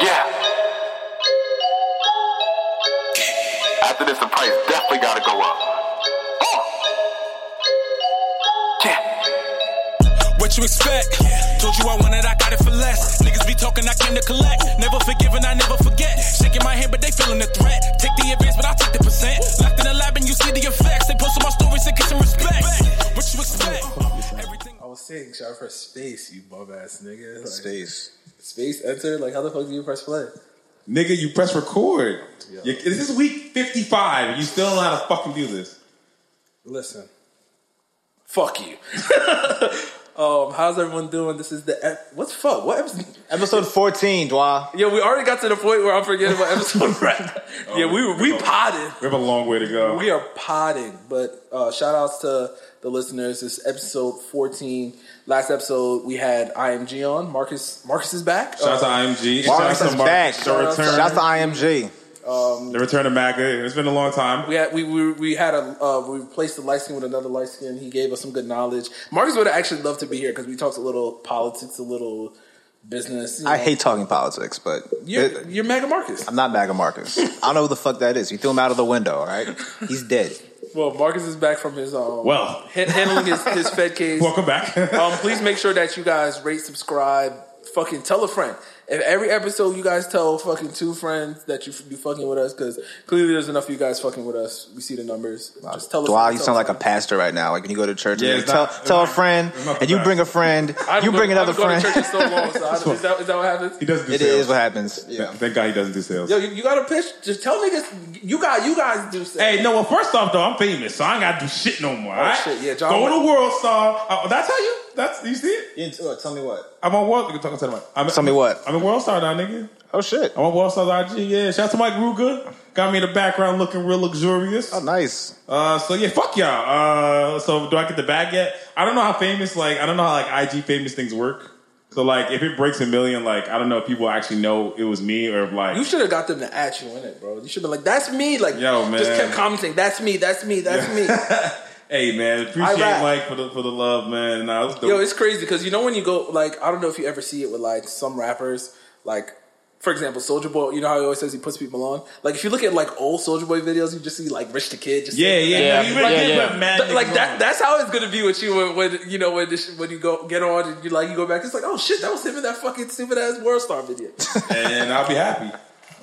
Yeah. After this, the price definitely gotta go up. Oh. Yeah. What you expect? Told you I wanted, I got it for less. Niggas be talking, I came to collect. Never forgiving, I never forget. Shaking my hand, but they feeling the threat. Take the advance, but I take the percent. Locked in the lab and you see the effects. They posted my stories and get some respect. What you expect? Everything. I was saying, shout out for space, you bum ass nigga. Like, Stays. Space enter. Like, how the fuck do you press play? Nigga, you press record. You- This is week 55. You still don't know how to fucking do this. Listen, fuck you. um, how's everyone doing? This is the ep- what's fuck? What episode? Episode 14, Dwa. Yeah, we already got to the point where I'm forgetting what episode. right? yeah, we we potted. We uh, have a long way to go. We are potting, but uh, shout outs to the listeners. This is episode 14. Last episode, we had IMG on. Marcus Marcus is back. Shout out to Uh, Marcus IMG. Shout out is to back. Marcus. The Shout out to- return. Shout out to IMG. the return of MAGA. It's been a long time. we had we, we, we had a uh, we replaced the light skin with another light skin. He gave us some good knowledge. Marcus would have actually loved to be here because we talked a little politics, a little business. you I know. hate talking politics, but you're, it- you're Mega Marcus. I'm not MAGA Marcus. I don't know who the fuck that is. You threw him out of the window, all right? He's dead. Well, Marcus is back from his um, Well. ha- handling his, his Fed case. Welcome back. Um, please make sure that you guys rate, subscribe, fucking tell a friend. If every episode you guys tell fucking two friends that you be fucking with us, because clearly there's enough of you guys fucking with us. We see the numbers. Just tell us. Dwa, you sound like a pastor right now. Like when you go to church, Yeah, and you it's tell, not- tell a it's not- friend, it's not and you the bring a friend, you bring another I've been going to friend. church for so long. So I, is, that, is that what happens? He doesn't do It sales. is what happens. Yeah. Thank God he doesn't do sales. Yo, you, you got a pitch? Just tell niggas. You got you guys do. Say. Hey, no, well, first off, though, I'm famous, so I ain't got to do Oh, shit no more. all right? shit, yeah, John Go Wayne. to World Star. Uh, that's how you, that's, you see it? Tell me what. I'm on World, talk to the mic. Tell me what. I'm in World Star now, nigga. Oh shit. I'm on World Star's IG, yeah. Shout out to Mike Ruger. Got me in the background looking real luxurious. Oh nice. Uh, so yeah, fuck y'all. Uh, so do I get the bag yet? I don't know how famous, like, I don't know how like IG famous things work. So like, if it breaks a million, like, I don't know if people actually know it was me or if like, You should have got them to at you in it, bro. You should have been like, "That's me!" Like, Yo, just man. kept commenting, "That's me, that's me, that's me." hey man, appreciate I rap. Mike for the for the love, man. Nah, that's dope. Yo, it's crazy because you know when you go like I don't know if you ever see it with like some rappers like. For example, Soldier Boy, you know how he always says he puts people on. Like if you look at like old Soldier Boy videos, you just see like Rich the Kid. Just yeah, yeah, Yeah, yeah. You really yeah, did yeah. put mad Th- niggas like on. that. That's how it's gonna be with you when, when you know when this, when you go get on and you like you go back. It's like oh shit, that was him in that fucking stupid ass World Star video. and I'll be happy.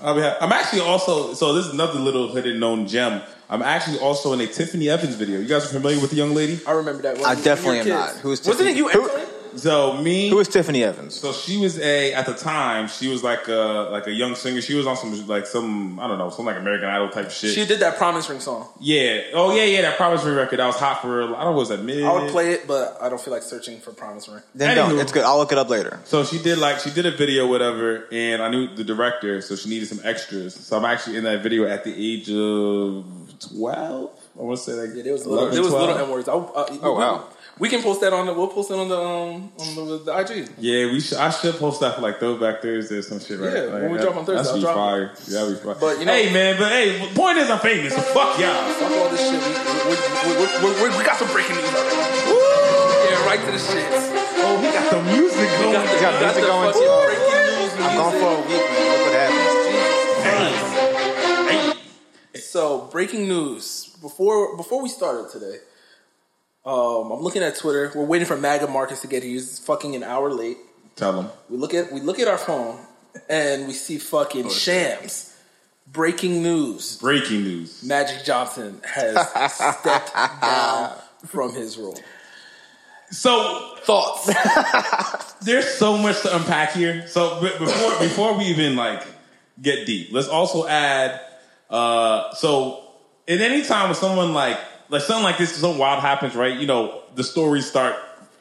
I'll be happy. I'm actually also so this is another little hidden known gem. I'm actually also in a Tiffany Evans video. You guys are familiar with the young lady? I remember that. One. I When definitely you am were not. kids. Who is Wasn't it Tiffany? you? Who- Anthony? So me Who is Tiffany Evans? so she was a at the time she was like a like a young singer. She was on some like some I don't know some like American Idol type shit. She did that Promise Ring song. yeah. Oh yeah yeah that Promise Ring record. I was hot for I don't know was that mid. I would play it, but I don't feel like searching for Promise Ring. Then don't. Anywho. It's good. I'll look it up later. So she did like she did a video, whatever, and I knew the director, so she needed some extras. So I'm actually in that video at the age of twelve. I want to say like Yeah, there was little, 11, there was 12. little n words. Oh, wow. We can post that on the. We'll post it on the um on the, the IG. Yeah, we should. I should post that for like Throwback Thursday or some shit, right? Yeah, Like, when we that- drop on Thursday, that I'll should be drop it. fire. Yeah, that'd be fire. But, you know- hey man, but hey, point is I'm famous. So fuck y'all. Fuck all this shit. We, we, we, we, we, we, we got some breaking news. already. Yeah, right to the shits. Oh, we got the music We going. got the, we got got the music going fucking too. breaking news music. I'm gone for a week, man. Look what happens. So breaking news before before we started today, um, I'm looking at Twitter. We're waiting for MAGA Marcus to get here. He's fucking an hour late. Tell them. We look at we look at our phone and we see fucking Shams. Breaking news: Breaking news. Magic Johnson has stepped down from his role. So Thoughts? there's so much to unpack here. So b- before before we even like get deep, let's also add. Uh, so at any time when someone like like something like this, something wild happens, right? You know, the stories start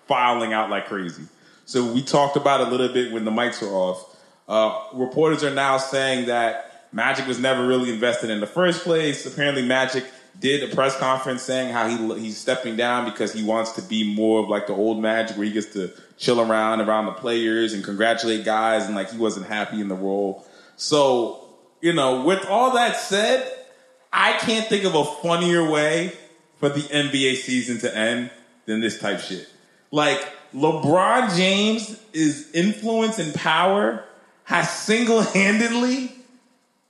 filing out like crazy. So we talked about it a little bit when the mics were off. Uh, reporters are now saying that Magic was never really invested in the first place. Apparently, Magic did a press conference saying how he he's stepping down because he wants to be more of like the old Magic, where he gets to chill around around the players and congratulate guys, and like he wasn't happy in the role. So you know, with all that said, I can't think of a funnier way for the NBA season to end than this type shit. Like LeBron James is influence and power has single handedly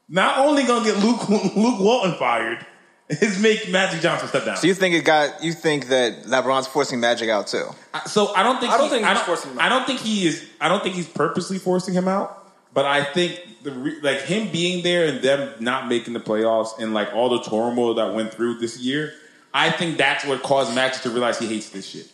not only gonna get Luke Luke Walton fired, is make Magic Johnson step down. So you think it got? You think that LeBron's forcing Magic out too? So I don't think I don't he- think I he's don't, forcing him out. I don't think he is. I don't think he's purposely forcing him out. But I think the re, like him being there and them not making the playoffs and like all the turmoil that went through this year, I think that's what caused Magic to realize he hates this shit.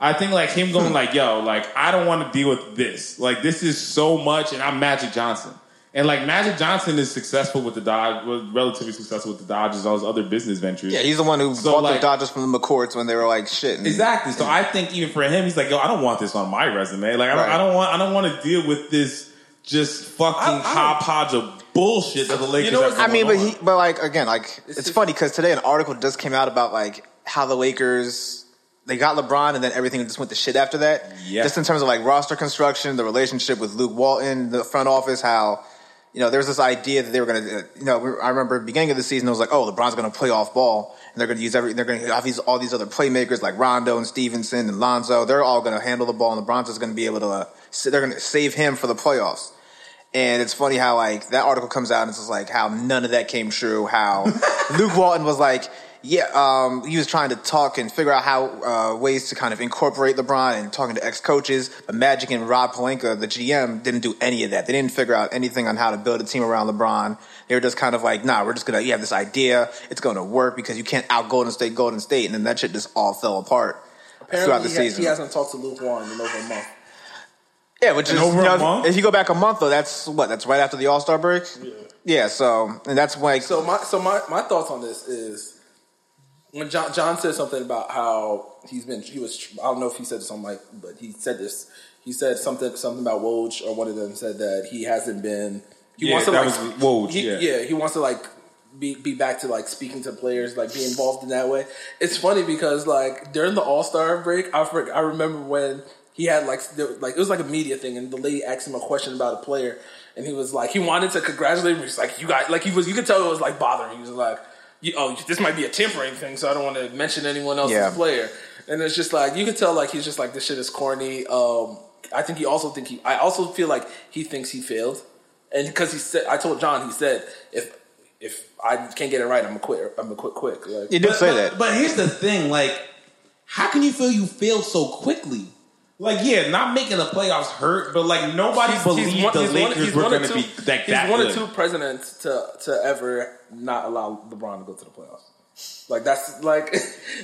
I think like him going like, yo, like I don't want to deal with this. Like this is so much, and I'm Magic Johnson. And like Magic Johnson is successful with the Dodge, was relatively successful with the Dodgers, all his other business ventures. Yeah, he's the one who So, bought like- the Dodgers from the McCourts when they were like shit. and- Exactly. So I think even for him, he's like, yo, I don't want this on my resume. Like, I don't, Right. I don't want, I don't want to deal with this just fucking hodgepodge of bullshit that the Lakers. know have what's- I mean, but going on. he, but like again, like it's, just- funny because today an article just came out about like how the Lakers they got LeBron and then everything just went to shit after that. Yeah. Just in terms of like roster construction, the relationship with Luke Walton, the front office, how you know there's this idea that they were going to, you know, we- I remember at the beginning of the season it was like, oh, LeBron's going to play off ball and they're going to use every, they're going to have these all these other playmakers like Rondo and Stevenson and Lonzo, they're all going to handle the ball and LeBron's just going to be able to, uh, s- they're going to save him for the playoffs. And it's funny how like that article comes out and it's just like how none of that came true. How Luke Walton was like, yeah, um, he was trying to talk and figure out how uh, ways to kind of incorporate LeBron and talking to ex coaches. But Magic and Rob Palenka, the GM, didn't do any of that. They didn't figure out anything on how to build a team around LeBron. They were just kind of like, nah, we're just gonna you have this idea, it's gonna work because you can't out Golden State, Golden State, and then that shit just all fell apart throughout the Apparently, he, ha- season. he hasn't talked to Luke Walton in over a month. Yeah, which And is over you know, a month? if you go back a month though, that's what that's right after the All Star break. Yeah. so and that's like So my so my, my thoughts on this is when John John said something about how he's been he was I don't know if he said this on like but he said this he said something something about Woj or one of them said that he hasn't been he Yeah, wants to that like was Woj, he- yeah. yeah he wants to like be be back to like speaking to players like be involved in that way. It's funny because like during the All Star break I for, I remember when he had like there, like it was like a media thing and the lady asked him a question about a player and he was like he wanted to congratulate him. He's like you got like he was you could tell it was like bothering. He was like you, oh this might be a tempering thing so I don't want to mention anyone else's Yeah. player. And it's just like you could tell like he's just like this shit is corny. Um, I think he also think he I also feel like he thinks he failed. And because he said, I told John, he said, if if I can't get it right, I'm gonna quit. I'm gonna quit quick. Like, you did say but, that. But here's the thing: like, how can you feel you failed so quickly? Like, yeah, not making the playoffs hurt, but like nobody believed one- the one- Lakers he's were one of going two- to be like he's that one good. of two presidents to to ever not allow LeBron to go to the playoffs. Like that's like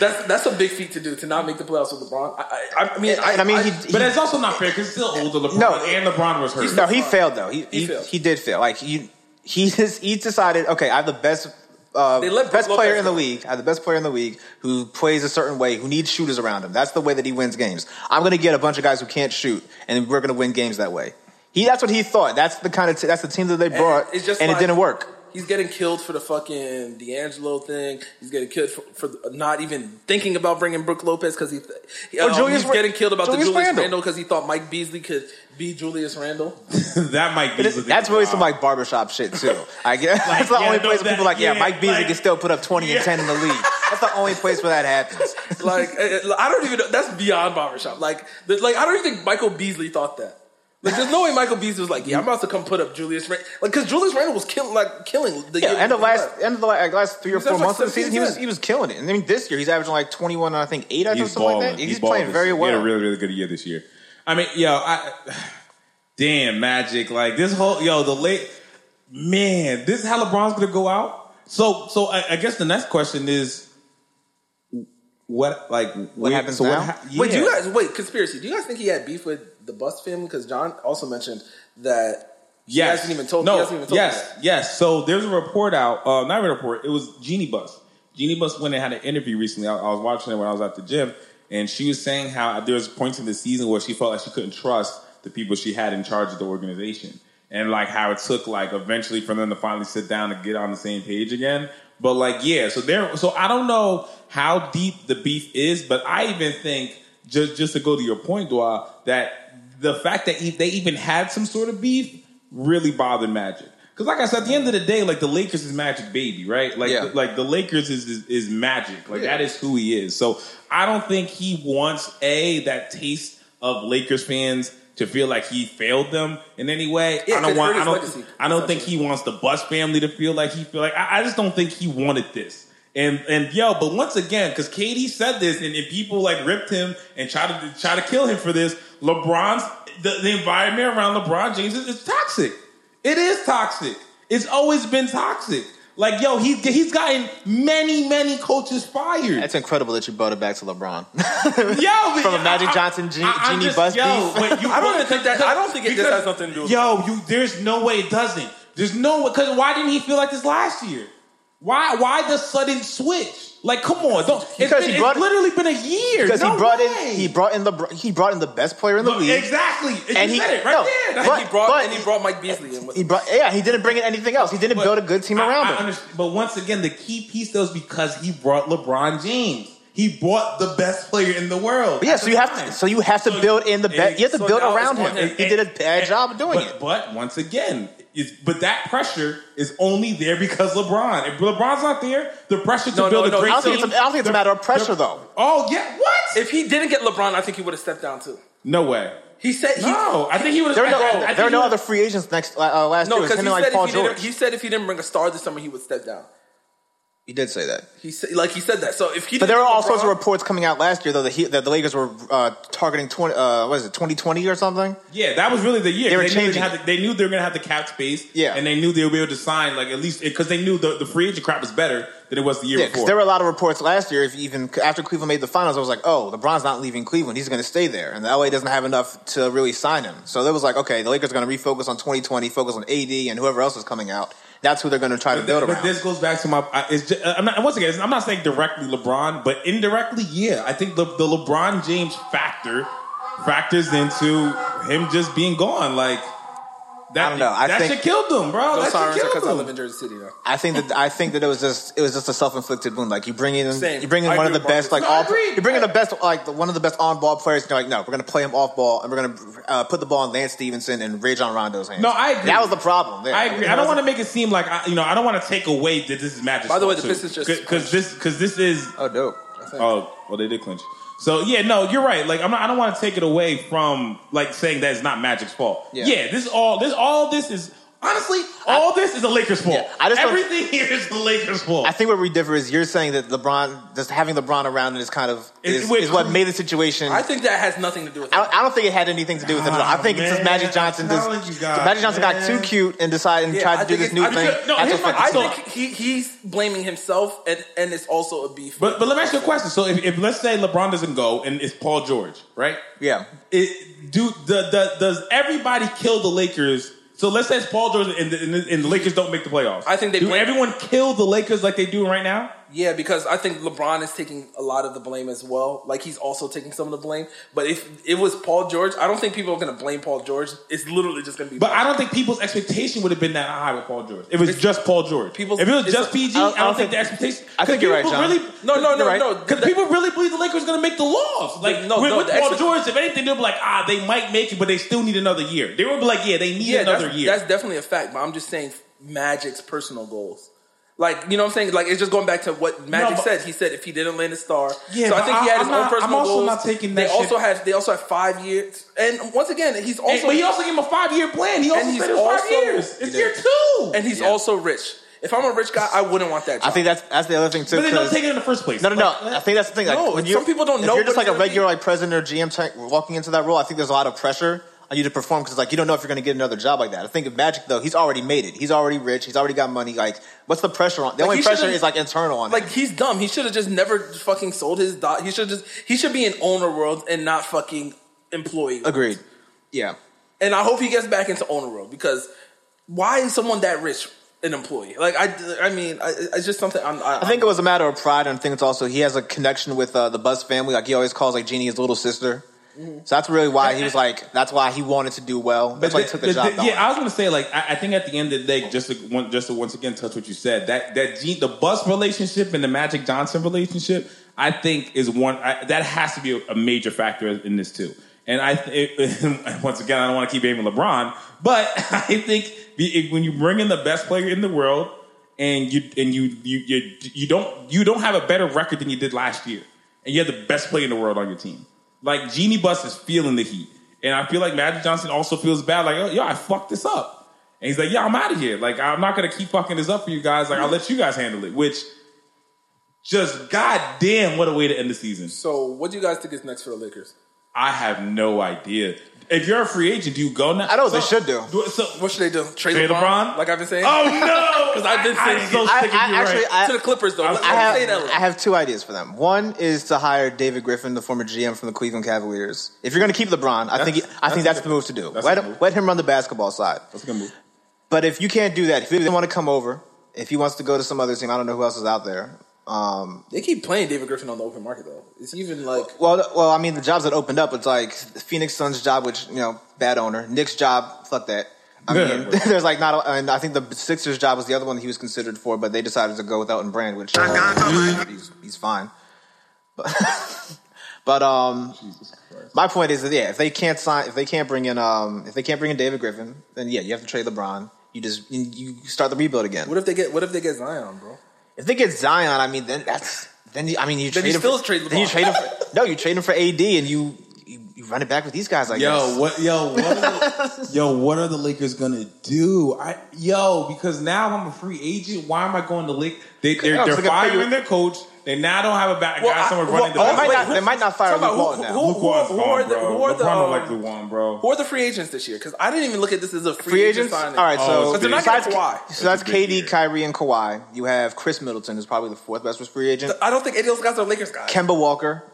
that's that's a big feat to do to not make the playoffs with LeBron. I, I, I mean, I, And I mean, I- he- But it's also not fair because it's still older LeBron, No. and LeBron was hurt. no, he failed though. He He he, he, failed. did fail. Like he he just he decided okay, I have the best. Uh, They let best Brook player Lopez in the go. league. I have the best player in the league who plays a certain way, who needs shooters around him. That's the way that he wins games. I'm going to get a bunch of guys who can't shoot, and we're going to win games that way. He that's what he thought. That's the kind of t- that's the team that they brought, it's just and like- it didn't work. He's getting killed for the fucking D'Angelo thing. He's getting killed for, for not even thinking about bringing Brooke Lopez because he, th- Or um, Julius he's Ra- getting killed about Julius the Julius Randle. Randle because he thought Mike Beasley could be Julius Randle. that might be. But it- that's really some like barbershop shit too. I guess that's the yeah, only no, place where that- people are like, yeah, yeah, Mike Beasley like- can still put up twenty Yeah. and ten in the league. That's the only place where that happens. Like eh, eh, I don't even. know. That's beyond barbershop. Like there's- like I don't even think Michael Beasley thought that. Like there's no way Michael Beasley was like, yeah, I'm about to come put up Julius Randle. Like because Julius Randle was killing like killing the Yeah, year end of before last that. end of the like, last three or He's four averaging months of the season, he was 17. he was killing it. And I mean, this year he's averaging like twenty one and I think eight. I think he's something balling. like that. He's, balling playing this very year. He had well. a really, really good year this year. I mean, yo, I damn magic. Like this whole yo, the late man. This is how LeBron's gonna go out. So, so I, I guess the next question is, what like what happens so now? Wait, do you yeah. guys wait conspiracy? Do you guys think he had beef with the Bust family? Because John also mentioned that Yes. hasn't even told- No. he hasn't even told yes. Yes. So there's a report out. Uh, not even a report. It was Jeannie Bus. Jeannie Bus went and had an interview recently. I, I was watching it when I was at the gym, and she was saying how there was points in the season where she felt like she couldn't trust the people she had in charge of the organization, and like how it took like eventually for them to finally sit down and get on the same page again. But like, yeah. So there. So I don't know how deep the beef is, but I even think just just to go to your point, Dwa, that the fact that e- they even had some sort of beef really bothered Magic. Because, like I said, at the end of the day, like the Lakers is Magic baby, right? Like, Yeah. like the Lakers is is, is Magic. Like that is who he is. So I don't think he wants a that taste of Lakers fans to feel like he failed them in any way. Yeah, I don't 'cause want. it hurt I don't. his legacy, I don't think he wants the Bus family to feel like he feel like. I, I just don't think he wanted this. And and yo, but once again, because Katie said this, and, and people like ripped him and tried to try to kill him for this. LeBron's the, the environment around LeBron James is, is toxic. It is toxic. It's always been toxic. Like yo, he's he's gotten many many coaches fired. That's incredible that you brought it back to LeBron. Yo, but- From a Magic I- Johnson, Gen- I- I Genie just- Bus yo, beef. wait, you- I don't even think that- I don't think it just because- has nothing to do with- Yo, you, there's no way it doesn't. There's no way because why didn't he feel like this last year? Why? Why the sudden switch? Like, come on, don't. It's, Because been, he it's brought- literally been a year. Because no he brought way. in he brought in the he brought in the best player in the Look, league. exactly. And, And you he- said it right no, there. That's- but- he brought but- and he brought Mike Beasley. In with He brought yeah. He didn't bring in anything else. He didn't But build a good team I- around I him. understand- but once again, the key piece though is because he brought LeBron James. He brought the best player in the world. But yeah, at so the you have time. to so you have to So- build in the and- best. You eh, have to so eh, build now it's around on him. him. He did a bad job of doing but, it. But once again, it's, but that pressure is only there because LeBron. If LeBron's not there, the pressure to No, no, build no, a I great don't team. think it's a, I don't think it's a matter of pressure though. oh yeah, what? If he didn't get LeBron, I think he would have stepped down too. No way. He said he, No, I think he would. There are I, I no think there are he no would- other free agents next uh, last no year. It was because him he, and like said Paul if he, didn't, George. he said if he didn't bring a star this summer, he would step down. He did say that. He said like he said that. So if he didn't But there were get all LeBron- sorts of reports coming out last year though that he, that the Lakers were uh, targeting twenty uh, what is it twenty twenty or something. Yeah, that was really the year. They were knew gonna changing have to- they knew they were going to have the cap space. Yeah. and they knew they would be able to sign like at least because they knew the, the free agent crap was better than it was the year Yeah, because before. there were a lot of reports last year. If even after Cleveland made the finals, I was like, "Oh, LeBron's not leaving Cleveland. He's going to stay there." And the LA doesn't have enough to really sign him. So that was like, "Okay, the Lakers are going to refocus on 2020, focus on AD and whoever else is coming out. That's who they're going to try to build But around." this goes back to my. I- It's just, I'm not, once again, it's- I'm not saying directly LeBron, but indirectly, yeah. I think the, the LeBron James factor factors into him just being gone. Like that. I don't know. I that think- shit killed him, bro. Those that sirens shit because I killed live in him. Jersey City now. I think that I think that it was just it was just a self inflicted wound. Like you bring in Same. you bring in I one of agree the with best Marcus. like No, I all agree. you bring in the best like the, one of the best on ball players. And you're like, no, we're going to play him off ball and we're going to uh, put the ball in Lance Stevenson and Rajon Rondo's hands. No, I agree. That was the problem. There. I agree. I don't want to make it seem like I, you know. I don't want to take away that this is magic. By the way, the Pistons just because this because this is Oh, dope. I think. Oh, well, they did clinch. So yeah, no, you're right. Like I'm not, I don't want to take it away from like saying that it's not Magic's fault. Yeah, Yeah. this all this all this is honestly all this is the Lakers' fault. Yeah, I just don't- everything here is the Lakers' fault. I think where we differ is you're saying that LeBron, just having LeBron around is kind of It- is, wait, is what made the situation. I I, think that has nothing to do with it. I don't think it had anything to do with it. at all. I Ah, think it's just man, Magic Johnson. I'm Just, telling you guys, Magic Johnson got man. too cute and decided and Yeah, tried I to do think this it's- new I thing. think it- no, That's here's what my- fucking I So- think he, he's blaming himself, and, and it's also a beef. but but let me ask you a question. So if, if let's say LeBron doesn't go and it's Paul George, right? yeah. It, do the, the does everybody kill the Lakers? So let's say it's Paul George and the, and the, and the Lakers don't make the playoffs. I think they do blame- everyone kill the Lakers like they do right now. yeah, because I think LeBron is taking a lot of the blame as well. Like he's also taking some of the blame. But if it was Paul George, I don't think people are going to blame Paul George. It's literally just going to be. But I don't think people's expectation would have been that high with Paul George. If it was just Paul George. people's- if it was it's just a- PG, I I don't, don't- I don't think- think, the expectation. I think you're right, people John. Really, no, no, no, You're right. no. because people really believe the Lakers are going to make the loss. Like No, with, no, with the Paul expect- George, if anything, they'll be like, ah, they might make it, but they still need another year. They would be like, yeah, they need yeah, another that's, year. that's definitely a fact. But I'm just saying Magic's personal goals. Like you know what I'm saying? Like it's just going back to what Magic but- said. He said if he didn't land a star, Yeah, So I but think he had I- I'm his not- own I'm personal also goals. not taking they that also shit. had they also had five years. And once again, he's And- also but he also gave him a five year plan. He also And he's said it was five also- years. He It's did. year two. and he's also rich. If I'm a rich guy, I wouldn't want that. Job. I think that's that's the other thing too. but they don't 'cause- take it in the first place. No, no, no. Like, I think that's the thing. Like, No, when you- some people don't if know You're just what like it's a gonna regular be. like president or GM type walking into that role. I think there's a lot of pressure on you to perform because like you don't know if you're going to get another job like that. I think of Magic though, he's already made it. He's already rich. He's already got money. Like, what's the pressure on? The Like, only he pressure should've- is like internal on. like him. he's dumb. He should have just never fucking sold his dot. He should just he should be an owner world and not fucking employee. agreed. Yeah, And I hope he gets back into owner world because why is someone that rich an employee? Like I, I mean, I, it's just something. I'm, I, I think it was a matter of pride, and I think it's also he has a connection with uh, the Buzz family. Like he always calls like Jeannie his little sister. So that's really why he was like. That's why he wanted to do well. That's why he took the, Mm-hmm. But job. the- yeah, I was gonna say like I, I think at the end of the day, just to, one- just to once again touch what you said that that Gene, the bus relationship and the Magic Johnson relationship, I think is one I, that has to be a, a major factor in this too. And I th- it, once again, I don't want to keep aiming LeBron, but I think the, if, when you bring in the best player in the world and you and you you you you don't you don't have a better record than you did last year, and you have the best player in the world on your team. Like Genie Bus is feeling the heat. And I feel like Magic Johnson also feels bad, like, oh, yo, I fucked this up. And he's like, yeah, I'm out of here. Like, I'm not gonna keep fucking this up for you guys. Like, I'll let you guys handle it. Which, just goddamn, what a way to end the season. So, what do you guys think is next for the Lakers? I have no idea. If you're a free agent, do you go now? I know what they should do. So, What should they do? Trade, Trade LeBron, LeBron? Like I've been saying. oh no, because I've been saying- so I- sick of I you actually- right. I- to the Clippers though. Let's I not say have, that. I have two ideas for them. One is to hire David Griffin, the former GM from the Cleveland Cavaliers. If you're going to keep LeBron, I think I think that's the move to do. That's a good move. Let, let him run the basketball side. That's a good move. But if you can't do that, if he doesn't want to come over, if he wants to go to some other team, I don't know who else is out there. Um, they keep playing David Griffin on the open market though. It's even like well, well, I mean, the jobs that opened up, it's like Phoenix Suns' job, which you know, bad owner. Nick's job, fuck that. I mean, there's like not, a, and I think the Sixers' job was the other one that he was considered for, but they decided to go with Elton Brand, which uh, he's, he's fine. But, but um, my point is that yeah, if they can't sign, if they can't bring in, um, if they can't bring in David Griffin, then yeah, you have to trade LeBron. You just you you start the rebuild again. what if they get what if they get Zion, bro? If they get Zion, I mean, then that's then you, I mean you Then trade you him still for, trade Then you LeBron. trade him for, no, you trade him for AD, and you you, you run it back with these guys. I Yo, guess. what? Yo, what? Are the, yo, what are the Lakers gonna do? I yo, because now I'm a free agent. Why am I going to Lake? They, they're Yeah, they're so they gotta pay firing you- their coach. They now don't have a back Well, guy I- somewhere well, running the. oh, They might wait, basketball. not- they might not fire Talk about Luke Walton who- now. who- Luke Walton's who gone, are the- bro. who are the, LeBron don't um, like Luke Walton, bro. Who are the free agents this year? Because I didn't even look at this as a free, Free agents. All Signing. right, Oh, so it's big. But they're not besides, getting Kawhi. so that's It's a big KD, year. Kyrie, and Kawhi. You have Chris Middleton, who's probably the fourth best free agent. I don't think any of those guys are Lakers guys. Kemba Walker.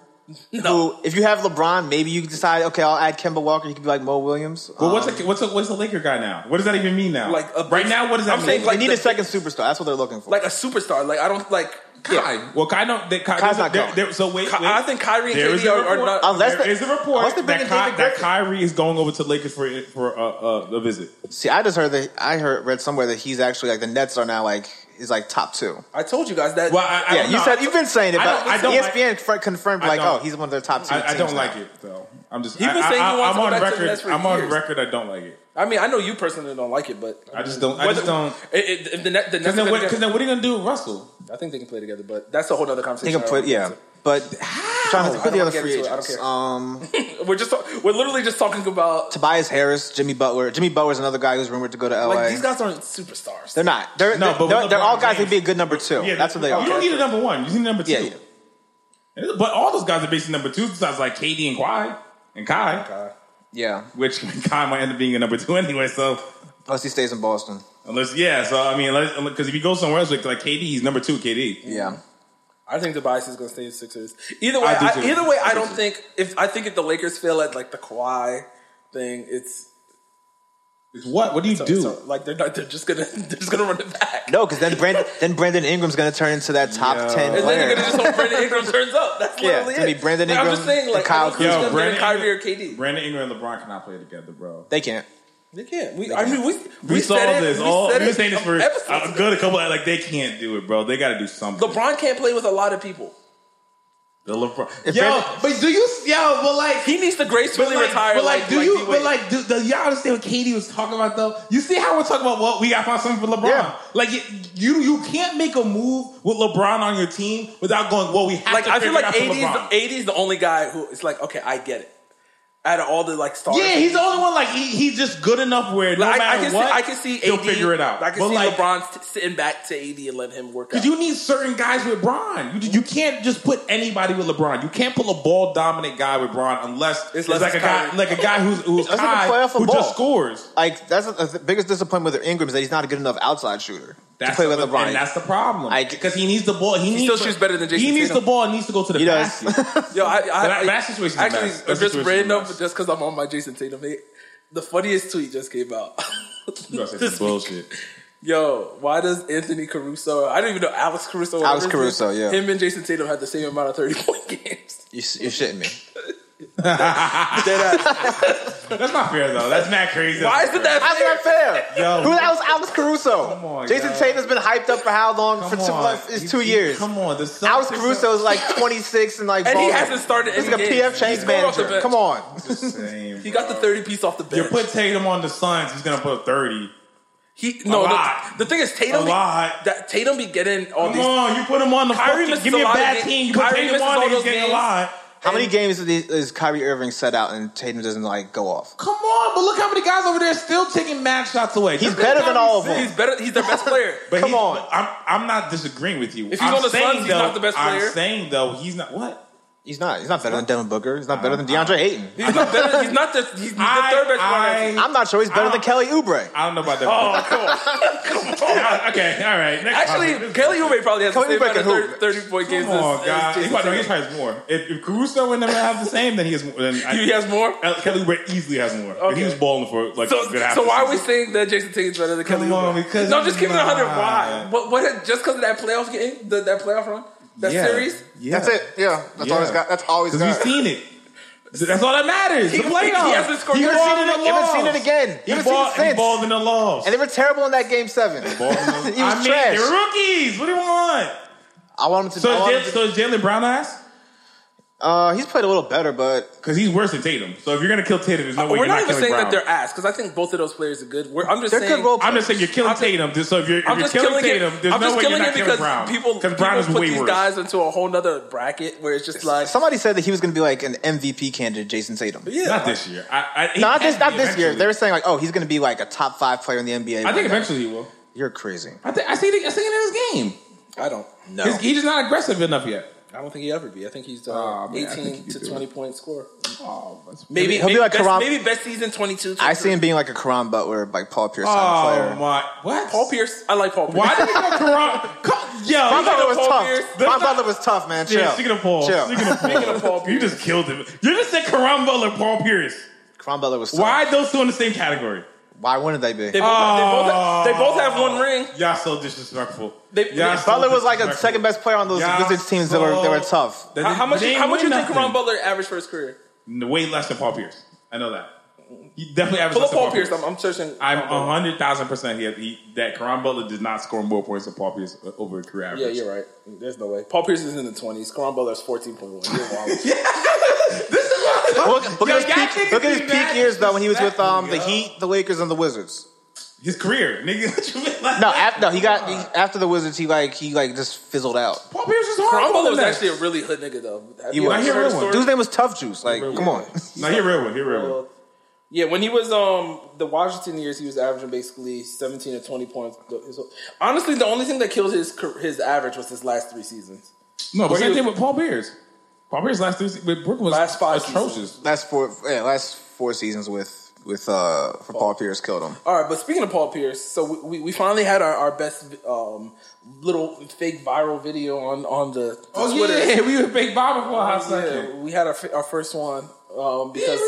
Who, if you have LeBron, maybe you decide, okay, I'll add Kemba Walker. He could be like Mo Williams. But what's Um, a, what's a, what's the Laker guy now? What does that even mean now? Like a- right now, what does that I'm mean? saying, they like need the- a second superstar. That's what they're looking for. like a superstar. Like I don't like. Kai. Well, Kai don't. They, Kai, Kai's there's a- not there- going. there- so wait, Ki- wait. I think Kyrie and There KD is a are- are report- not- Unless there they- is a report unless they bring that, in Ky- David that Griffin. Kyrie is going over to Lakers for for uh, uh, a visit. See, I just heard that I heard read somewhere that he's actually like the Nets are now like is like top two. I told you guys that. Well, I, I yeah, don't you know. said you've been saying it, I but E don't- I don't like- ESPN fr- confirmed I like, don't- oh, he's one of their top two. I, I teams don't now. like it though. I'm just. You've been I, saying I, you want I'm to go on back to the record. Nets for I'm on years. record. I don't like it. I mean, I know you personally don't like it, but I just don't. I Whether- just don't. It, it, if the net, the Nets Because then, are what- gonna 'cause get- then what are you gonna do, with Russell? I think they can play together, but that's a whole other They conversation. can put yeah, but trying to I put don't the wanna other get free into it. I don't agents. care. Um, We're just talk- we're literally just talking about Tobias Harris, Jimmy Butler. Jimmy Butler's another guy who's rumored to go to LA. like these guys aren't superstars. they're not. They're No, they're, but with they're, they're all LeBron guys who'd James- be a good number two. that's what they are. You don't need a number one. You need a number two. Yeah, yeah. But all those guys are basically number two besides like KD and Kawhi and Kai, Uh, yeah, which Kai might end up being a number two anyway. So unless he stays in Boston. unless yeah, so I mean, because if you go somewhere else like, like KD, he's number two. KD. Yeah, I think Tobias is going to stay in Sixers. Either way, I do I too. either way, I I do don't too. think if I think if the Lakers fail at like the Kawhi thing, it's It's what? What do you do? so, like they're not, they're just gonna they're just gonna run it back. no, because then Brandon then Brandon Ingram's going to turn into that top Yeah. ten And then player. they're gonna just hope Brandon Ingram turns up. That's Yeah, literally it's gonna it. be Brandon Like, I'm Ingram just saying, like and Kyle I don't think Yo, it's gonna be Brandon Kyrie or Ingram- KD. Brandon Ingram and LeBron cannot play together, bro. they can't. They can't. We, I mean, we We, saw said it- this. all, said we were it saying this for episodes a ago. good a couple. Like they can't do it, bro. They got to do something. LeBron can't play with a lot of people. The LeBron. If yo, Brandon- but do you? Yo, but like He needs to gracefully But like, retire. but like, do you? D-Wade. But like, do, do y'all understand what Katie was talking about though? You see how we're talking about what we got to find something for LeBron. Yeah. Like you, you, you can't make a move with LeBron on your team without going. Well, we have like to I feel figure it like out for LeBron. 80s, 80s the only guy who it's like okay I get it. Out of all the like stars, Yeah, he's the only one. Like he, he's just good enough where no Like, I, I matter can what, see I can see AD he'll figure it out. I can but see like, LeBron t- sitting back to AD and let him work out. Because you need certain guys with Bron. You, you can't just put anybody with LeBron. You can't pull a ball dominant guy with Bron unless It's it's, less like a guy Kyrie. like a guy who's who's Let's look at Kai, playoff who ball. just scores. Like that's the the biggest disappointment with Ingram is that he's not a good enough outside shooter to play with the, LeBron. And that's the problem. I- Because he needs the ball. He, needs still to- shoots better than He Jason needs the Tatum. ball. and needs to go to the He does. basket. Yo, I, I, That- I that situation's a actually mess. That just situation's a random, mess. just because I'm on my Jason Tatum hate. The funniest tweet just came out. You gotta say This some bullshit. Yo, why does Anthony Caruso? I don't even know Alex Caruso. whatever Alex his name- Caruso, yeah. Him and Jason Tatum had the same amount of thirty point games. you're, you're shitting me. Dead ass. That's not fair though. That's not crazy. why isn't that? That's fair? not fair. Yo. Who that was Alex Caruso? Come on, Jason yo. Tatum's been hyped up for how long? Come for two, on. like, it's You- two you- years. Come on. The Celtics Alex are- Caruso's like 26 and like And he balling. hasn't started He's any like a games. PF change He scored off the manager. bench. Come on. Same, He got the bro. thirty piece off the You bench. put Tatum on the Suns, he's gonna put thirty. he no. lot. The, the thing is, A Tatum. be- lot. That Tatum be getting all Come these. on, you put him on the Kyrie fucking. misses Give me a a lot of bad games. team. You put Kyrie Tatum misses on, all he's those getting a games. lot. How many games is the- is Kyrie Irving set out and Tatum doesn't like go off? Come on, but look how many guys over there still taking mad shots away. He's That's better what than Kyrie all of said. them. He's better. He's their best player. But Come he's- on. I'm, I'm not disagreeing with you. If he's I'm on the saying, Suns, he's not the best player. I'm saying though, he's not what. He's not. He's not better than Devin Booker. He's not better than DeAndre Ayton. He's not better. He's not the. He's, he's I- the third best I- player. I'm not sure he's better than I- Kelly Oubre. I don't know about that. Oh, come on. okay, all right. Next Actually, topic. Kelly Oubre probably has the Kelly same Oubre amount of can hoop. 30, 30 point games. Come on, as, guys. As He probably, no, he Jason Tatum. probably has more. If, if Caruso would never have the same, then he has more. Then I, he has more. El- Kelly Oubre easily has more. If he Okay. was balling for like So, a good half so the why are we season. saying that Jason Tatum's better than Kelly Come on, Oubre? because no, just keep it nah. hundred. Why? What? What? Just because of that playoff game? The, that playoff run? That Yeah. series? Yeah. That's it. Yeah, that's all Yeah. he's got. That's all he's Because we've got. seen it. That's all that matters. He- the playoffs. he hasn't scored- He You haven't balled seen in it- the you haven't seen loss. it again. He You haven't seen balled, it he since. balled in the loss. And they were terrible in that game seven. He was I mean, trash. they're rookies. What do you want? I want him to. So I is, want him Jalen, to- so is Jalen Brown ass? uh, he's played a little better, but Because he's worse than Tatum. So if you're gonna kill Tatum, there's no way Uh, We're you're not not, even killing saying Brown. that they're ass because I think both of those players are good. We're, I'm just they're saying. good role players. I'm just saying you're killing Tatum. So if you're, if I'm you're just killing, killing Tatum, it. there's I'm no just way you're killing not it killing because Brown. people, because people Brown is put way these worse. guys into a whole nother bracket where it's just like Somebody said that he was going to be like an MVP candidate, Jason Tatum. Not this year. I, I, he Not can this, not be this year. eventually. They were saying like, oh, he's going to be like a top five player in the NBA. I think eventually he will. You're crazy. I think I see. It, I see it in his game. I don't. No, His- he's just not aggressive enough yet. I don't think he ever be. I think he's uh, Aw, man, I think 18 he to do 20 point score. Oh, that's Maybe He'll be maybe like best, Karam- maybe best season 22. I see him being like a Karan Butler, like Paul Pierce type Oh player. my! What? Paul Pierce. I like Paul Pierce. Why did you go Karan? Come- Yo, Paul you got Butler a was Paul tough. Pierce. Paul That's not- Butler was tough, man. Chill. Yeah, speaking of Paul, Chill. speaking of Paul, of Paul you just killed him. You just said Karan Butler, Paul Pierce. Karan Butler was tough. Why those two in the same category? Why wouldn't they be? They both, have, they, both have, they both have one ring. Y'all so disrespectful. They- Y'all so Butler was like a disrespectful. second best player on those Y'all Wizards teams that were so- that were tough. They- How, how much? they ain't How much win you think nothing. Karan Butler averaged for his career? Way less than Paul Pierce. I know that. He definitely averaged Pull less up than Paul Pierce. I'm, I'm searching. I'm a hundred thousand percent here he, that Karan Butler did not score more points than Paul Pierce uh, over a career average. Yeah, you're right. There's no way. Paul Pierce is in the 20s. Karan Butler's 14.1. You're wild. Look, look Yo, at his y'all peak, niggas look at be his mad peak years though when he was with um the disrespectful, yo. Heat, the Lakers, and the Wizards. His career, nigga. What you mean? Like, No, after, no, he got he, after the Wizards, he like he like just fizzled out. Paul Pierce is Karan horrible. Butler was than that. actually a really hood nigga though. Have He you was. ever He a heard real the one. story? Dude's name was Tough Juice. Like, come on. No, he a real one. He a real one. Yeah, when he was um the Washington years, he was averaging basically seventeen to twenty points. The- his- Honestly, the only thing that killed his car- his average was his last three seasons. No, but But same he- thing with Paul Pierce. Paul Pierce last three se- with Brooklyn was Last five atrocious. Last four, yeah, last four seasons with with uh for Paul Pierce killed him. All right, but speaking of Paul Pierce, so we, we, we finally had our, our best um, little fake viral video on on the, the Oh, Twitter. we were big Bob for a hot Oh, Yeah, we had our, our first one um, because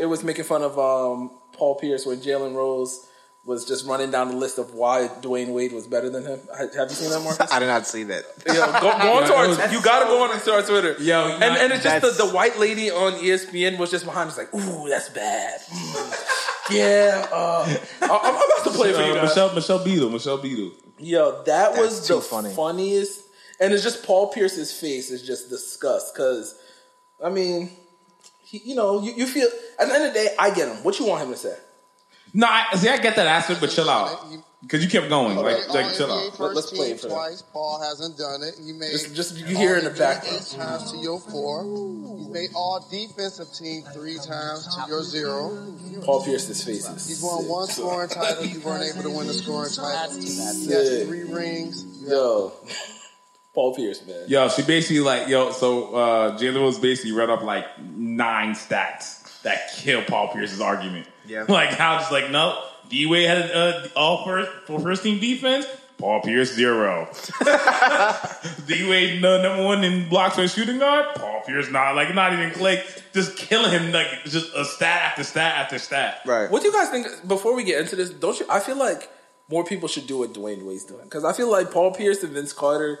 it was making fun of um, Paul Pierce when Jalen Rose was just running down the list of why Dwayne Wade was better than him. Ha- Have you seen that, Marcus? I did not see that. Yo, go, go on to Yo, our, you gotta go on to our Twitter. Yo, and, and it's just the, that's- the white lady on E ESPN was just behind us like, ooh, that's bad. Mm. yeah, uh, I- I'm I'm about to play for you Uh, guys. Michelle Michelle Beadle. Michelle Beadle. Yo, that was That's too the funny. funniest. And it's just Paul Pierce's face is just disgust because, I mean, he, you know, you, you feel at the end of the day, I get him. What you want him to say? No, I, see, I get that aspect, but chill out because you kept Oh, going. Like, All like chill NBA out. First Let- let's play team it for that. twice. Paul hasn't done it. He made Just- just you hear it in the all-NBA background. Eight times to your four. He's made all defensive team three times to your zero. Paul Pierce's face is. He's won sick. one scoring title. You weren't able to win the scoring title. He Yeah. has three rings. Yo, Paul Pierce, man. Yo, she basically like yo. So uh, Jalen Rose basically read up like nine stats that kill Paul Pierce's argument. Yeah. like how just like no, D Wade had uh, all first for first team defense. Paul Pierce zero. D Wade no, number one in blocks and shooting guard. Paul Pierce not like not even click. Just killing him like just a stat after stat after stat. Right. What do you guys think? Before we get into this, don't you? I feel like more people should do what Dwayne Wade's doing because I feel like Paul Pierce and Vince Carter.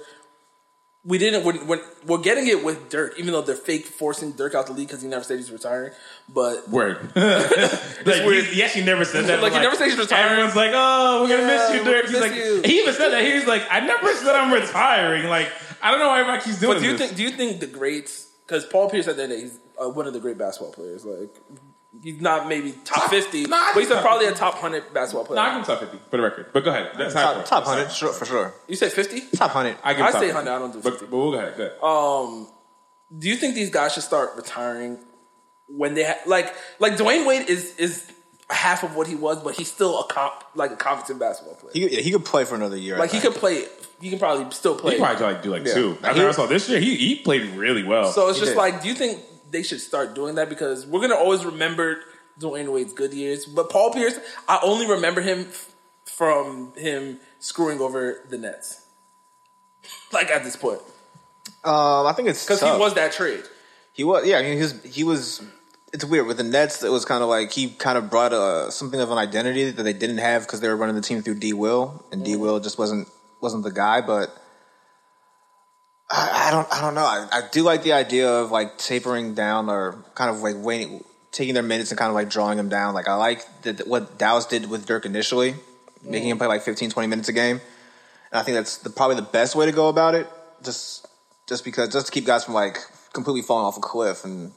We didn't. We're, we're, we're getting it with Dirk, even though they're fake forcing Dirk out the league because he never said he's retiring. But Word. like, weird. He, he actually never said that. Like, he but, never said he's retiring. Everyone's like, oh, we're gonna Yeah, miss you, we're Dirk. gonna He's miss like, you. he even said that. He was like, I never said I'm retiring. Like, I don't know why everybody keeps doing But do you this. think? Do you think the greats? Because Paul Pierce at the end of the day, he's uh, one of the great basketball players. Like he's not maybe top fifty, nah, I but he's think- probably a top hundred basketball player. no, I give him top 50 for the record. But go ahead. That's how Top, I feel. top hundred sure, for sure. you said fifty? Top hundred. I give him I top say 50. 100, I don't do But, 50. but we'll go ahead. Go ahead. Um, do you think these guys should start retiring when they ha- like like Dwayne Wade is is half of what he was, but he's still a comp like a competent basketball player. He, could- yeah, he could play for another year. I like he think. could play. He can probably still play. He probably could, like do like Yeah. two. Like, After he- I saw this year, he he played really well. So it's He just did. like, do you think they should start doing that? Because we're gonna always remember Dwayne Wade's good years, but Paul Pierce, I only remember him f- from him screwing over the Nets. Like at this point, Um, I think it's because he tough. was that trade. He was, yeah. I mean, he was. He was. It's weird with the Nets. It was kind of like he kind of brought uh something of an identity that they didn't have because they were running the team through D Will, and D Will just wasn't wasn't the guy. But I, I don't. I don't know. I, I do like the idea of like tapering down or kind of like waiting, taking their minutes and kind of like drawing them down. Like I like the, what Dallas did with Dirk initially, making him play like 15, 20 minutes a game. And I think that's the, probably the best way to go about it. Just just because just to keep guys from like completely falling off a cliff and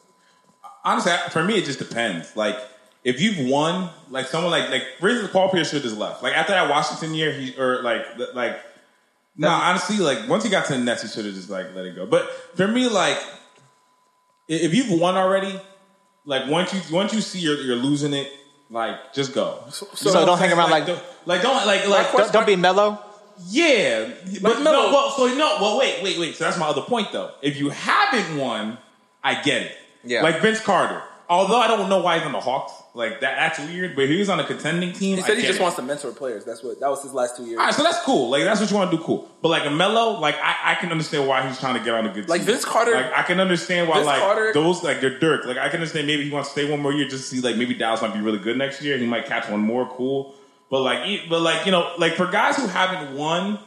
honestly, I- for me, it just depends. Like, if you've won, like someone like like reason Paul Pierce should just left. Like after that Washington year, he or like th- like no, honestly, like once he got to the Nets, he should have just like let it go. But for me, like i- if you've won already, like once you once you see you're, you're losing it, like just go. So, don't hang around, like- don't, like don't like like don't, don't be mellow. yeah, but no. no. Well, so no. Well, wait, wait, wait. So that's my other point, though. If you haven't won, I get it. Yeah. like Vince Carter. Although I don't know why he's on the Hawks. Like that, that's weird. But he was on a contending team. He I said he get just it. wants to mentor players. That's what that was his last two years. All right, so that's cool. Like that's what you want to do. Cool. But like a Melo, like I, I can understand why he's trying to get on a good Like, team. Vince Carter- Like I can understand why Vince like Carter- those like your Dirk. Like I can understand maybe he wants to stay one more year just to see like maybe Dallas might be really good next year. He might catch one more. Cool. But like, e- but like you know, like for guys who haven't won,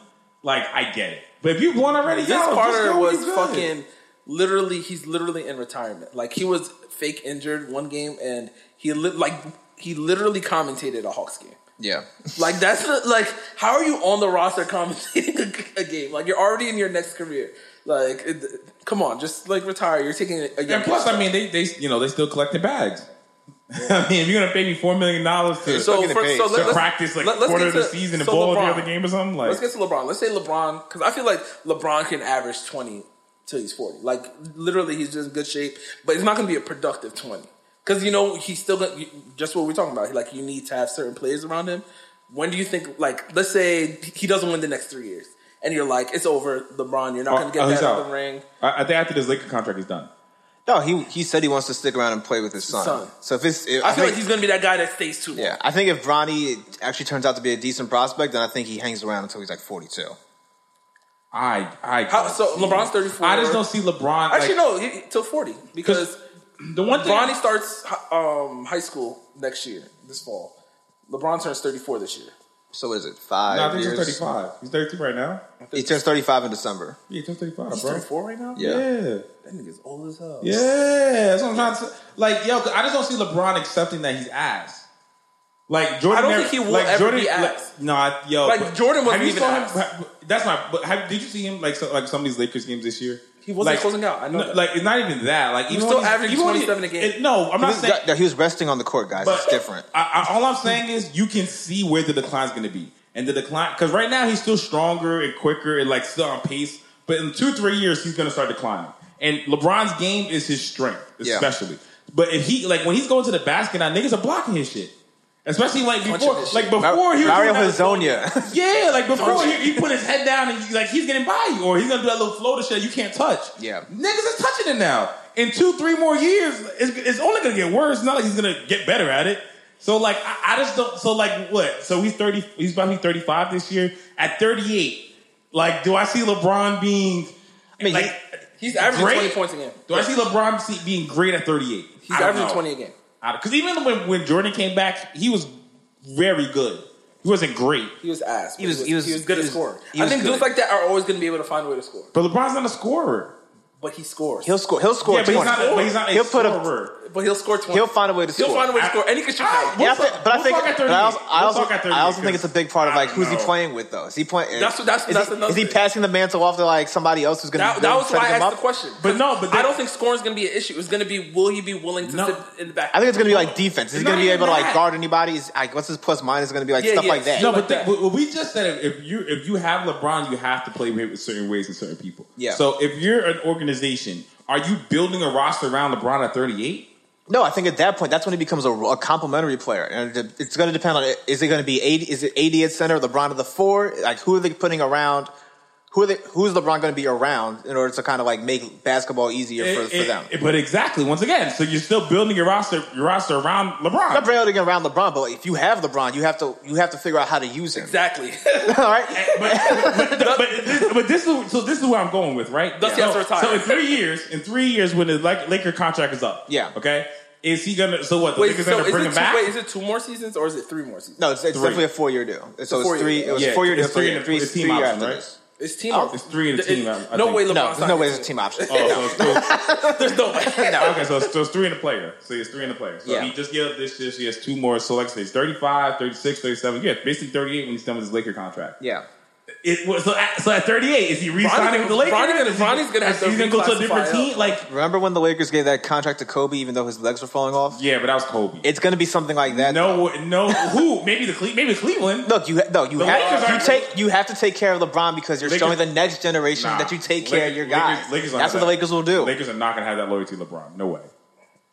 like I get it. But if you've won already, Vince yo, just Carter go was be good. fucking literally. He's literally in retirement. Like he was fake injured one game, and he li- like he literally commentated a Hawks game. Yeah. Like that's the, like how are you on the roster commentating a, a game? Like you're already in your next career. Like it, come on, just like retire. You're taking a, a young And plus, I mean, they they you know they still collecting bags. I mean, if you're gonna pay me four million dollars to so, getting for, paid. so So let, us practice like let, let's quarter get of the to- season and so bowl LeBron. the other game or something, like Let's get to LeBron. Let's say LeBron because I feel like LeBron can average twenty till he's forty. Like literally, he's just in good shape, but it's not going to be a productive twenty because you know he's still gonna, you- just what we're talking about. Like you need to have certain players around him. When do you think? Like let's say he doesn't win the next three years, and you're like, it's over, LeBron. You're not going to get Oh, he's that out. other ring. I, I think after this Laker contract is done. No, he he said he wants to stick around and play with his son. Son. So if it's, if, I, feel like think- he's going to be that guy that stays too long. yeah, I think if Bronny actually turns out to be a decent prospect, then I think he hangs around until he's like forty-two. I I How, so LeBron's 34. I just don't see LeBron. Actually, like, no, he, till 40 because. The one thing Bronny starts hi- um, high school next year, this fall. LeBron turns 34 this year. So what is it? Five No, I think years. he's 35. He's 32 right now. He turns thirty-five in December. Yeah, he's 35, He's bro. 34 right now? Yeah. Yeah. That nigga's old as hell. Yeah. That's what I'm trying to say. Like, yo, 'cause I just don't see LeBron accepting that he's ass. Like Jordan, I don't never- think he will like, ever Jordan, be like- ass. no, I, yo, Like, but- Jordan wasn't have you even saw ass. Him, ha- that's my. But have, did you see him like so, like some of these Lakers games this year? He wasn't Like, closing out, I know no, that. Like it's not even that. Like even was when still he's- averaging even when he- 27 a game. it- no, I'm He not was, saying he was resting on the court, guys. but it's different. I, I, all I'm saying is you can see where the decline's going to be, and the decline because right now he's still stronger and quicker and like still on pace. But in two three years he's going to start declining. And LeBron's game is his strength, Yeah. especially. But if he like when he's going to the basket, now niggas are blocking his shit. Especially like before, his like shit. before he was Mario doing that- Hazonia. yeah, like before he, he put his head down and you, like he's getting by you, or he's gonna do that little floater shit you can't touch. Yeah. niggas is touching it now. In two, three more years, it's, it's only gonna get worse. It's not like he's gonna get better at it. So like, I, I just don't. So like, what? So he's thirty. He's about to be thirty-five this year. At thirty-eight, like, do I see LeBron being mean, like? He's averaging Great. 20 points a game. do I see LeBron see- being great at thirty-eight? He's averaging 20 a game. Because even when when Jordan came back, he was very good. He wasn't great. He was ass. but He was- he was- good he at was- scoring. he I was think good. dudes like that are always going to be able to find a way to score. But LeBron's not a scorer. But he scores. he'll score. He'll score. yeah, but he's, 20. not, but he's not a He'll put up- scorer. but he'll score 20. He'll Ah! find a way to He'll score. find a way to I- score. And he can shoot I- now. We'll Yeah, I think- talk- but I we'll think talk at but I also, 38. I We'll also, talk at I also 38, think it's a big part of I like don't who's he know. playing with though. Is he playing? That's- that's- is, that's he, another is he thing. passing the mantle off to like somebody else who's going That, to? that was why I him asked up? the question. But no, but I then- don't think scoring's going to be an issue. It's going to be will you be willing to No. sit in the back? I think it's going to be like defense. Is he It's going to not be even able to like that. guard anybody? Is, like, what's his plus minus going to be like? Yeah, stuff yeah, like that. No, like but the, that. what we just said if you if you have LeBron, you have to play with him in certain ways and certain people. Yeah. So if you're an organization Are you building a roster around LeBron at 38? No, I think at that point, that's when he becomes a, a complementary player, and it- it's going to depend on is it going to be eighty? Is it eighty at center, LeBron at the four? Like who are they putting around? Who are they, who's LeBron going to be around in order to kind of like make basketball easier for, for It- them? it- but exactly, once again, so you're still building your roster your roster around LeBron. I'm not building around LeBron, but if you have LeBron, you have to you have to figure out how to use him. Exactly. All right, but, but, but, this, but this is so this is where I'm going with right. Does he so, have to retire? so in three years, in three years when the Lak- Laker contract is up, Yeah. okay, is he gonna? So what? The Wait, Lakers so gonna is bring it, him two, back? wait, is it two more seasons or is it three more seasons? no, it's, it's Three. definitely a four year deal. So four-year it's three. It was Yeah, four year deal. it's three three, and a- three, it's team three year option, after right? this. It's team. Oh, up. it's three and a It- team, it- I- I no think. way, No, LeBron's there's not no getting way it's it. a team option. oh, so it's still- There's no way. okay, so it's, so it's three in a player. So it's three in a player. So Yeah. he just gave up this year. So he has two more select states 35, 36, 37. Yeah, basically 38 when he's done with his Laker contract. Yeah. It was, so, at, so at 38, is he re signing with the Lakers? Bronny gonna- Is he- Bronny's gonna have is to he gonna go to a different reclassify team? up. Like, Remember when the Lakers gave that contract to Kobe, even though his legs were falling off? yeah, but that was Kobe. It's going to be something like that. no, no, who? Maybe the Cle- maybe Cleveland. Look, you ha- no, you The have Lakers you are- take you have to take care of LeBron because you're Lakers- showing the next generation Nah. that you take care of your Lakers- guys. Lakers- Lakers don't That's have what the that. Lakers will do. Lakers are not going to have that loyalty to LeBron. No way.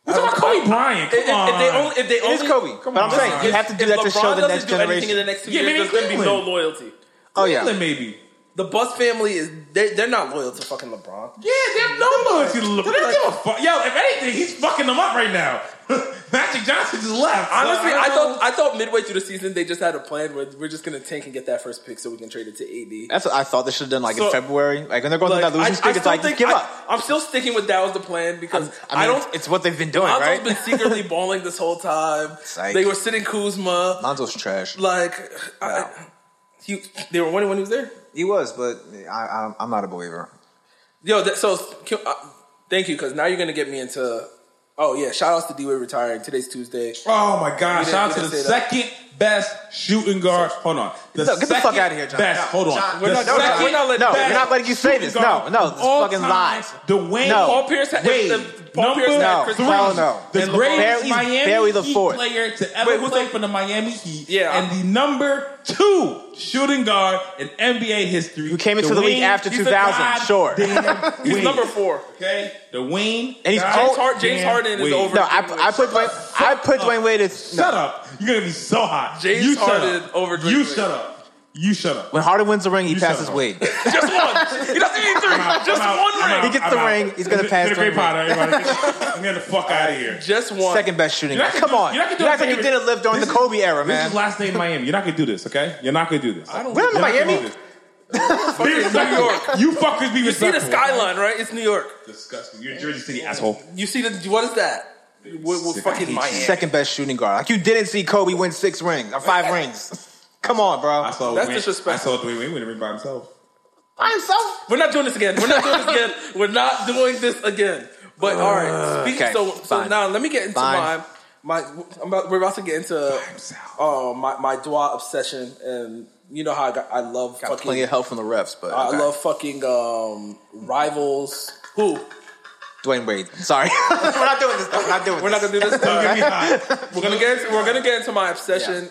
What about Kobe Bryant? Come If, if they on. only, if they It is only, Kobe, come but I'm on. saying you If- have to do if that to LeBron show the doesn't next do anything in the generation. next two Yeah, years, maybe there's going to be no Cleveland. loyalty. Oh yeah, Cleveland, maybe. The Bus family is they, they're not loyal to fucking LeBron. Yeah, they're no loyalty to LeBron. They don't give a fuck. Yo, if anything, he's fucking them up right now. Magic Johnson just left. Honestly, So, I don't know. thought I thought midway through the season they just had a plan where we're just going to tank and get that first pick so we can trade it to AD. that's what I thought they should have done like So- in February. Like when they're going Like, through that losing streak, it's like just give I, up. I'm still sticking with that was the plan because I, mean, I don't it's, it's what they've been doing, Lonzo's right? been secretly balling this whole time. Psych. They were sitting Kuzma. Lonzo's trash. Like, I, he, they were winning when he was there. He was, but I, I, I'm not a believer. Yo, that, so can, uh, thank you because now you're gonna get me into. Oh yeah, shout outs to D Wade retiring. Today's Tuesday. Oh my God! You didn't- Shout you out to the didn't say that. second best shooting guard. Hold on. The No, get the fuck second outta here, John. Best. Hold on. John, The we're not- no, no, second we're not letting- No, best we're not letting you say shooting this. No, guard no, of this all fucking time. lies. Dwayne No. Paul Pierce had- Wade, if the- Paul number Pierce had No, Chris three, hell no. the And LeBron. greatest Barely- Miami barely the Heat fourth. player to ever Wait, who's play the- for the Miami Heat. Yeah. and the number two shooting guard in NBA history. Who came into the league Dwayne- after he's a 2000, god sure. damn He's Wade. number four. Okay, Dwayne. And he's God old- James, Hard, James damn Harden is Wade. over. No, I, I put Dwayne, I put Dwayne Wade as no. Shut up. You're gonna be so hot. James you shut Harden up. over Drake You Drake. shut up. You shut up. when Harden wins the ring, he You shut passes up. Wade. just one. He doesn't need three. I'm out. just I'm out. one I'm ring. out. He gets the I'm out. ring. He's gonna It's pass been a the great ring. pod, everybody. I'm getting the fuck out of here. Just one. Second best shooting. You're not guard. gonna Come do- on, you're you're not not gonna do like you anything. did it live during This the is- Kobe era, This man. is last day in Miami. You're not gonna do this, okay? You're not gonna do this. I don't- We're not in Miami. Be respectful. New York. You fuckers be You see respectful. the skyline, right? It's New York. Disgusting. You're a Jersey City asshole. You see the what is that? We're, we're fucking Miami. Second best shooting guard. Like you didn't see Kobe win six rings or five rings. Come on, bro. I saw That's Dwayne- disrespectful. I saw Dwayne Wade win the ring by himself. By himself. We're not doing this again. We're not doing this again. We're not doing this again. But all right. Speaking, Uh, okay, so, so fine. now let me get into Fine. my my. I'm about, we're about to get into uh, my my Dwa obsession, and you know how I, got, I love Got fucking. plenty of help from the refs, but I okay. love fucking um, rivals. Who? Dwayne Wade. Sorry, we're not doing this. We're not doing. We're not gonna do this. Don't get me hot. we're gonna get into, we're gonna get into my obsession.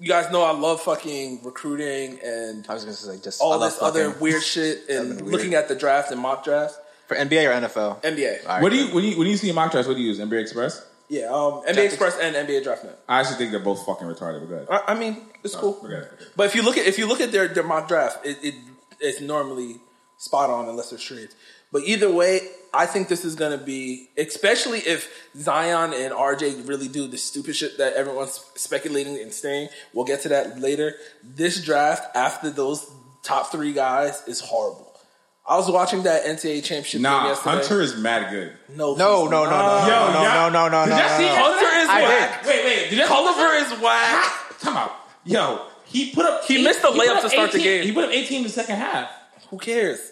You guys know I love fucking recruiting and I was gonna say just all I love this other fucking- weird shit and That'd be looking weird. at the draft and mock drafts. for NBA or NFL. NBA. All right. What do you when you when you see mock drafts? What do you use? NBA Express? Yeah, um, NBA Express and NBA DraftNet. I actually think they're both fucking retarded. But go ahead. I, I mean, it's cool. Oh, Okay. But if you look at if you look at their, their mock draft, it, it it's normally spot on unless there's trades. But either way, I think this is gonna be especially if Zion and RJ really do the stupid shit that everyone's speculating and saying. We'll get to that later. This draft after those top three guys is horrible. I was watching that NCAA championship game Nah, yesterday. Hunter is mad good. no, No, he's no, no, not. no, Yo, no, y'all- no, no, no, Did no, y'all no, see no. Hunter is I did. whack. Wait, wait. Did y'all see Culliver that? is whack. Time out. Yo, he put up. He missed the put layup up to start the 18 game. He put up 18 in the second half. Who cares?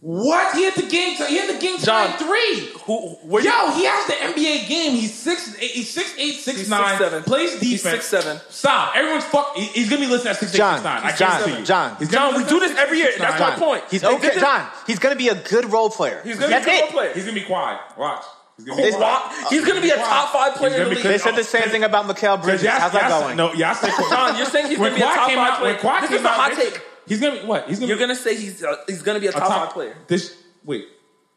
What? He had the game. He had the game John, time three. Who? Where Yo, he has the NBA game. He's six, eight, he's six, eight, six, He's nine. 6'7". Plays defense. He's 6'7". Stop. Everyone's fuck. he- He's gonna be listed at six, eight, John, six, nine. John, I can't see you. John, He's gonna John, be we do listed this at every year. 6'6", That's nine. my point. He's They okay, did it- John. He's gonna be a good role player. He's gonna That's be a it. good role player. He's gonna be quiet. Watch. He's gonna be They- quiet. He's gonna be a top five He's player gonna in the be league. good. They said the same thing about Mikael Bridges. Y'all- How's that y'all- going? No, y'all said John, you're saying he's When gonna be a Kawhi top came five out- player. when Kawhi This came is a out, hot they- take. He's gonna be what? He's gonna You're be gonna say he's uh, he's gonna be a a top five player. This wait.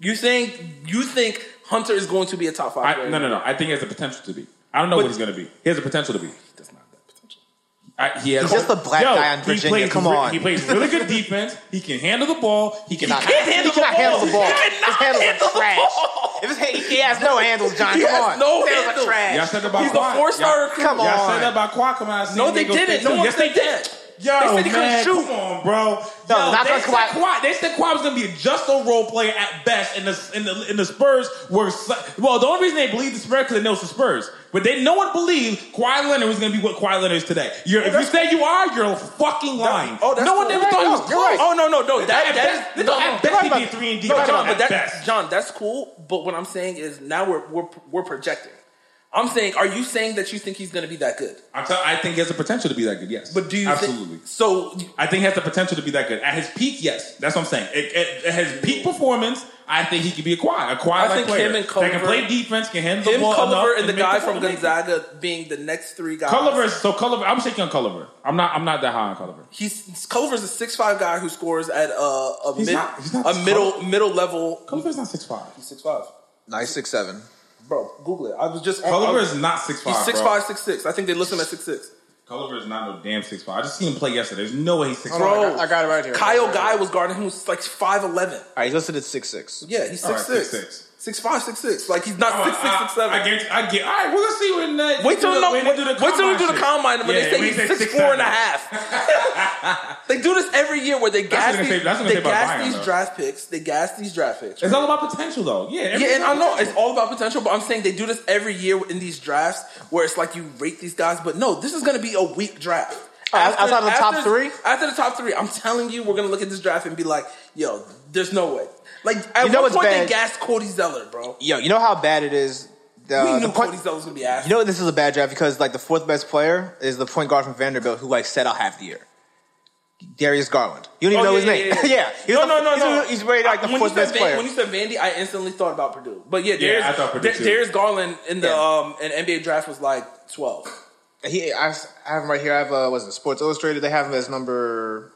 You think you think Hunter is going to be a top five? I, player? no, no, no. I think he has the potential to be. I don't know what he's going to be. He has the potential to be. That's not that potential. I, he He's has just a black Yo, guy in he Virginia, plays come re- on. he plays really good defense. He can handle the ball. He can. Nah, he can't handle, he cannot the, ball. handle the ball. He cannot His handles handle are the trash. ball. If his, he, he has no handles, John. He come has on. no His handles. trash. Y'all said about He's a Quan. four-star Y'all- recruit. Come Y'all on. said that about Quackam. I seen No, him they go didn't. fifteen. No one yes, they said did. that. Yo, They said he couldn't man, shoot. come on, bro. No, Yo, not they, gonna said Kawhi. Kawhi- they said Kawhi was going to be just a role player at best, and the and the, and the Spurs were su- well. The only reason they believed the Spurs because they know it's the Spurs, but they no one believed Kawhi Leonard was going to be what Kawhi Leonard is today. You're, if you say you are, you're fucking lying. Oh, that's no one cool. ever thought he was You're right. close. Oh no no no that at that best- is no, no, at no. best Right he'd about- be three and D. No, Right John, about but that, at best. John, that's cool. But what I'm saying is now we're we're we're projecting. I'm saying, are you saying that you think he's going to be that good? I'm tell- I think he has the potential to be that good. Yes, But do you think- absolutely? so I think he has the potential to be that good. At his peak, yes. That's what I'm saying. At, at, at his peak performance, I think he could be a quad. A quad I like think player. him and that can Culver- play defense, can handle the him, ball Culver, enough and the make guy the from ball make it. Gonzaga being the next three guys. Culver is so Culver. I'm shaking on Culver. I'm not. I'm not that high on Culver. he's Culver's a six five guy who scores at a a, He's mid, not- he's not a Culver. middle middle level. Culver's not six five. Six five, Nice six seven. bro. Google it. I was just Culver I, is not six five. he's six five six six. I think they list him at six six. Culver is not no damn six five. I just seen him play yesterday. There's no way he's six Bro. five. I got- I got it right here. Kyle Guy was guarding him who's like five eleven. All right, he's listed at six six. Yeah, he's All right, six six. 6'6". Six five, six six. Like he's not Oh, six six, I- six seven. I guarantee. I get. All right, we're gonna see when that. Wait till when no, they wait, till we do the shit. combine when Yeah, they say when he's they say six, four and a 6'7". half. they do this every year where they gas what they these, say- that's what they they say about gas Zion, these though. draft picks. They gas these draft picks. It's all about potential, though. Yeah. yeah, everything's and I know about it's all about potential, but I'm saying they do this every year in these drafts where it's like you rate these guys, but no, this is going to be a weak draft. Oh, outside of the top three? After the top three, I'm telling you, we're going to look at this draft and be like, yo, there's no way. Like, at You know one what's point, they bad? gassed Cody Zeller, bro. Yo, you know how bad it is. The, we the knew point- Cody Zeller was going to be ass. You know this is a bad draft because like the fourth best player is the point guard from Vanderbilt who like set out half the year. Darius Garland. You don't even Oh, know yeah, his yeah, name. yeah. Yeah. He's no, the- no, no, he's, no. He's rated like the When you fourth said best Van- player. When you said Vandy, I instantly thought about Purdue. But yeah, there's, I thought Purdue there- too. there's Garland in the Yeah. um, an NBA draft was like 12. he, I, I have him right here. I have uh, was it Sports Illustrated? They have him as number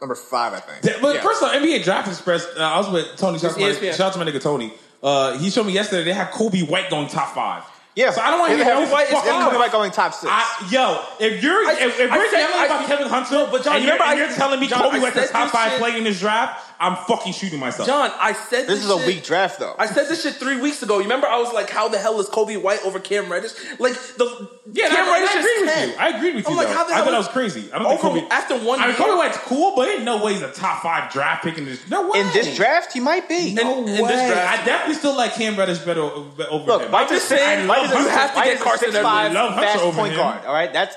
number five, I think. Yeah, but Yeah. first of all, NBA Draft Express, uh, I was with Tony. Shout out to my- ESPN. shout out to my nigga Tony. Uh, he showed me yesterday they had Kobe White going top five. Yeah. So I don't want to They hear have Kobe White. It's Kobe White going top six. I, yo, if you're I- if, if I we're said- yelling about I- Kevin Hunter, but John, and you're, remember and I- you're telling me John, Kobe I White's the said top this five shit- player in this draft, I'm fucking shooting myself. John, I said this, this is a shit- weak draft though. I said this shit three weeks ago. You remember I was like, how the hell is Kobe White over Cam Reddish? Like the yeah, and Cam I, Reddish I is agree with 10. you. I agreed with I'm you. like, though. how the I hell thought that is- was crazy. I don't think Over, Kobe. after one I year, mean, Kobe White's cool, but ain't no way he's a top five draft pick in this. No way. in this draft, he might be. No No in this way. draft. I definitely still like Cam Reddish better over Look, him. Mike I'm is just six- saying, I Mike love is you a Hunter. have to Mike get is a Carson six five Edwards. Love Hunter fast over point him. guard. All right, that's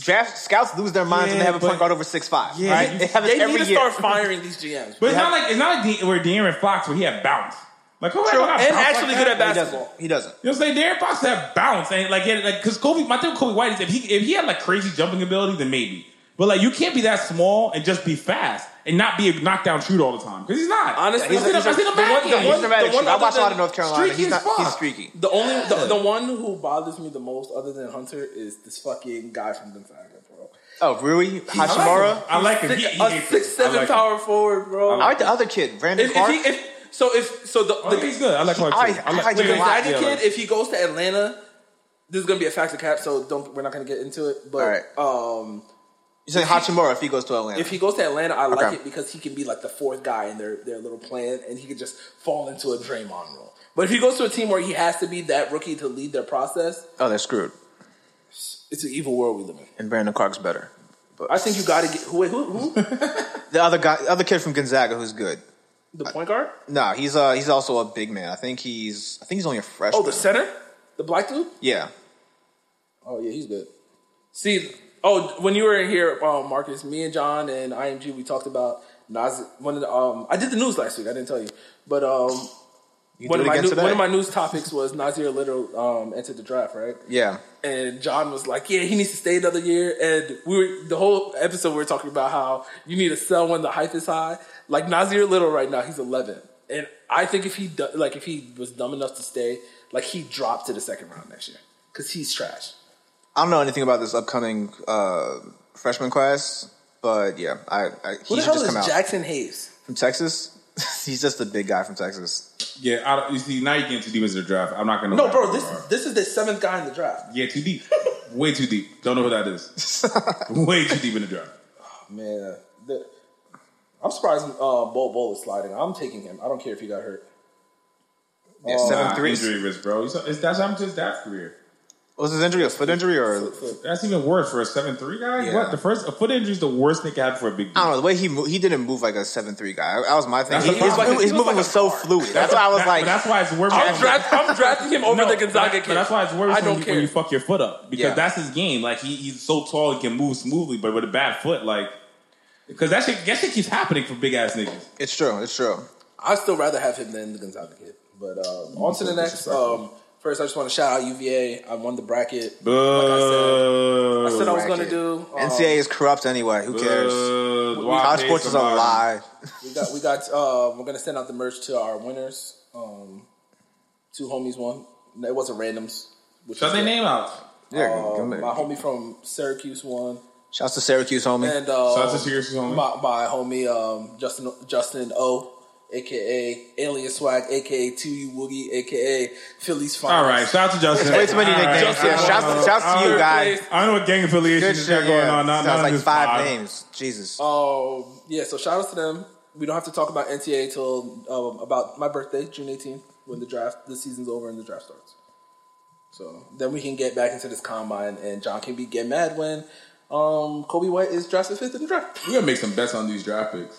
draft scouts lose their minds when Yeah, they have a but- point guard over six five. Yeah, right, you- it happens They every need to year. start firing these GMs. But it's Yeah. not like it's not like De- where De'Aaron Fox where he had bounce. Like Kobe True, White got and bounce actually like good that. at he doesn't. basketball. He doesn't. You know what I'm saying? De'Aaron Fox had bounce and like yeah, like because Kobe. My thing with Kobe White is if he if he had like crazy jumping ability, then maybe. But like you can't be that small and just be fast and not be a knockdown shooter all the time because he's not. Honestly, I've He's a- seen him- he's a- I've seen him the back one- him. the He's one- a bad the one shooter. I other watched a lot than of North Carolina. streaky He's as not. fuck. He's streaky. The only the, the one who bothers me the most, other than Hunter, is this fucking guy from Gonzaga, bro. Oh, Rui Hashimura. I like him. Six, He- he a hates six it. I seven like him. power forward, bro. I like the Oh, other kid, Brandon if, if Clark. he, if so, if so, the, I the think he's good. I like Clark too. I- I I like like the wait, wait, Gonzaga yeah, kid, like- if he goes to Atlanta, this is gonna be a factor cap. So don't we're not gonna get into it. But um, you say Hachimura if he goes to Atlanta. if he goes to Atlanta, I like Okay. it because he can be like the fourth guy in their their little plan, and he could just fall into a Draymond role. But if he goes to a team where he has to be that rookie to lead their process, oh, they're screwed. it's an evil world we live in. And Brandon Clark's better. I think you got to get who, who who The other guy, the other kid from Gonzaga, who's good. the point guard? No, he's uh he's also a big man. I think he's I think he's only a freshman. Oh, the center, the black dude. yeah. Oh yeah, he's good. See, oh, when you were in here, um, Marcus, me and John and IMG, we talked about Nas. One of the um, I did the news last week. I didn't tell you, but um, You one do of it my again new, today. one of my news topics was Nazir Little um, entered the draft, right? yeah. And John was like, "Yeah, he needs to stay another year." And we were the whole episode we were talking about how you need to sell when the hype is high. Like Nazir Little right now, he's 11, and I think if he do- like if he was dumb enough to stay, like he dropped to the second round next year because he's trash. I don't know anything about this upcoming uh freshman class, but yeah, I, I he Who the should hell just is come out Jackson Hayes? from Texas. He's just a big guy from Texas. Yeah, I don't, you see, now you get into deep into the draft. I'm not gonna. No, lie. bro, this this is the seventh guy in the draft. yeah, too deep, way too deep. Don't know who that is. way too deep in the draft. Man, the, I'm surprised uh, Bol Bol is sliding. I'm taking him. I don't care if he got hurt. Yeah, Oh, Nah, seven threes. injury risk, bro. You saw- it's- That's happened to his draft career. What was his injury? A foot injury or That's even worse for a seven three guy. Yeah. What the first a foot injury is the worst Nick had for a big. I Deal. don't know the way he moved, he didn't move like a seven three guy. That was my thing. That's the He- his problem. mo- his He movement looked was so fluid. That's why I was That- like, that's why it's worse. I'm, draft, I'm drafting him over the Gonzaga that- kid. but that's why it's worse I when, don't you, care. when you fuck your foot up because Yeah. that's his game. Like he, he's so tall, he can move smoothly, but with a bad foot, like because that shit, that shit keeps happening for big ass niggas. it's true. It's true. I'd still rather have him than the Gonzaga kid. But um, on to the next. Um, first, I just want to shout out UVA. I won the bracket. Boo. I said I was going to Bracket. do. Um, NCAA is corrupt anyway. Who cares? Boo. College Duarte sports is a Samara. lie. We got. We got. Uh, we're going to send out the merch to our winners. Um, two homies won. It wasn't randoms. Which Shut is their good. name out. Yeah, Um, come here. my homie from Syracuse won, Shouts to Syracuse, homie. and um, Shout out to Syracuse, homie. My, my homie um, Justin Justin O, aka Alien Swag, aka Two U Woogie, aka Philly's Finest. All right, shout out to Justin. Way too many All right. nicknames. Yeah, I don't shouts, know. shouts to you, All guy. I don't know what gang affiliation Good is shit. going Yeah. on. Not, Sounds not like this five pod. names. Jesus. Um, yeah, so shout outs to them. We don't have to talk about NTA till um, about my birthday, June 18th, when the draft, the season's over and the draft starts. So then we can get back into this combine, and John can be get mad when um, Kobe White is drafted fifth in the draft. We're gonna make some bets on these draft picks.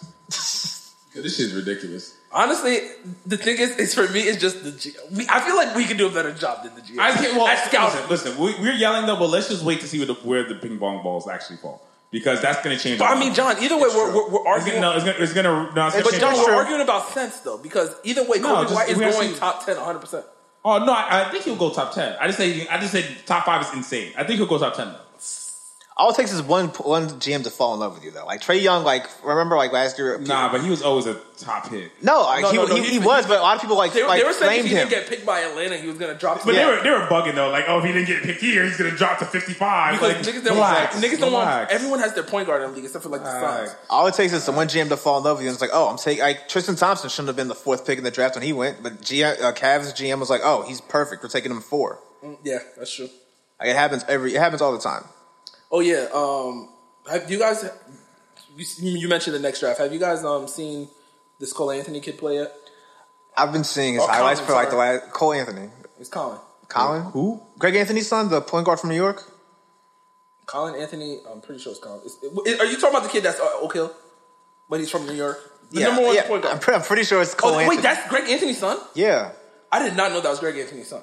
this shit's ridiculous. Honestly, the thing is, is for me, it's just the G. We, I feel like we can do a better job than the G. I can't. Well, at scouting. Listen, listen, we, we're yelling though, but let's just wait to see where the, where the ping pong balls actually fall because that's gonna change. But a I lot. mean, John. Either way, we're, true. we're, we're it's arguing. gonna, no, it's gonna, it's gonna, no, it's gonna but change John, a we're lot. arguing about sense though, because either way, No, Kobe just- White is we have going to- top 10 100. percent Oh no, I, I think he'll go top ten. I just say, I just said top five is insane. I think he'll go top ten. though. All it takes is one one GM to fall in love with you, though. Like Trey Young, like remember, like last year. Nah, but he was always a top hit. No, like, No, he, no, no, he, he- he was, but a lot of people like They, like they were saying blamed if he him. didn't get picked by Atlanta, he was going to drop. to But Yeah. they were they were bugging though, like oh if he didn't get picked here, he's gonna drop to fifty five. because Like, niggas, don't relax, want, niggas don't want. relax. Everyone has their point guard in the league except for like the Relax. Suns. All it takes is someone GM to fall in love with you. And it's like, oh, I'm taking like Tristan Thompson shouldn't have been the fourth pick in the draft when he went, but GM, uh, Cavs GM was like, oh, he's perfect. We're taking him four. Mm, Yeah, that's true. Like it happens every, it happens all the time. Oh yeah. Um, have you guys? You, you mentioned the next draft. Have you guys um seen this Cole Anthony kid play yet? I've been seeing his Oh, highlights Colin, for like the sorry. last Cole Anthony, It's Colin. Colin, Who? Greg Anthony's son, the point guard from New York. Colin Anthony. I'm pretty sure it's Colin. It's, it- are you talking about the kid that's uh, Oak Hill? But he's from New York. The Yeah, number one yeah. point guard. I'm, pre- I'm pretty sure it's Cole oh Anthony. wait, that's Greg Anthony's son. yeah, I did not know that was Greg Anthony's son.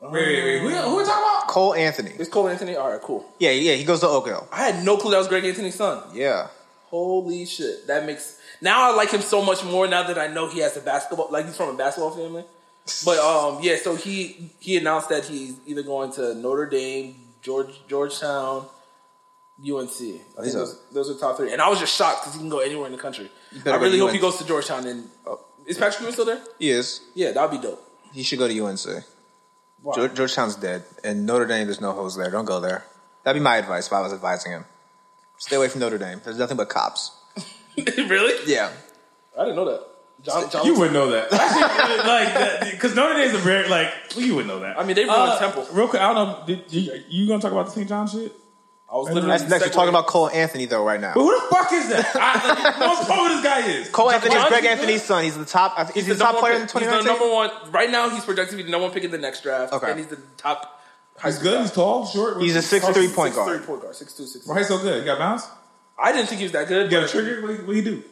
Wait, wait, wait. Who, who are we talking about? Cole Anthony. It's Cole Anthony. All right, cool. Yeah, yeah, he goes to Oak Hill. I had no clue that was Greg Anthony's son. Yeah. Holy shit, that makes now I like him so much more now that I know he has a basketball like he's from a basketball family. But um yeah, so he he announced that he's either going to Notre Dame, George Georgetown, UNC. I think He's a- those, those are top three, and I was just shocked because he can go anywhere in the country. better I go really hope he UNC. goes to Georgetown. And oh, is Patrick Ewing still there? He is. Yeah, that'd be dope. He should go to UNC. Wow. George, Georgetown's dead, and Notre Dame. There's no hoes there. Don't go there. That'd be my advice if I was advising him. Stay away from Notre Dame. There's nothing but cops. really? Yeah. I didn't know that. John, John You wouldn't know that. Actually, like, because Notre Dame's a very like you would know that. I mean, they ruined Uh, Temple. Uh, Real quick, I don't know. Did, you, you gonna talk about the St. John shit? I was literally That's next. We're segueing. talking about Cole Anthony though right now. But who the fuck is that? I, like, most probably this guy is. Cole Anthony is John's Greg good. Anthony's son. He's the top. I think- He's, the, top number player one in pick. He's the 2019. number one right now. He's projected to be the number one pick in the next draft, Okay. and he's the top. high He's school good. guy. He's tall, short. He's a six three point guard. Six-three point guard, six two, six. Why he's so good? He got bounce. I didn't think he was that good. He got a but trigger. What, he- what he do?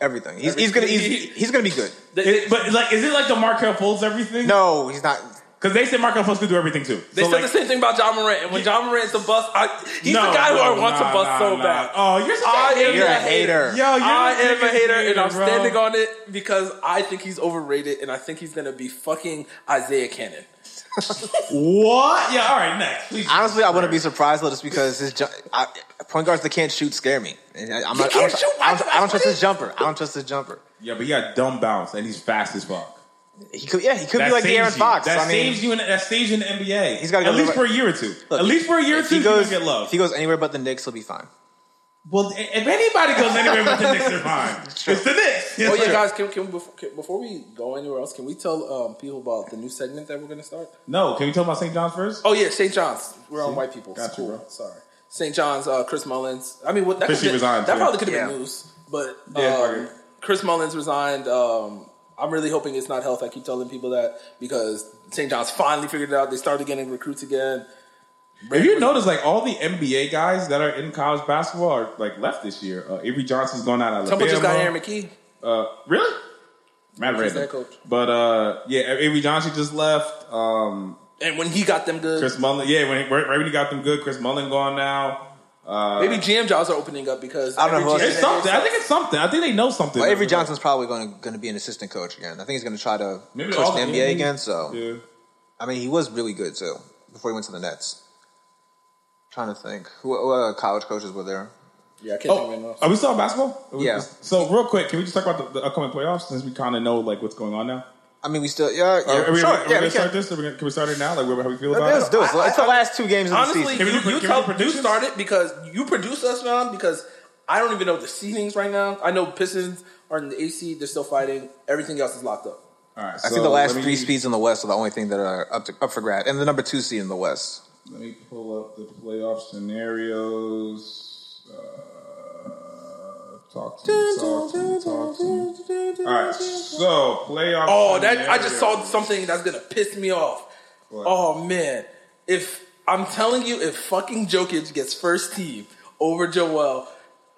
Everything. He's, he's gonna he's, he's gonna be good. They, they, It- but like, is it like the Markel Fultz everything? No, he's not. because they said Markel Fultz could do everything too. they So, said like, the same thing about John Morant, and when John Morant's a bust, I, he's no, the guy who no, I want nah, to bust nah, so nah. bad. Oh, you're such I a am hater. You're a a hater. hater. Yo, you're I the am a biggest hater, and I'm bro. standing on it because I think he's overrated, and I think he's gonna be fucking Isaiah Cannon. What? Yeah. All right. Next. Please. Honestly, I wouldn't be surprised though, just because his ju- I, point guards that can't shoot scare me. And I, I'm not, I can't don't, shoot? I don't, I don't That's trust what his jumper. I don't trust his jumper. Yeah, but he got dumb bounce and he's fast as fuck. He could, yeah, he could That be like the saves Aaron you. Fox. That I mean, saves you in that saves you in the NBA. He's gotta at go least to- for a year or two. Look, at least for a year or if two, he goes, get love. if he goes anywhere but the Knicks, he'll be fine. Well, i- if anybody goes anywhere with the Knicks, they're fine. It's the Knicks. Yes, Oh yeah, sir. guys! Can, can, before, can before we go anywhere else, can we tell um, people about the new segment that we're going to start? No, can we talk about St. John's first? Oh yeah, St. John's. We're on white people. Gotcha, It's cool. bro. Sorry, St. John's. Uh, Chris Mullins. I mean, what, that, Fishy could've- resigned, that too. probably could have Yeah. been news, but Yeah, um, fuck Chris Mullins resigned. Um, I'm really hoping it's not health. I keep telling people that because St. John's finally figured it out. They started getting recruits again. If you notice, like all the NBA guys that are in college basketball are like left this year. Uh, Avery Johnson's going out of Temple Alabama. just got Aaron McKee. Uh, really? Mad He's random. their coach. But uh, yeah, Avery Johnson just left. Um, And when he got them good, Chris Mullen, yeah, when right, right when he got them good, Chris Mullen gone now. Uh, maybe GM jobs are opening up because I don't know every who else- GM it's something. I think it's something. I think they know something. Oh, Well, Avery Johnson's probably going to, going to be an assistant coach again. I think he's going to try to Maybe coach all- the NBA maybe- again. So Yeah. I mean, he was really good too before he went to the Nets. trying to think, who, who uh, college coaches were there? yeah, I can't think of anyone Oh, else. are we still on basketball? Are we- Yeah. So real quick, can we just talk about the, the upcoming playoffs since we kind of know like what's going on now? I mean, we still yeah, yeah Are, are we, Oh, sure, are we yeah, gonna we start can. this? Are we gonna, can we start it now? Like where- how we feel about Let's it? do it. I- It's the I- last two games of the Honestly, season. Can we you, do- can you, we do tell- you predictions? started because you produced us now because I don't even know the seedings right now. I know Pistons are in the AC; they're still fighting. Everything else is locked up. All right. I so think the last let me- three seeds in the West are the only thing that are up to, up for grab, and the number two seed in the West. Let me pull up the playoff scenarios. Uh, talk to me, talk to me, talk to me. All right, so playoff. Oh, that I just saw scenarios. something that's gonna piss me off. What? Oh man, if I'm telling you, if fucking Jokic gets first team over Joel,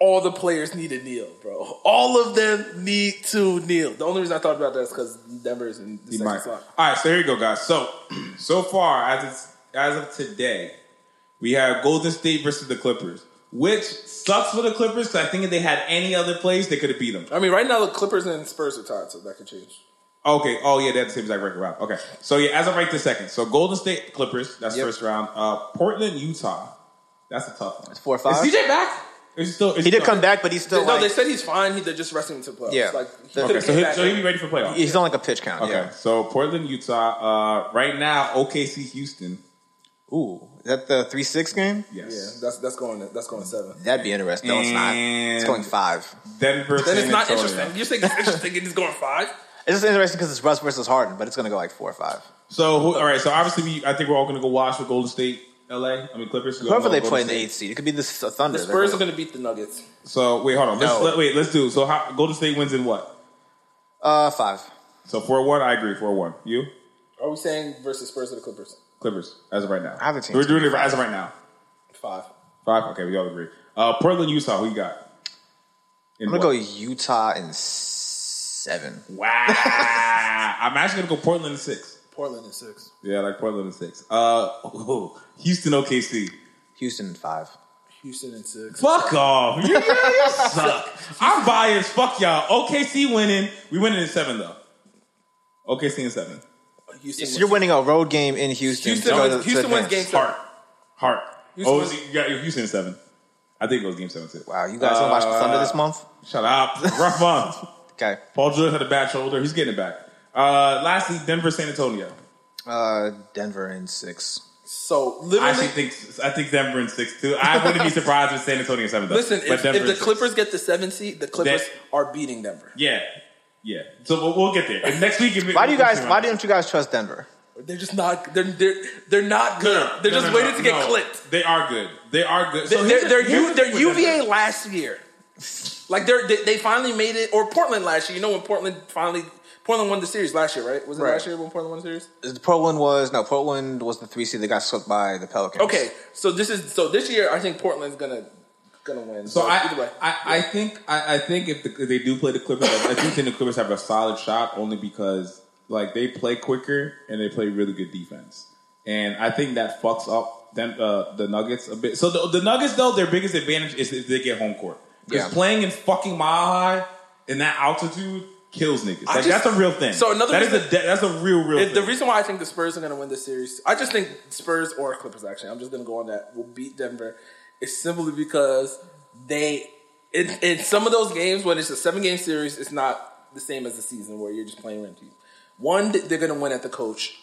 all the players need to kneel, bro. All of them need to kneel. The only reason I thought about that is because Denver is in the He second might. All slot. right, so here you go, guys. So, so far as it's, as of today, we have Golden State versus the Clippers, which sucks for the Clippers because I think if they had any other place, they could have beat them. I mean, right now the Clippers and Spurs are tied, so that could change. Okay. Oh yeah, that's the same exact record. Wow. Okay. So yeah, as of right this second, so Golden State Clippers. That's Yep. first round. Uh, Portland, Utah. That's a tough one. four or five? Is CJ back? Is he still? Is He did still- come back, but he's still no, like, they said he's fine. He, they're just resting him to the playoffs. Yeah. Like, he Okay, could've Okay, so came he, back so he'll be ready for playoffs. he's on like a pitch count. Okay. Yeah. So Portland, Utah. Uh, right now, OKC, Houston. Ooh, is that the three six game? Yes. Yeah, that's that's going that's going seven. That'd be interesting. No, it's not. It's And- going five. Denver. Then San it's not Antonio. interesting. You're saying it's interesting and he's going five. It's just interesting because it's Russ versus Harden, but it's going to go like four or five. So who, all right. So obviously, we, I think we're all going to go watch with Golden State, LA. I mean Clippers. We all Whoever know they Golden play in the State. eighth seed, it could be the S- uh, Thunder. The Spurs are going to beat the Nuggets. So wait, hold on. Let's, No. let, wait, let's do. So how, Golden State wins in what? uh, five. So four one. I agree. Four one. You. Are we saying versus Spurs or the Clippers? Clippers as of right now. Other teams We're can doing it as of right now. Five. Five. Okay, we all agree. Uh, Portland, Utah. Who you got? In I'm going to go what? Utah in seven. Wow. I'm actually gonna go Portland in six. Portland in six. Yeah, I like Portland in six. Uh, oh, Houston, OKC. Houston in five. Houston in six. Fuck off. You, you suck. I'm biased. Fuck y'all. OKC winning. We winning in seven though. OKC in seven. Houston. So you're winning a road game in Houston. Houston to go wins- to- to Houston wins advance. game- Heart. Heart. Houston- oh, you got Houston in seven. I think it was game seven too. Wow, you guys don't watch the Thunder this month? Shut up. Rough month. Okay. Paul George had a bad shoulder. He's getting it back. Uh, lastly, Denver, San Antonio. Uh, Denver in six. So I literally, actually think I think Denver in six too. I wouldn't be surprised if San Antonio seven. though. listen, But if, Denver if in the six. Clippers get the seven seed, the Clippers That- are beating Denver. yeah, yeah. So we'll, we'll get there. And next week, if it- Why do you we'll guys? see Why around. don't you guys trust Denver? They're just not. They're they're, they're not good. they're No, just no, no, waiting to get no. clipped. They are good. They are good. So they're here's they're, the- here's U, the they're thing with Denver. UVA last year. Like they're, they they finally made it, or Portland last year. You know when Portland finally Portland won the series last year, right? Was it Right. last year when Portland won the series? Uh, Portland was no. Portland was the three seed that got swept by the Pelicans. Okay, so this is so this year I think Portland's gonna gonna win. So I, either way, I, I think I, I think if, the, if they do play the Clippers, I, I do think the Clippers have a solid shot only because like they play quicker and they play really good defense, and I think that fucks up them, uh, the Nuggets a bit. So the, the Nuggets though, their biggest advantage is if they get home court because Yeah. playing in fucking mile high in that altitude kills niggas. Like, just- that's a real thing. So another that is reason- a de- that's a real real. the thing. reason why I think the Spurs are gonna win this series, I just think Spurs or Clippers actually. I'm just gonna go on that. Will beat Denver. It's simply because they in, in some of those games when it's a seven game series, it's not the same as the season where you're just playing random teams. One, they're gonna win at the coach,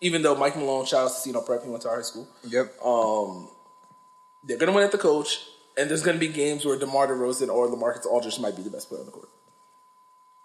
even though Uh, Mike Malone, shout out to Cino Prep, he went to our high school. Yep. They're Um, gonna win at the coach. And there's going to be games where DeMar DeRozan or LaMarcus Aldridge might be the best player on the court.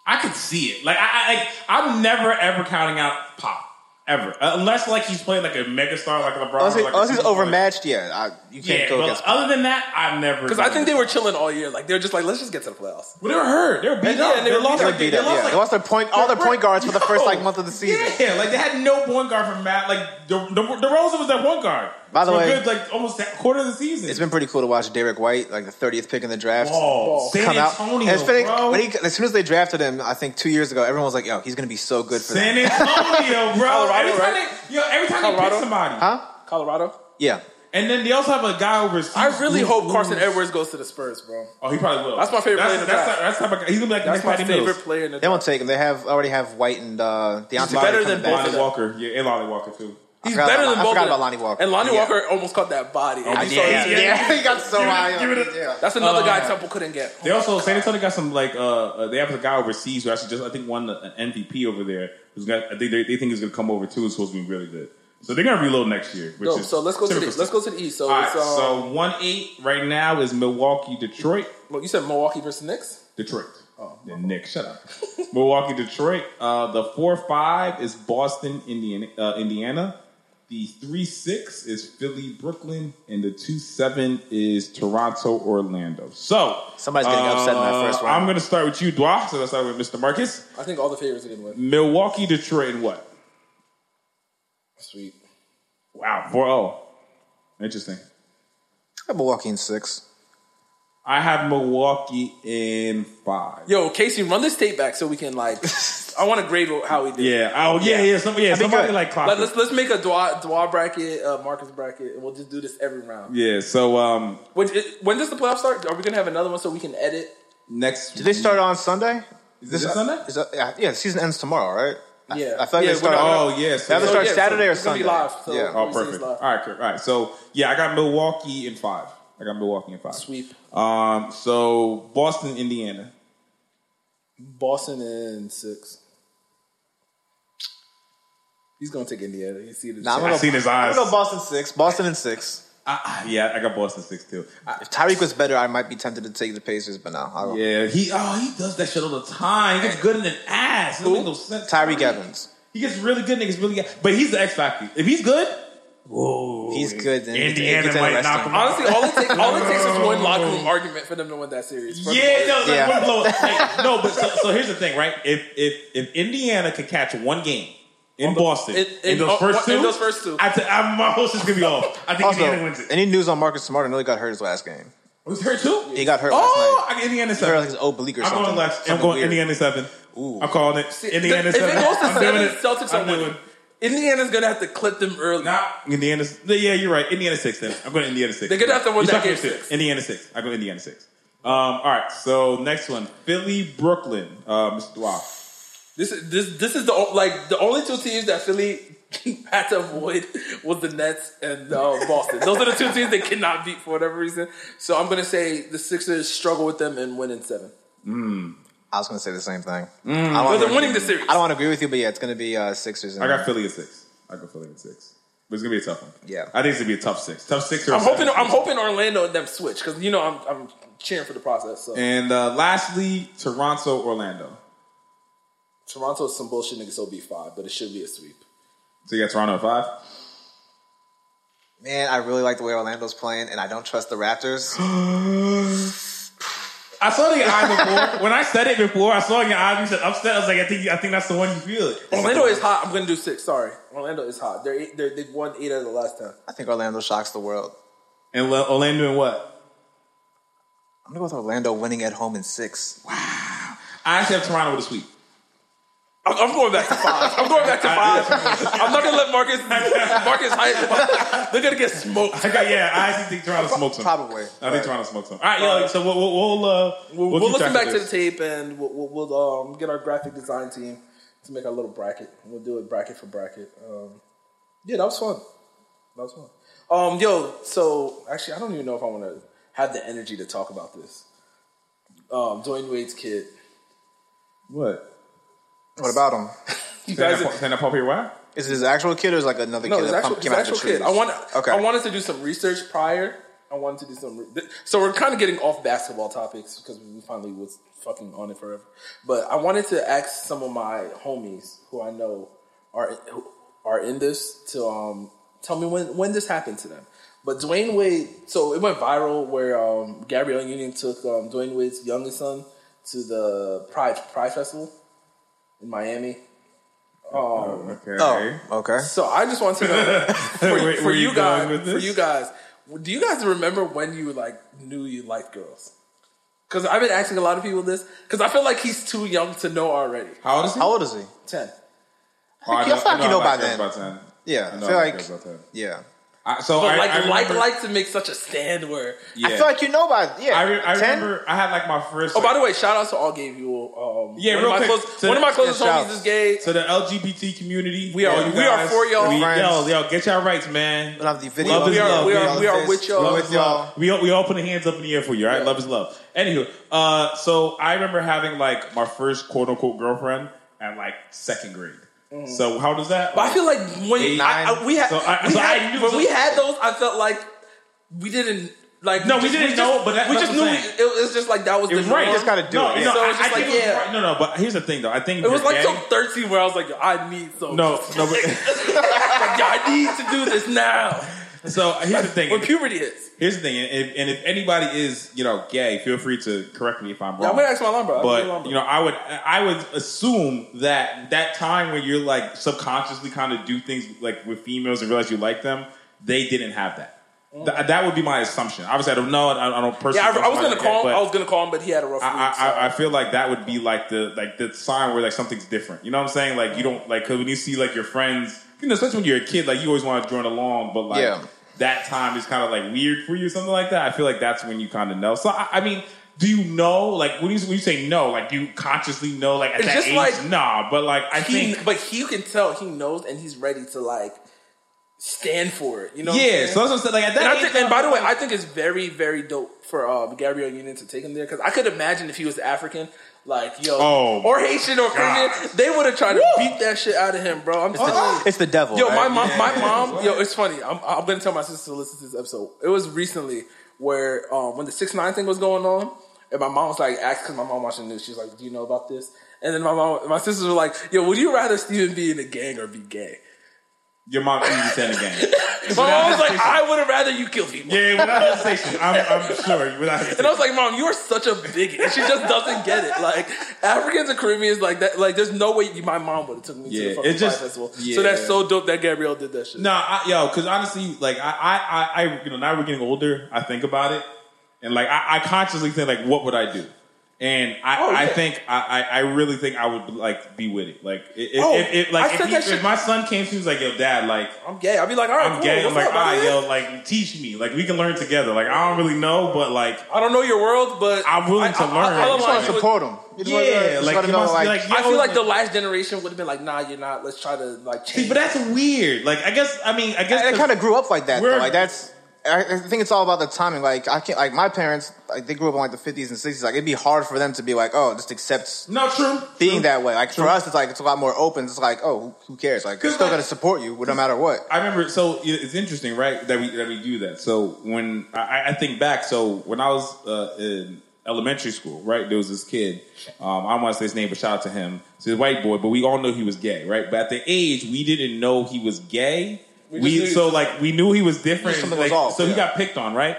I could see it. Like I, I like I'm never ever counting out Pop ever, Uh, unless like he's playing like a megastar like LeBron. Unless, or, he- like, a unless he's superstar. overmatched, yeah, I, you can't Yeah, uh, go but against. other than that, I've never. Because I think they were chilling all year. Like they're just like, let's just get to the playoffs. well, they were hurt. They were beat Yeah, up. and they were lost. beat Like, up, they, beat up, lost yeah. like They lost their point, all their They're point guards for the first Yo. like month of the season. Yeah, like they had no point guard from Matt. Like the the, the Rosen was their point guard. By the for a way- good like almost that quarter of the season. It's been pretty cool to watch Derek White, like the 30th pick in the draft, Balls. San come out. Antonio, And it's been- bro. when he- as soon as they drafted him, I think two years ago, everyone was like, "Yo, he's gonna be so good for San them." Antonio, bro. Colorado, every time right? they, yo, every time they Colorado? pick somebody, Huh? Colorado. Yeah, and then they also have a guy overseas. I really who- hope who- Carson Edwards goes to the Spurs, bro. Oh, he probably will. That's my favorite player in That's, the that's, draft. that's, type of guy- he's gonna be like That's the my next Patty favorite Mills. player in the they won't draft. take him. They have already have White and uh, Deontay. better Murray than coming both of back. Lonnie them. Walker, yeah, and Lonnie Walker too. He's forgot better about- than I both. forgot of them. about Lonnie Walker. And Lonnie Yeah. Oh, Walker almost caught that body. And you saw yeah, his- yeah. he got so Give it- high. give it a- Oh, yeah. That's another Uh, guy Temple couldn't get. They also San Antonio got some like uh, uh they have a guy overseas who actually just I think won an MVP over there. Who's got I think they, they think he's gonna come over too. Is supposed to be really good. So they're gonna reload next year. Which No, is so let's go to the typical let's go to the East. So, All right, it's, um, so one eight right now is Milwaukee, Detroit, well, you said Milwaukee versus Knicks. Detroit. Oh, yeah, Nick, shut up. Milwaukee, Detroit. Uh, the four five is Boston, Indiana. Uh, Indiana. The three six is Philly, Brooklyn, and the two seven is Toronto, Orlando. So Somebody's getting upset in that first uh, round. I'm going to start with you, Dwa. So let's start with Mr. Marcus. I think all the favorites are going to win. Milwaukee, Detroit, and what? Sweet. Wow, 4-0. Interesting. I have Milwaukee in six. I have Milwaukee in five. Yo, Casey, run this tape back so we can like. I want to grade how we did. Yeah. Oh, yeah, yeah. Some, yeah somebody good. like clock. Let, us let's make a Dwa, Dwa bracket, uh, Marcus bracket, and we'll just do this every round. yeah. So um, Which is- when does the playoff start? Are we gonna have another one so we can edit? next. Do they start on Sunday? Is this Sunday? Is that, yeah, yeah, the season ends tomorrow, right? I- Yeah. I feel like Yeah, they start. we're not- Oh, yeah. they So either So, start yeah, so Saturday or it's gonna Sunday. be live, so- yeah. oh, perfect. All right, cool. All right. So yeah, I got Milwaukee in five. I got Milwaukee in five. Sweep. Um. So Boston, Indiana. Boston in six. He's gonna take Indiana. You see the Nah, I'm I gonna- seen his I'm eyes. gonna go Boston six. Boston in six. Ah, ah, yeah, I got Boston six too. I- If Tyreek was better, I might be tempted to take the Pacers, but no. I'll go. yeah, he oh he does that shit all the time. He gets good in an ass. It doesn't make no sense. Tyreek Evans. He gets really good. Niggas really good. But he's the X factor. If he's good, whoa, He's good, then it gets- it Indiana gets might interesting. knock him out. Honestly, all it, take, Mm. all it takes is one locker room argument for them to win that series. First of Yeah, all, no, like Yeah. one blow. Like, no, but so, so here's the thing, right? If if if Indiana could catch one game in Boston in- in- in those oh, first what- in two, those first two. I t- I, my host is gonna be off. I think Also, Indiana wins it. any news on Marcus Smart? I know he got hurt his last game. Who's hurt too? He got hurt Oh, last night. I got Indiana He hurt like seven. his oblique or I'm something. going left. I'm Something going weird. Indiana seven. Ooh. I'm calling it See, Indiana if it seven. goes to I'm seven, doing it. Celtics I'm are winning. doing it. Indiana's gonna have to clip them early. Not Indiana. Yeah, you're right. Indiana six. Then I'm going to Indiana six. They're gonna have to win You're that talking game shit. six. Indiana six. I go Indiana six. Um, all right. So next one, Philly, Brooklyn. Uh, Mr. Wow. This is this this is the o- like the only two teams that Philly had to avoid was the Nets and uh, Boston. Those are the two teams they cannot beat for whatever reason. So I'm gonna say the Sixers struggle with them and win in seven. I was going to say the same thing. I don't But they're wanna- winning the series. I don't want to agree with you, but yeah, it's going to be uh, Sixers. And, I got Philly at six. I go Philly at six. But it's gonna be a tough one. Yeah. I think it's gonna be a tough six. Tough six. Or a I'm hoping seven. I'm hoping Orlando and them switch because you know I'm I'm cheering for the process. So And uh, lastly, Toronto, Orlando. Toronto's some bullshit niggas will be five, but it should be a sweep. So you got Toronto at five. man, I really like the way Orlando's playing, and I don't trust the Raptors. I saw the eye before. when I said it before, I saw in your eyes. You said upset. I was like, I think, I think that's the one you feel it. Orlando is hot. I'm gonna do six. Sorry, Orlando is hot. They're, eight, they're they've won eight out of the last ten. I think Orlando shocks the world. And Le- Orlando and what? I'm going to go with Orlando winning at home in six. I actually have Toronto with a sweep. I'm, I'm going back to five. I'm going back to five. I'm not gonna let Marcus Marcus hype. They're gonna get smoked. I got, yeah, I actually think Toronto smokes them. Probably. I think Toronto smokes them. All right, yo. So we'll we'll we'll, uh, We'll, we'll keep listen track back of to the this. tape and we'll, we'll, we'll um, get our graphic design team to make our little bracket. We'll do it bracket for bracket. Um, yeah, that was fun. That was fun. Um, yo, so actually, I don't even know if I want to have the energy to talk about this. Um, Dwayne Wade's kid. what? What about him? You Stand guys, up, stand up up here. Why? Is it his actual kid or is it like another no, kid his that actual, pump- his came out of the actual trees? kid. I want. Okay. I wanted to do some research prior. I I wanted to do something. th- So we're kind of getting off basketball topics because we finally was fucking on it forever. But I wanted to ask some of my homies who I know are who are in this to um tell me when when this happened to them. But Dwayne Wade, so it went viral where um, Gabrielle Union took um, Dwayne Wade's youngest son to the Pride Pride Festival in Miami. Okay. Oh, okay. So I just want to know for, Where- for where you, you going guys, with for this? you guys, do you guys remember when you like knew you liked girls? Because I've been asking a lot of people this because I feel like he's too young to know already. How old is he? How old is he? Ten. Oh, I I feel like you know I by girls then. About 10. Yeah, I I know feel I like like girls about ten. yeah. I, so But Oh, I, like, I remember, like, like to make such a stand where. Yeah. I feel like you know by yeah. I, re- I 10? remember I had like my first. Oh, by like, the way, shout out to all gay people. Um, Yeah, one real of my quick, Close, to- one of my closest yeah, shout homies is gay. to the LGBT community. We are- all you we are guys, for y'all. We, Friends. yo, yo, get y'all rights, man. Love the video. Love is we are, love. we Love are, is we are this. with y'all. Love Love is is love. We all, we all put the hands up in the air for you, all right? Yeah. Love is love. Anywho, uh, so I remember having like my first quote unquote girlfriend at like second grade. So how does that? Mm-hmm. But I feel like when Eight, I, I, nine. we had, So I- we so had I knew- when so- we had those, I felt like we didn't like. No, we didn't know, Just, but that- we that's just knew what I'm it, saying. it was just like that was it the was right. norm. just gotta do no, it, yeah. No, So I- it's just I like, think it was yeah. right. No, no. But here's the thing, though. I think It was you're like gay. till 13 where I was like, yo, I need some. No, no, like, yo, I need to do this now. So uh, here's the thing. When puberty hits. Here's the thing, and if, and if anybody is you know gay, feel free to correct me if I'm wrong. Yeah, I'm gonna ask my lumber. but you know, I would I would assume that that time when you're like subconsciously kind of do things like with females and realize you like them, they didn't have that. Th- that would be my assumption. Obviously, I don't know. I, I don't personally. yeah, I, I was gonna like call that, him. but I was gonna call him, but he had a rough week. I, so- I, I feel like that would be like the like the sign where like something's different. You know what I'm saying? Like you don't like 'cause when you see like your friends, you know, especially when you're a kid, like you always want to join along, but like Yeah. that time is kind of like weird for you, something like that. I feel like that's when you kind of know. So I, I mean, do you know? Like when you when you say no, like do you consciously know? Like at It's that just age, like- nah. But like I he, think. but he, you can tell he knows, and he's ready to like stand for it. You know? what I'm Yeah, saying? so that's what I'm saying. Like at And, that I age, think, and by the way, I think it's very, very dope for um, Gabriel Union to take him there because I could imagine if he was African, like yo, Oh, or Haitian or God. Caribbean, they would have tried to beat that shit out of him, bro. I'm telling you. It's the devil. Yo, my right? mom, Yeah, my yeah, mom. yeah. Yo, it's funny. I'm, I'm gonna tell my sister to listen to this episode. It was recently where um, when the six nine thing was going on, and my mom was like, asked because my mom watching the news. She's like, "Do you know about this?" And then my mom, my sisters were like, "Yo, would you rather Steven be in a gang or be gay?" your mom easy ten again. My mom was like, "I would have rather you kill people." Yeah, without hesitation, I'm, I'm sure. Without And I was hesitation. like, "Mom, you are such a bigot." And she just doesn't get it. Like Africans and Caribbeans, like that. Like, there's no way you, my mom would have took me to Yeah, the fucking it just- Pride festival. yeah. So that's so dope that Gabrielle did that shit. No, I, yo, because honestly, like I, I, I, I, you know, now we're getting older. I think about it, and like I, I consciously think, like, what would I do? And I, Oh, I yeah. think I, I, I really think I would like be with it. Like, i- if, Oh, if, if I like if, said he- that shit- if my son came to me, was like, yo, dad, like. I'm gay. I'd be like, "All right, I'm cool. gay. I'm What's like, up, my ah, nigga?" yo, like, teach me. Like, we can learn together. Like, I don't really know, but like, I don't know your world, but I'm willing to learn. I, You I, You just just want I, to support him. You just wanna- yeah, just like, wanna you know, must be like- like, I yo, feel like the last generation would have been like, "Nah, you're not. Let's try to like See, change." but that's weird. Like, I guess, I mean, I guess, I, I 'cause- kind of grew up like that. Though. We're- Like that's. I I think it's all about the timing. Like I can't. Like my parents, like they grew up in like the fifties and sixties. Like it'd be hard for them to be like, oh, just accept no, true. being true. that way. Like for us, it's like it's a lot more open. It's like, oh, who- who cares? Like we're 'Cause, still like- gonna support you, no matter what. I remember. So it- it's interesting, right? That we that we do that. So when I, I think back, so when I was uh, in elementary school, right, there was this kid. Um, I don't want to say his name, but shout out to him. He's a white boy, but we all knew he was gay, right? But at the age, we didn't know he was gay. We, just knew- so like we knew he was different. Something like, was off, so he yeah. got picked on, right?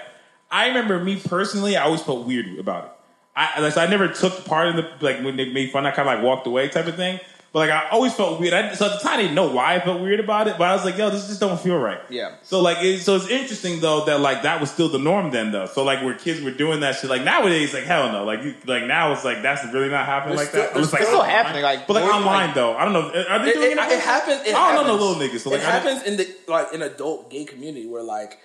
I remember me personally. I always felt weird about it. I unless I never took part in the like when they made fun. I kind of like walked away type of thing. But like I always felt weird. I, so at the time, I didn't know why I felt weird about it. But I was like, yo, this just don't feel right. Yeah. So like, it, so it's interesting though that like that was still the norm then though. So like where kids were doing that shit. Like nowadays, like hell no. Like you, like now it's like that's really not happening There's like still- that. there's It's like still online. happening, like, but like more, online like- though. I don't know. Are they it, doing it, it happens. It I don't know happens. no little niggas. So like it I don't- happens in the like in adult gay community where like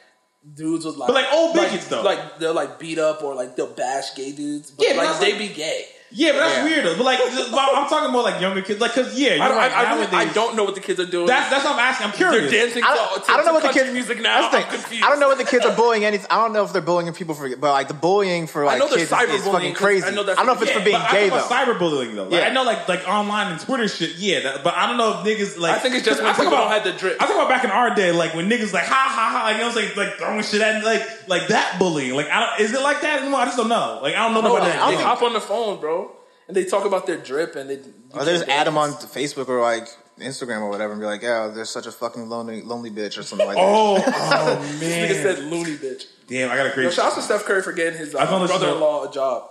dudes would like, But, like, old bigots, though. like they'll like beat up or like they'll bash gay dudes, but Yeah, but like that's they be like- gay. Yeah, but that's Yeah. weird. Though. But like, just- but I'm talking more like younger kids. Like, cause yeah, you're I, don't- I- right. I really- I nowadays, don't know what the kids are doing. that's that's what I'm asking. I'm They're curious. dancing. I don't, to, to, I don't know to what the country kids music now. That's the I'm thing. confused. I don't know what the kids are bullying. Anything. I don't know if they're bullying people for, but like the bullying for like know there's kids is, is cyberbullying, fucking 'cause crazy. I know that's- I don't know if it's yeah, for being but I gay talk though. about cyberbullying though. Like, Yeah. I know like like online and Twitter shit. Yeah, that, but I don't know if niggas like. I think it's just I when talk people about- don't have the drip. I talk about back in our day, like when niggas like ha ha ha. Like, you know what I'm saying? Like throwing shit at like like that bullying. Like I don't. Is it like that anymore? I just don't know. Like I don't know No, about they, that. they anymore. hop on the phone, bro, and they talk about their drip and they. Oh, Or they just add them on Facebook or like Instagram or whatever, and be like, "Yeah, they're such a fucking lonely, lonely bitch" or something like that. Oh, oh This nigga man! said loony bitch. Damn, I got a Yo, crazy. shout out to Steph Curry for getting his uh, I don't listen to- brother-in-law a job.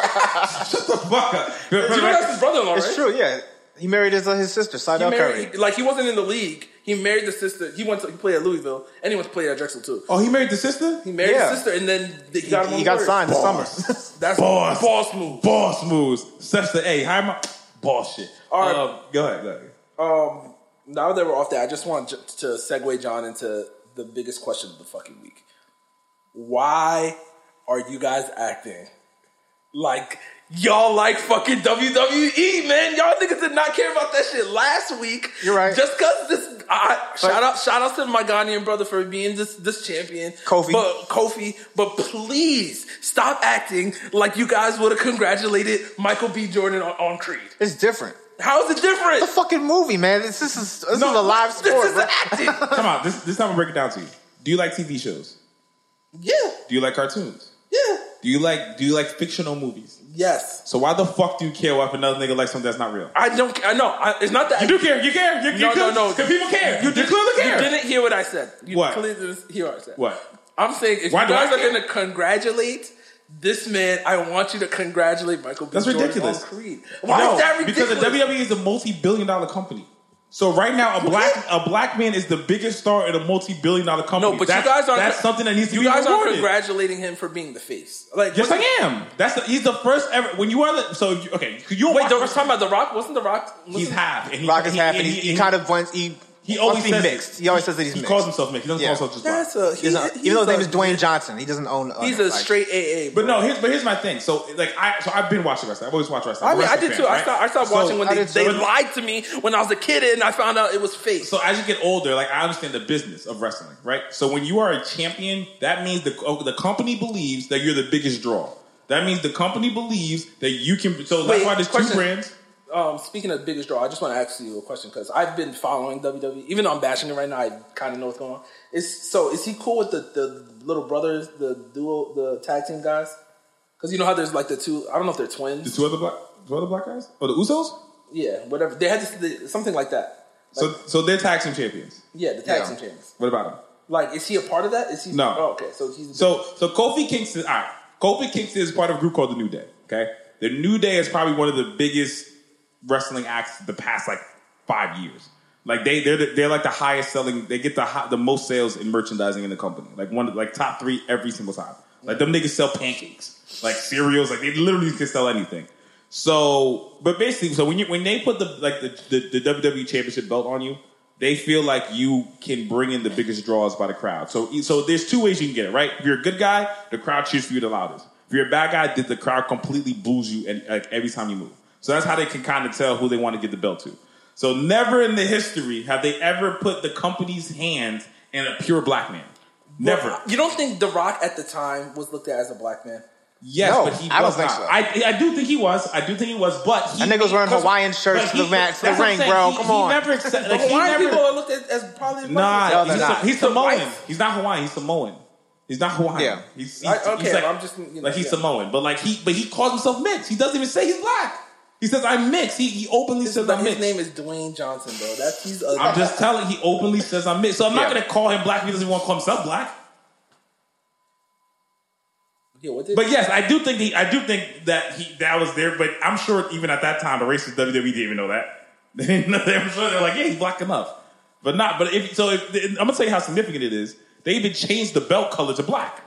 Fuck up. Do you know that's his brother-in-law, right? It's true, yeah. He married his, uh, his sister, He Sidell Curry. married, like he wasn't in the league. He married the sister. He went to he played at Louisville, and he went to play at Drexel too. Oh, he married the sister. He married Yeah. his sister, and then they got him. he on the got Warriors. signed this summer. That's Boss. boss move. Boss moves. Such the A. How am I? Boss shit. All right. Um, go ahead. Go ahead. Um, now that we're off that, I just want to to segue John into the biggest question of the fucking week. Why are you guys acting like y'all like fucking WWE, man? Y'all niggas did not care about that shit last week. You're right. Just cause this, I, shout out, shout out to my Ghanaian brother for being this this champion, Kofi. But Kofi, but please stop acting like you guys would have congratulated Michael B. Jordan on, on Creed. It's different. How is it different? It's a fucking movie, man. This, this is this is a live This sport. is bro. acting. Come on. This this time I break it down to you. Do you like TV shows? yeah, Do you like cartoons? yeah. Do you like Do you like fictional movies? Yes. So why the fuck do you care if another nigga likes something that's not real? I don't. I know. I, it's not that. You do care. You care. You, you No, no, no. Because people care. You, didn't- clearly care. You didn't hear what I said. You What? clearly didn't hear what I said. What? I'm saying if Why you do guys I are care? going to congratulate this man, I want you to congratulate Michael B. That's Jordan ridiculous. on Creed. Why no, is that ridiculous? because the WWE is a multi-billion-dollar company. So right now, a black a black man is the biggest star in a multi-billion-dollar company. No, but That's- you guys aren't. That's something that needs to you be guys aren't rewarded. congratulating him for being the face. Like, E Yes, wasn't- I am. That's the, he's the first ever. When you are the so you, okay, you don't Wait, watch the, we're wrestling. talking about the Rock. Wasn't the Rock? he's wasn't- half. And he, Rock is half, and he, he kind he- of wants he, he always wants to says be mixed. He always says that he's he mixed. calls himself mixed. He doesn't Yeah. call himself just black. That's a. He, He's not- even though his name he's is Dwayne Johnson, he doesn't own. uh, He's a like- straight AA. Bro. But no, here's but here's my thing. So like I so I've been watching wrestling. I've always watched wrestling. I I'm a mean, I wrestling did fan, too. I right? started, I started So- watching when I they, did too. they lied to me when I was a kid and I found out it was fake. So as you get older, like I understand the business of wrestling, right? So when you are a champion, that means the oh, the company believes that you're the biggest draw. That means the company believes that you can. So that's Wait, why there's question. two brands. um, speaking of biggest draw, I just want to ask you a question because I've been following WWE. Even though I'm bashing it right now, I kind of know what's going on. Is so? Is he cool with the, the little brothers, the duo, the tag team guys? Because you know how there's like the two. I don't know if they're The twins. two other black, two other black guys, or the Usos. Yeah, whatever. They had this, the, something like that. So so they're tag team champions. Yeah, the tag Yeah. team champions. What about them? Like, is he a part of that? Is he? No. Oh, okay, so he's So so Kofi Kingston, all right. Kofi Kingston is part of a group called the New Day. Okay, the New Day is probably one of the biggest wrestling acts the past like five years. Like they they're the, they're like the highest selling. They get the hot, the most sales in merchandising in the company. Like one of- like top three every single time. Like them niggas sell pancakes, like cereals. Like they literally can sell anything. So, but basically, so when you when they put the like the, the, the WWE Championship belt on you, they feel like you can bring in the biggest draws by the crowd. So, e, so there's two ways you can get it, right? If you're a good guy, the crowd cheers for you the loudest. If you're a bad guy, the, the crowd completely boos you and like every time you move. So that's how they can kind of tell who they want to give the belt to. So never in the history have they ever put the company's hands in a pure black man. Never. You don't think The Rock at the time was looked at as a black man? Yes, No, but he I don't was think not. so. I, I do think he was. I do think he was. But he, That nigga's wearing because- Hawaiian shirts but to the he- mat- to the that's what I'm ring, saying. bro. He- Come he on. Never accept, like, he Hawaiian never, people are looked at as probably as black No, Nah, he's, they're not. not. he's Samoan. White. He's not Hawaiian. He's Samoan. He's not Hawaiian. Yeah. He's, he's, I- okay, he's like, I'm just, you know, like he's yeah. Samoan, but like he, but he calls himself mixed. He doesn't even say he's black. He says I'm mixed. He, he openly says I'm His mixed. name is Dwayne Johnson, bro. That's he's a I'm just telling. He openly says I'm mixed. So I'm not Yeah. gonna call him black. if He doesn't want to call himself black. yeah, what did, But yes, I do think he, I do think that he that was there. But I'm sure even at that time, the racist WWE didn't even know that. They didn't know that. I'm sure they're like, yeah, he's black enough, but not. But if so, if, I'm gonna tell you how significant it is. They even changed the belt color to black.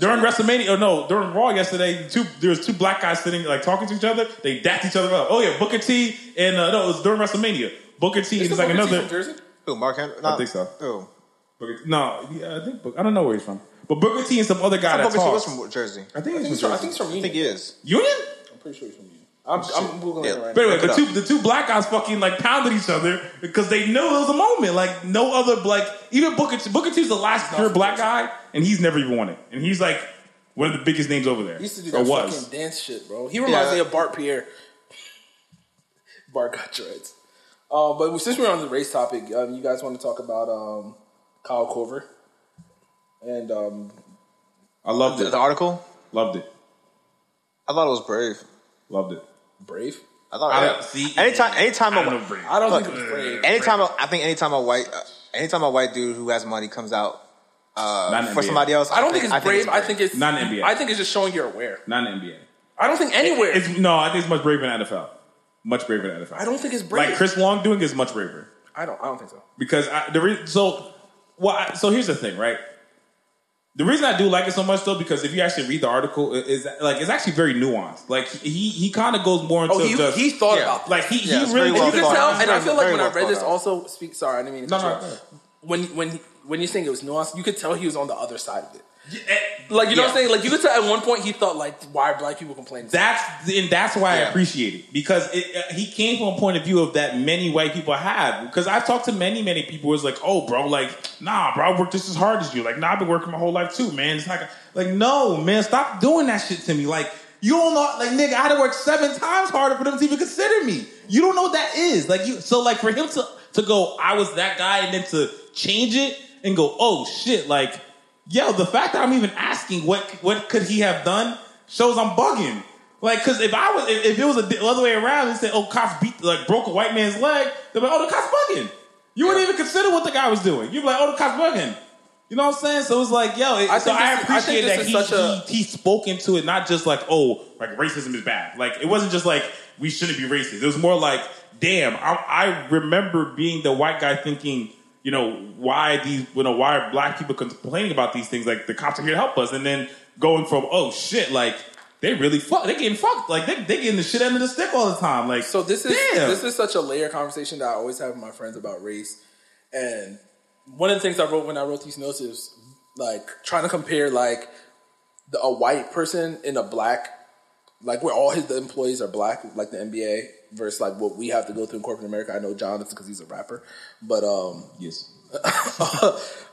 during WrestleMania, or no, during Raw yesterday, two there was two black guys sitting like talking to each other. They dapped each other up. Oh yeah, Booker T and uh, no, it was during WrestleMania. Booker T Is and the like Booker T another. from Jersey? Who, Mark Henry? think so. Who? Booker- No, yeah, I think Book- I don't know where he's from, But Booker T and some other guy that Booker T was talks. from Jersey. I think I he's think from I Jersey. think it's from I think Union. he is. Union. I'm pretty sure it's from Union. I'm, I'm googling Yeah. it right But anyway, Look it the up. two the two black guys fucking like pounded each other because they knew it was a moment. Like no other like even Booker T, Booker T's the last pure black guy, and he's never even won it. And he's like one of the biggest names over there. He used to do or that was. fucking dance shit, bro. He reminds Yeah. me of Bart Pierre. Bart got dreads. Uh, but since we're on the race topic, um, you guys want to talk about um, Kyle Corver and um, I loved The, it. the article? Loved it. I thought it was brave. Loved it. Brave? I thought I I don't- see, anytime, anytime, I a, don't know. I don't Look, think it was Brave. anytime, a, I think anytime a white, uh, anytime a white dude who has money comes out Not in for NBA. somebody else, I don't think, it's Brave. I brave. think it's Not in NBA. I think it's just showing you're aware. Not in NBA. I don't think anywhere. It's no. I think it's much braver than NFL. Much braver than NFL. I don't think it's Brave. like Chris Long doing is much braver. I don't. I don't think so. because I, the re- so well I, so here's the thing right the reason i do like it so much though because if you actually read the article i- is like it's actually very nuanced like he he kind of goes more into Oh, he, just he thought yeah. about that. like he, Yeah, it's he really very well you goes can thought tell, out. into- and I Very- feel like when very I well read this, thought out. also speak. Sorry, I didn't mean to No, cut no, you off. go ahead. When when when you're saying it was nuanced, you could tell he was on the other side of it. Eh, Like you know what I'm Yeah. saying? Like you could tell at one point he thought like, why are black people complaining? That's and that's why I Yeah. appreciate it because it, uh, he came from a point of view of that many white people have. Because I've talked to many many people who's like, oh, bro, like nah, bro, I worked just as hard as you. Like nah, I've been working my whole life too, man. It's not gonna-" like no, man, stop doing that shit to me. Like you don't know, like nigga, I had to work seven times harder for them to even consider me. You don't know what that is. Like you, so like for him to to go, I was that guy, and then to change it and go, oh shit, like yo, the fact that I'm even asking what what could he have done shows I'm bugging. Like, cause if I was, if, if it was a, di- other way around and said, oh, cops beat, like, broke a white man's leg, they'd be like, oh, the cops bugging. You wouldn't even consider what the guy was doing. You'd be like, oh, the cops bugging. You know what I'm saying? So it's like, yo, it, I so think I this is- I appreciate think this that is he, such a- he, he spoke into it, not just like, oh, like racism is bad. Like, it wasn't just like, we shouldn't be racist. It was more like, damn, I, I remember being the white guy thinking, you know, why these, you know, why are black people complaining about these things? Like, the cops are here to help us. And then going from, oh shit, like, they really fuck, they getting fucked. Like, they, they getting the shit end of the stick all the time. Like, So this is damn. this is such a layer conversation that I always have with my friends about race. And one of the things I wrote when I wrote these notes is like trying to compare like the, a white person in a black like where all his the employees are black, like the NBA, versus like what we have to go through in corporate America. I know Jonathan because he's a rapper, but um, yes.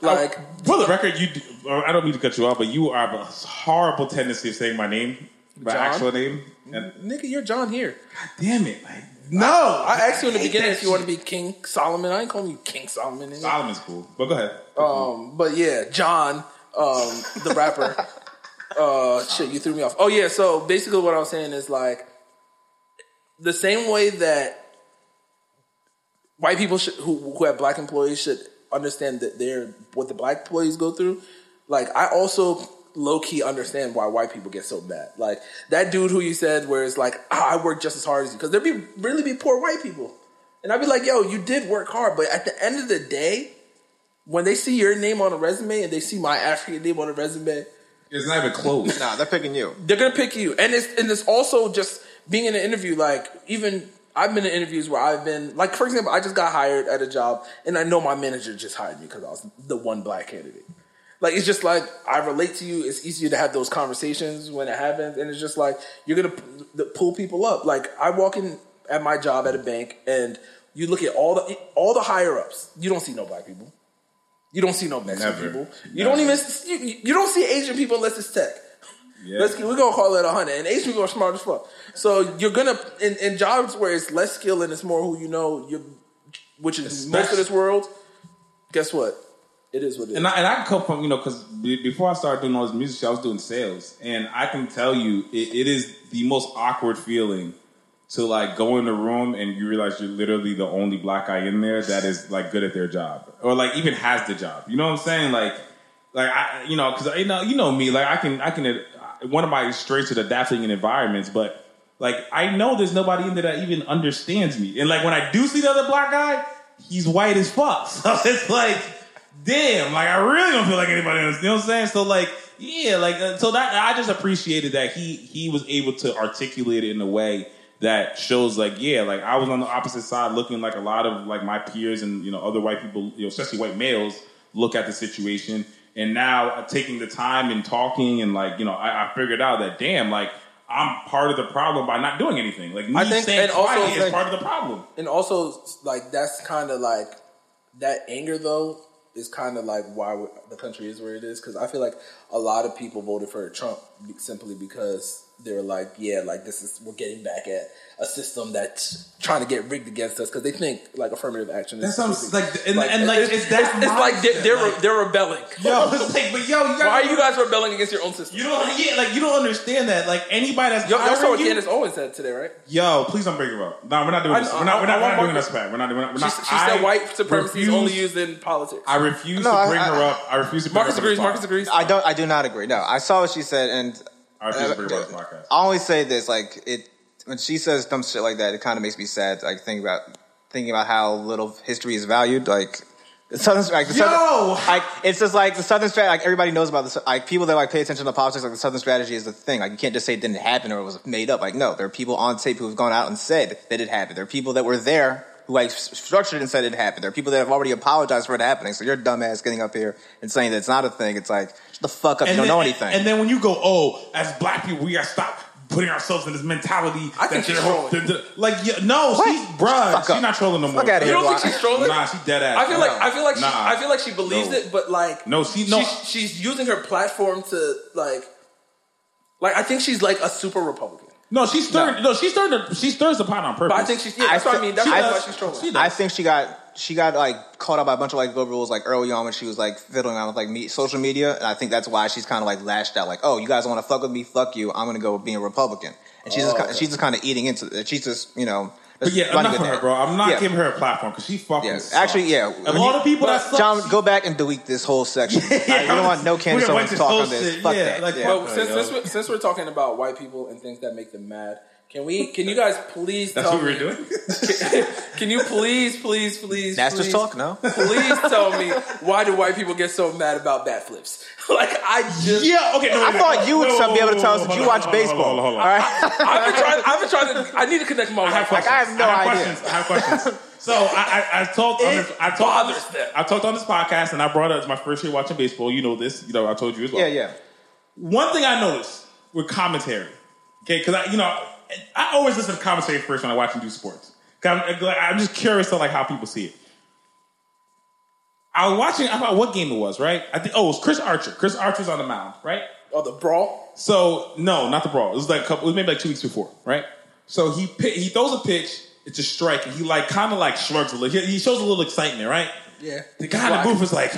like For the record, you. do- I don't mean to cut you off, but you have a horrible tendency of saying my name, my John? actual name. And nigga, you're John here. damn it, like no. I, I asked you in the hate beginning that if you want to be King Solomon. I ain't calling you King Solomon. nigga. Solomon's cool, but go ahead. Um, but yeah, John, um, the rapper. uh, shit, you threw me off. Oh yeah, so basically what I was saying is like the same way that white people should, who who have black employees should understand that they're what the black employees go through. Like I also low key understand why white people get so mad. Like that dude who you said where it's like ah, I work just as hard as you because there'd be really be poor white people, and I'd be like yo you did work hard, but at the end of the day. When they see your name on a resume and they see my African name on a resume, It's not even close. Nah, they're picking you. they're gonna pick you. And it's and it's also just being in an interview, like even I've been in interviews where I've been like, for example, I just got hired at a job, and I know my manager just hired me because I was the one black candidate. Like it's just like I relate to you. It's easier to have those conversations when it happens, and it's just like you're gonna p- the- pull people up. Like I walk in at my job at a bank, and you look at all the all the higher ups. You don't see no black people. You don't see no Mexican Never. people. You don't even you, you don't see Asian people unless it's tech. Yeah. Let's we're gonna call it a hundred. And Asian people are smart as fuck. So you're gonna in, in jobs where it's less skill and it's more who you know, you which is most of Especially- this world. Guess what? It is what it is. and I, and I come from you know because b- before I started doing all this music, shit, I was doing sales, and I can tell you it, it is the most awkward feeling to like go in the room and you realize you're literally the only black guy in there that is like good at their job or like even has the job. You know what I'm saying? Like, like I you know because you know you know me like I can I can uh, one of my strengths is adapting in environments, but. Like I know there's nobody in there that even understands me, and like when I do see the other black guy, he's white as fuck. So it's like damn, like I really don't feel like anybody else. You know what I'm saying? So like, yeah, like uh, so that I just appreciated that he he was able to articulate it in a way that shows like, yeah, like I was on the opposite side looking like a lot of like my peers and you know other white people, you know, especially white males look at the situation. And now uh, taking the time and talking and like, you know, I, I figured out that damn, like I'm part of the problem by not doing anything. Like me I think- staying and also quiet is think- part of the problem. And also, like that's kind of like that anger though is kind of like why we- the country is where it is because I feel like a lot of people voted for Trump be- simply because they were like, yeah, like this is we're getting back at a system that's trying to get rigged against us because they think like affirmative action. Is That sounds like, and, Like, and like, it's, that's it's like they're mindset, they're, like- they're rebelling. yo, it's like, but yo, you gotta, Why are you guys rebelling against your own system? You don't, yeah, like you don't understand that. Like anybody that's Yo, y'all saw what hiring you, Candace Owens said today, right? yo, please don't bring her up. No, we're not doing I- this. We're not, we're not, I- I we're not want doing Marcus- this back. We're not doing. We're She, not, she I said white supremacy is only refuse- used in politics. I refuse No, to I- bring I- her up. I refuse to bring Marcus her agrees. up. Marcus on this podcast. agrees. I don't. I do not agree. No, I saw what she said, and uh, I refuse to bring her up on this podcast. I only say this like it when she says dumb shit like that. It kind of makes me sad. Like thinking about thinking about how little history is valued. Like the southern like the Yo! southern like it's just like the southern strategy. Like everybody knows about this. Like people that like pay attention to politics. Like the southern strategy is the thing. Like you can't just say it didn't happen or it was made up. Like no, there are people on tape who have gone out and said that it happened. There are people that were there. Who like s- structured and said it happened. There are people that have already apologized for it happening. So you're dumbass getting up here and saying that it's not a thing. It's like shut the fuck up. you don't then, know anything. And then when you go, oh, as black people, we gotta stop putting ourselves in this mentality. I think they're she's ho- trolling. they're- they're- like, yeah, no, she's bruh, Fuck she's up. not trolling no more. Fuck outta you here, don't think Why? she's trolling? Nah, she dead ass. I feel like I feel like she, Nah. I feel like she believes No. it, but like No, she- no. she's, she's using her platform to like like I think she's like a super Republican, no, she stirred. No, she stirred. The, she stirs the pot on purpose. but I think she's yeah. I That's what I thi- mean. That's she why does. she's trolling. She does. I think she got she got like caught up by a bunch of like liberals like early on when she was like fiddling around with like me, social media, and I think that's why she's kind of like lashed out like, oh, you guys want to fuck with me? Fuck you! I'm gonna go being a Republican, and she's just, ki- she's just kind of eating into it. She's just you know. Oh, But just yeah, running with enough of her, it. bro. I'm not Yeah. giving her a platform because she fucking. Yeah. sucks. Actually, yeah. Of all the people that suck, John, she- go back and delete this whole section. I, we don't want no We Candace done Owens went to talk on social, this. Fuck yeah, that. like, yeah. fuck- Well, since yo. since we're, since we're talking about white people and things that make them mad, can we? Can you guys please? That's tell what we were me- doing. Can you please, please, please? That's please, just talk. No. Please tell me why do white people get so mad about bat flips? Like I just yeah. Okay. No, I wait, thought wait. you would Whoa, be able to whoa, tell us that whoa, hold you on, watch hold on, baseball. Hold on, hold on. All right. I've been trying. I've been trying to. I need to connect my I have Wi-Fi. questions. I have no idea. Questions. I have questions. So I, I, I talked on this. I talked on this, bothers them. I talked on this podcast, and I brought up it's my first year watching baseball. You know this. You know I told you as well. Yeah, yeah. One thing I noticed with commentary, okay, because I, you know, I always listen to commentary first when I watch and do sports. 'Cause I'm, like, I'm just curious to like how people see it. I was watching. I forgot what game it was, right? I think. Oh, it was Chris Archer. Chris Archer's on the mound, right? Oh, the brawl. So no, not the brawl. It was like a couple. It was maybe like two weeks before, right? So he pi- he throws a pitch. It's a strike, and he like kind of like shrugs a little. He, he shows a little excitement, right? Yeah. The guy in the booth was like,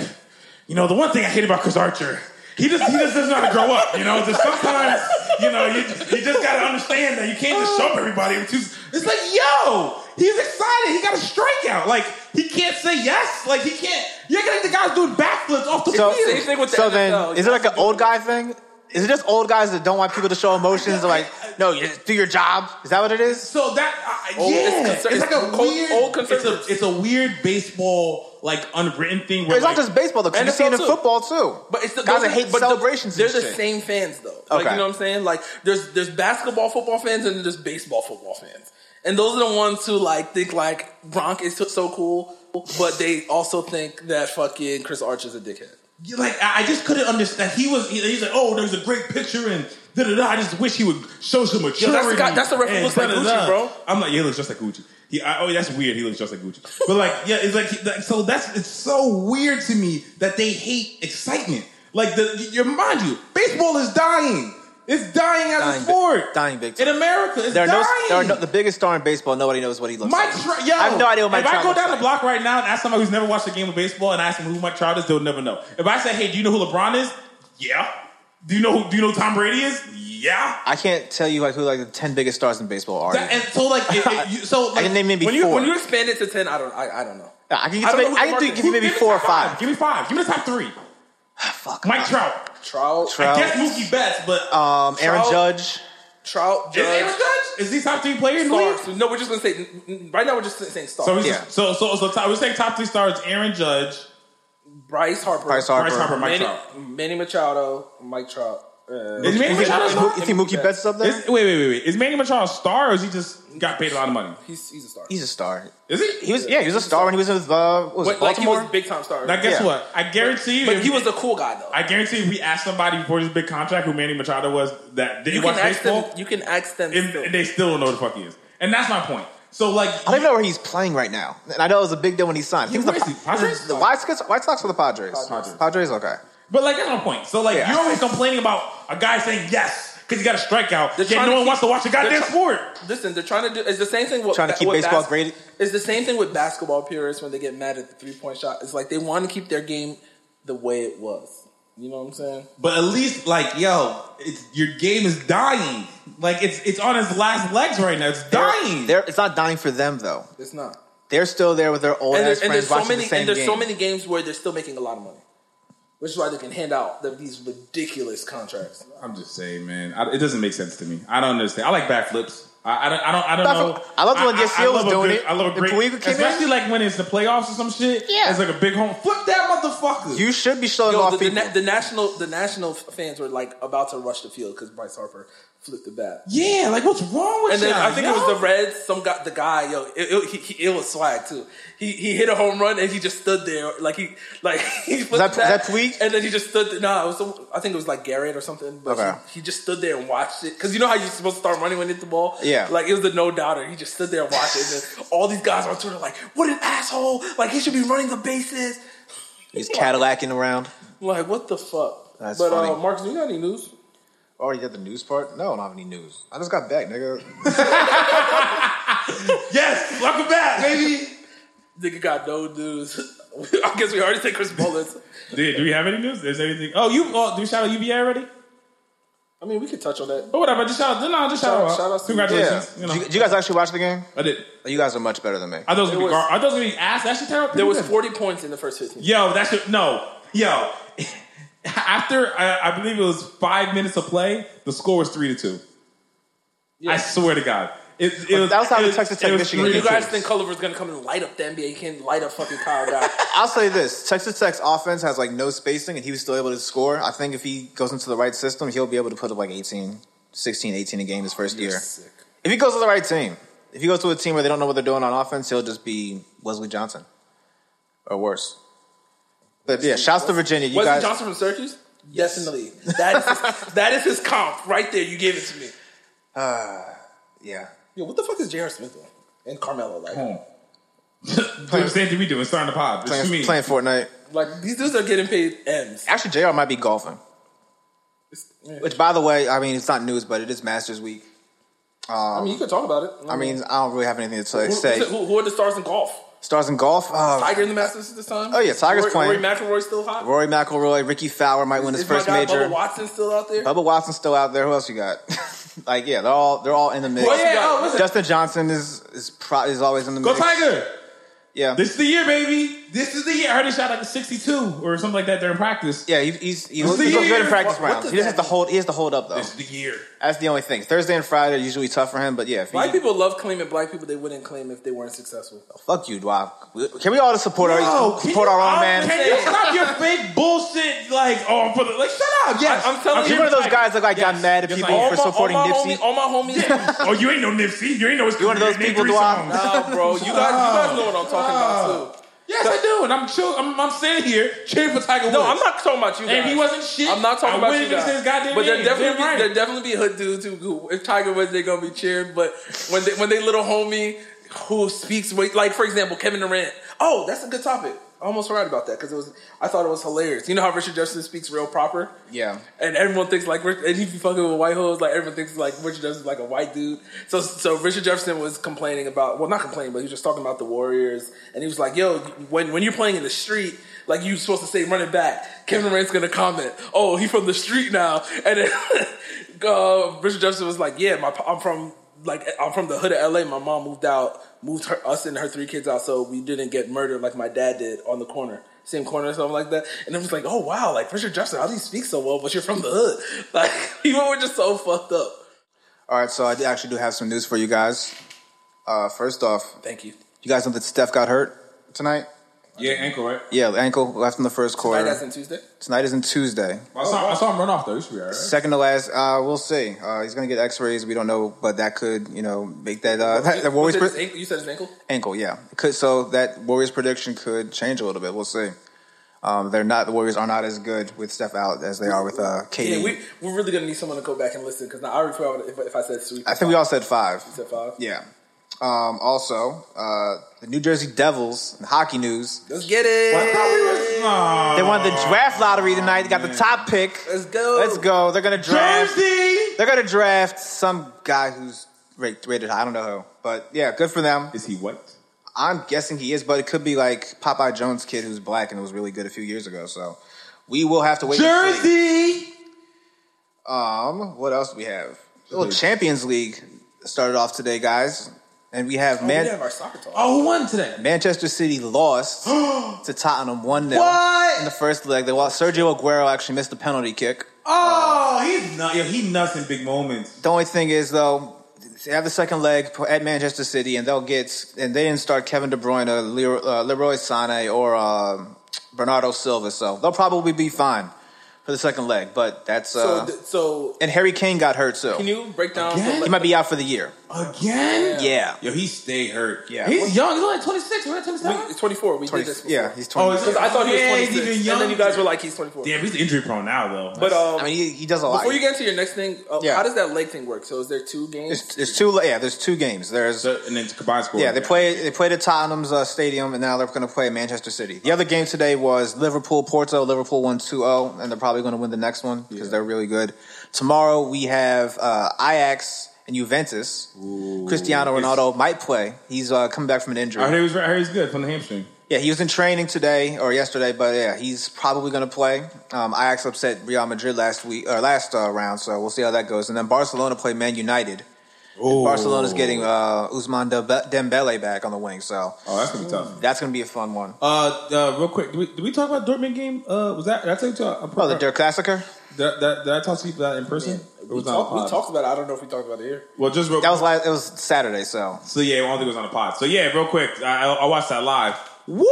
you know, the one thing I hate about Chris Archer, he just he just doesn't know how to grow up. You know, just sometimes you know you you just gotta understand that you can't just show everybody. with two- It's like yo, he's excited. He got a strikeout. Like he can't say yes. Like he can't. You're gonna the guy's doing backflips off the So, field. Same thing with the so NFL. then, is it like an old guy thing? Is it just old guys that don't want people to show emotions? They're like, no, you do your job. Is that what it is? So that uh, Old- yeah, it's it's, conser- like a it's cult- weird old it's a, conservatives. it's a weird baseball like unwritten thing where It's not like, just baseball though. 'cause You see it NFL in too. football too. But it's the guys those are- that hate but the- celebrations. They're and the shit. same fans though. Like Okay. you know what I'm saying? Like there's there's basketball football fans and then there's baseball football fans. And those are the ones who like think like Bronk is so- so cool, but they also think that fucking Chris Archer's a dickhead. like I I just couldn't understand. He was he- he's like oh there's a great picture and da da da. I just wish he would show some maturity. that's the guy- that's the ref who and looks like da-da-da. Gucci, bro. I'm like yeah, he looks just like Gucci. He, I, oh, that's weird. He looks just like Gucci. But like, yeah, it's like, he- like so that's it's so weird to me that they hate excitement. Like the, you mind you, baseball is dying. It's dying as Dying a big- sport. dying big in time. America. It's There are dying. no, there are no. The biggest star in baseball. Nobody knows what he looks Mike like. Trout, yo, I have no idea what Mike If I Trout go looks down like. the block right now and ask somebody who's never watched a game of baseball and ask them who Mike Trout is, they'll never know. If I say, "Hey, do you know who LeBron is?" Yeah. Do you know who? Do you know Tom Brady is? Yeah. I can't tell you like who like the ten biggest stars in baseball are. That- and so like, it, it, you, so like, I can name maybe When you four. when you expand it to ten, I don't I, I don't know. I can, I don't know maybe, who I the can do, market give you is. maybe give me four or top five. Ah, Give me five. Give me the top three. Fuck. Mike Trout. Trout, Trout. I guess Mookie Betts, but Um, Aaron Trout. Judge. Trout, is Aaron Judge, Judge? Is he top three player in the league? stars. No, we're just gonna say right now. We're just saying stars. So, he's Yeah. so so so top, we're saying top three stars: Aaron Judge, Bryce Harper, Bryce Harper. Bryce Harper, Mike Manny, Trout. Manny Machado, Mike Trout. uh, Is Manny Is, Machado a is, star? Mookie- you think Mookie Betts is up there? Is- wait, wait, wait, wait. Is Manny Machado a star or is he just got paid a lot of money? He's he's a star. He's a star. Is he? He was yeah, he was a star when he was with uh, what was it, But, like he Baltimore. was a big time star. Now guess Yeah. what? I guarantee you. but if- he was a cool guy though. I guarantee if we asked somebody before this big contract who Manny Machado was that didn't you watch can ask baseball, them. You can ask them. and, still. and they still don't know who the fuck he is. And that's my point. So like, I don't even know where he's playing right now. And I know it was a big deal when he signed. I think Yeah, it was where is the, he? Padres? the White Sox, White Sox or the Padres? Padres. Padres, okay. but like that's my point. So like, Yeah. you're always complaining about a guy saying yes because he got a strikeout. They're Yet trying no to one keep- wants to watch a goddamn they're try- sport. Listen, they're trying to do. It's the same thing. With, Trying to keep with baseball graded. It's the same thing with basketball purists when they get mad at the three point shot. It's like they want to keep their game the way it was. You know what I'm saying? But at least like, yo, it's, your game is dying. Like it's it's on its last legs right now. It's dying. They're, it's not dying for them though. It's not. They're still there with their old And, there- ass and friends there's so watching many. the same And there's game. so many games where they're still making a lot of money, which is why they can hand out the, these ridiculous contracts. I'm just saying, man. I, it doesn't make sense to me. I don't understand. I like backflips. I, I don't. I don't. I don't know. Backflip. I loved when Yasiel was love a doing good- it. I love a The great, Puig came in. especially like when it's the playoffs or some shit. Yeah. it's like a big home. Flip that motherfucker. You should be showing Yo, off the, the, people. na- the national the national fans were like about to rush the field because Bryce Harper flipped the bat. yeah, like what's wrong with And then y'all, I think it was yo? the Reds. Some guy, the guy, yo, it, it, he, he, it was swag too. He he hit a home run and he just stood there, like he like he was that- was that Puig? And then he just stood. There. No, it was some, I think it was like Garrett or something. But Okay. he, he just stood there and watched it because you know how you're supposed to start running when you hit the ball. Yeah. like it was the no doubter. He just stood there and watched it. And then all these guys on Twitter like, what an asshole! Like he should be running the bases. He's Cadillacing around. Like what the fuck? That's but uh, funny. Marcus, you got any news? Oh, you got the news part? No, I don't have any news. I just got back, nigga. yes. Welcome back, baby. Nigga got no news. I guess we already said Chris Mullins. Dude, do we have any news? Is anything? Oh, you. Oh, do we shout out UVA already? Oh, I mean, we could touch on that. But whatever. Just shout. out. No, just shout, Shout- out. shout out to- yeah. Congratulations. Did You you, know, did you guys actually watch the game? I did. You guys are much better than me. Are those gonna There be? was- gar- Are those gonna be ass? Actually, terrible. There was 40 points in the first 15. Yo, that should no. Yo, after I, I believe it was five minutes of play, the score was three to two. I swear to God, it, it But was, that was how it the Texas Tech it was Michigan three game to You two. guys think Culliver's going to come and light up the NBA? He can't light up fucking Kyle Guy. I'll say this: Texas Tech's offense has like no spacing, and he was still able to score. I think if he goes into the right system, he'll be able to put up like 18, 16, 18 a game his 1st year. If he goes to the right team, if he goes to a team where they don't know what they're doing on offense, he'll just be Wesley Johnson or worse. But yeah, shouts to Virginia. You Wesley guys, Johnson from Syracuse? Yes, in the league. That is, his, that is his comp right there. You gave it to me. yeah, Yo, what the fuck is J.R. Smith doing? And Carmelo, like, Hmm. Boom. Do the same thing we do. It's starting to pop. It's playing, me. playing Fortnite. like these dudes are getting paid M's. Actually, Jr. might be golfing. Which, by the way, I mean it's not news, but it is Masters Week. I mean, you could talk about it. I mean, I don't really have anything to who, say. who, say. who, who are the stars in golf? Stars in golf. Uh, Tiger in the Masters this time? Oh, yeah, Rory, Tiger's playing. Rory McIlroy still hot? Rory McIlroy, Ricky Fowler might win his is first my guy major. Bubba Watson still out there? Bubba Watson's still out there. Who else you got? like, yeah, they're all they're all in the mix. Who else you got? Justin Johnson is is pro- is always in the oh, Go mix. Tiger! Yeah, This is the year, baby. This is the year. I heard he shot like a 62 or something like that during practice. yeah, he, he's he This was, is he the was good in year. practice What- what rounds. does He just that has to hold. He has to hold up though. This is the year. That's the only thing. Thursday and Friday are usually tough for him, but yeah, if he, Black people love claiming black people they wouldn't claim if they weren't successful. fuck you, Dwab. Can we all just support Yo, our can support you- Oh, our own oh, man? Can you stop your fake bullshit? Like, oh, for the, like, shut up. Yes, I- I'm telling you, here He's one of for those Tiger. guys that like got Yes. mad at Yes, people I am. for supporting all my Nipsey. Homie, all my homies. oh, you ain't no Nipsey. You ain't no. You one of those people, Duan? Nah, bro. You guys, you guys know what I'm talking Ah. about too. Yes, I do, and I'm chill. I'm, I'm sitting here cheering for Tiger Woods. No, I'm not talking about you guys. And if he wasn't shit, I'm not talking I about wouldn't you even guys. say his goddamn but there name. definitely Damn be, right. there definitely be hood dudes who, who if Tiger was they gonna be cheering. But when they, when they little homie who speaks with- like for example Kevin Durant. Oh, that's a good topic. I almost forgot about that because it was. I thought it was hilarious. You know how Richard Jefferson speaks real proper. Yeah. And everyone thinks like, Rich- and if you fucking with white hoes, like everyone thinks like Richard Jefferson's like a white dude. So, so Richard Jefferson was complaining about, well, not complaining, but he was just talking about the Warriors, and he was like, "Yo, when when you're playing in the street, like you're supposed to say running back." Kevin Durant's gonna comment, "Oh, he from the street now," and then uh, Richard Jefferson was like, "Yeah, my I'm from like I'm from the hood of LA. My mom moved out, moved her, us and her three kids out, so we didn't get murdered like my dad did on the corner, same corner or something like that. And it was like, oh wow, like Richard Jefferson, how do you speak so well? But you're from the hood. Like people were just so fucked up. All right, so I actually do have some news for you guys. Uh, first off, Thank you. You guys know that Steph got hurt tonight. Yeah, ankle, right? Yeah, ankle left in the first Right, quarter. that's in Tuesday. Tonight isn't Tuesday. I saw, I saw him run off though. He should be all right. Second to last, uh, we'll see. Uh, he's going to get X-rays. We don't know, but that could, you know, make that uh, that, that Was Warriors it pre- his ankle? You said his ankle. ankle. Yeah, It could so that Warriors prediction could change a little bit. We'll see. Um, they're not the Warriors are not as good with Steph out as they are with uh, KD. Yeah, we we're really gonna need someone to go back and listen because now I already forgot if, if I said sweep. I think we all said five. said five. Yeah. Um, also, uh, the New Jersey Devils in hockey news. Let's get it. Aw. They won the draft lottery tonight. They got the top pick. Let's go. Let's go. They're gonna draft. Jersey. They're gonna draft some guy who's rated, rated high. I don't know who, but yeah, good for them. Is he white? I'm guessing he is, but it could be like Popeye Jones' kid who's black and was really good a few years ago. So we will have to wait. and see. Jersey. Um, what else do we have? Well, Champions League started off today, guys, and we have Man. We have our soccer talk. Oh, who won today? Manchester City lost to Tottenham 1 0 What? in the first leg. They lost. Sergio Aguero actually missed the penalty kick. Oh, he's not. Yo, he nuts in big moments. The only thing is, though, they have the second leg at Manchester City, and they'll get. And they didn't start Kevin De Bruyne, Leroy, uh, Leroy Sané, or uh, Bernardo Silva, so they'll probably be fine for the second leg. But that's. So Uh, th- so and Harry Kane got hurt, so can you break down? Again? he might be out for the year. Again? Yeah. Yo, he stay hurt. Yeah. He's young. He's only like 26, right? 27? It's twenty four. We did this. Before. Yeah, he's Oh, 20. is Because I thought he was Yeah, he's 26, even and then you younger. guys were like, he's 24. Damn, he's injury prone now, though. But um, I mean, he, he does a lot. before you get into your next thing, uh, Yeah. how does that leg thing work? So is there two games? there's, there's two. Yeah, there's two games. There's So- and then it's combined score. Yeah, they play they played at Tottenham's uh, stadium, and now they're going to play at Manchester City. The other game today was Liverpool Porto. Liverpool won 2-0, and they're probably going to win the next one because they're really good. Tomorrow we have uh, Ajax and Juventus. Cristiano Ronaldo might play. He's uh, coming back from an injury. I heard he was, I heard he was good from the hamstring. Yeah, he was in training today or yesterday, but yeah, he's probably going to play. Um, Ajax upset Real Madrid last week or last uh, round, so we'll see how that goes. And then Barcelona play Man United. Oh, Barcelona's getting uh, Usman Dembe- Dembele back on the wing, so Oh, that's gonna be tough. that's going to be a fun one. Uh, uh, real quick, did we, did we talk about Dortmund game? Uh, was that did I tell you to? I'm Oh, the Dirk Classicer? Did, I- did I- did I talk to you about that in person? It we, was on talk- a we pod. talked about it. I don't know if we talked about it here. Well, just real That was last, it was Saturday, so So yeah, I don't think it was on the pod. So yeah, real quick, I, I I watched that live. Woo!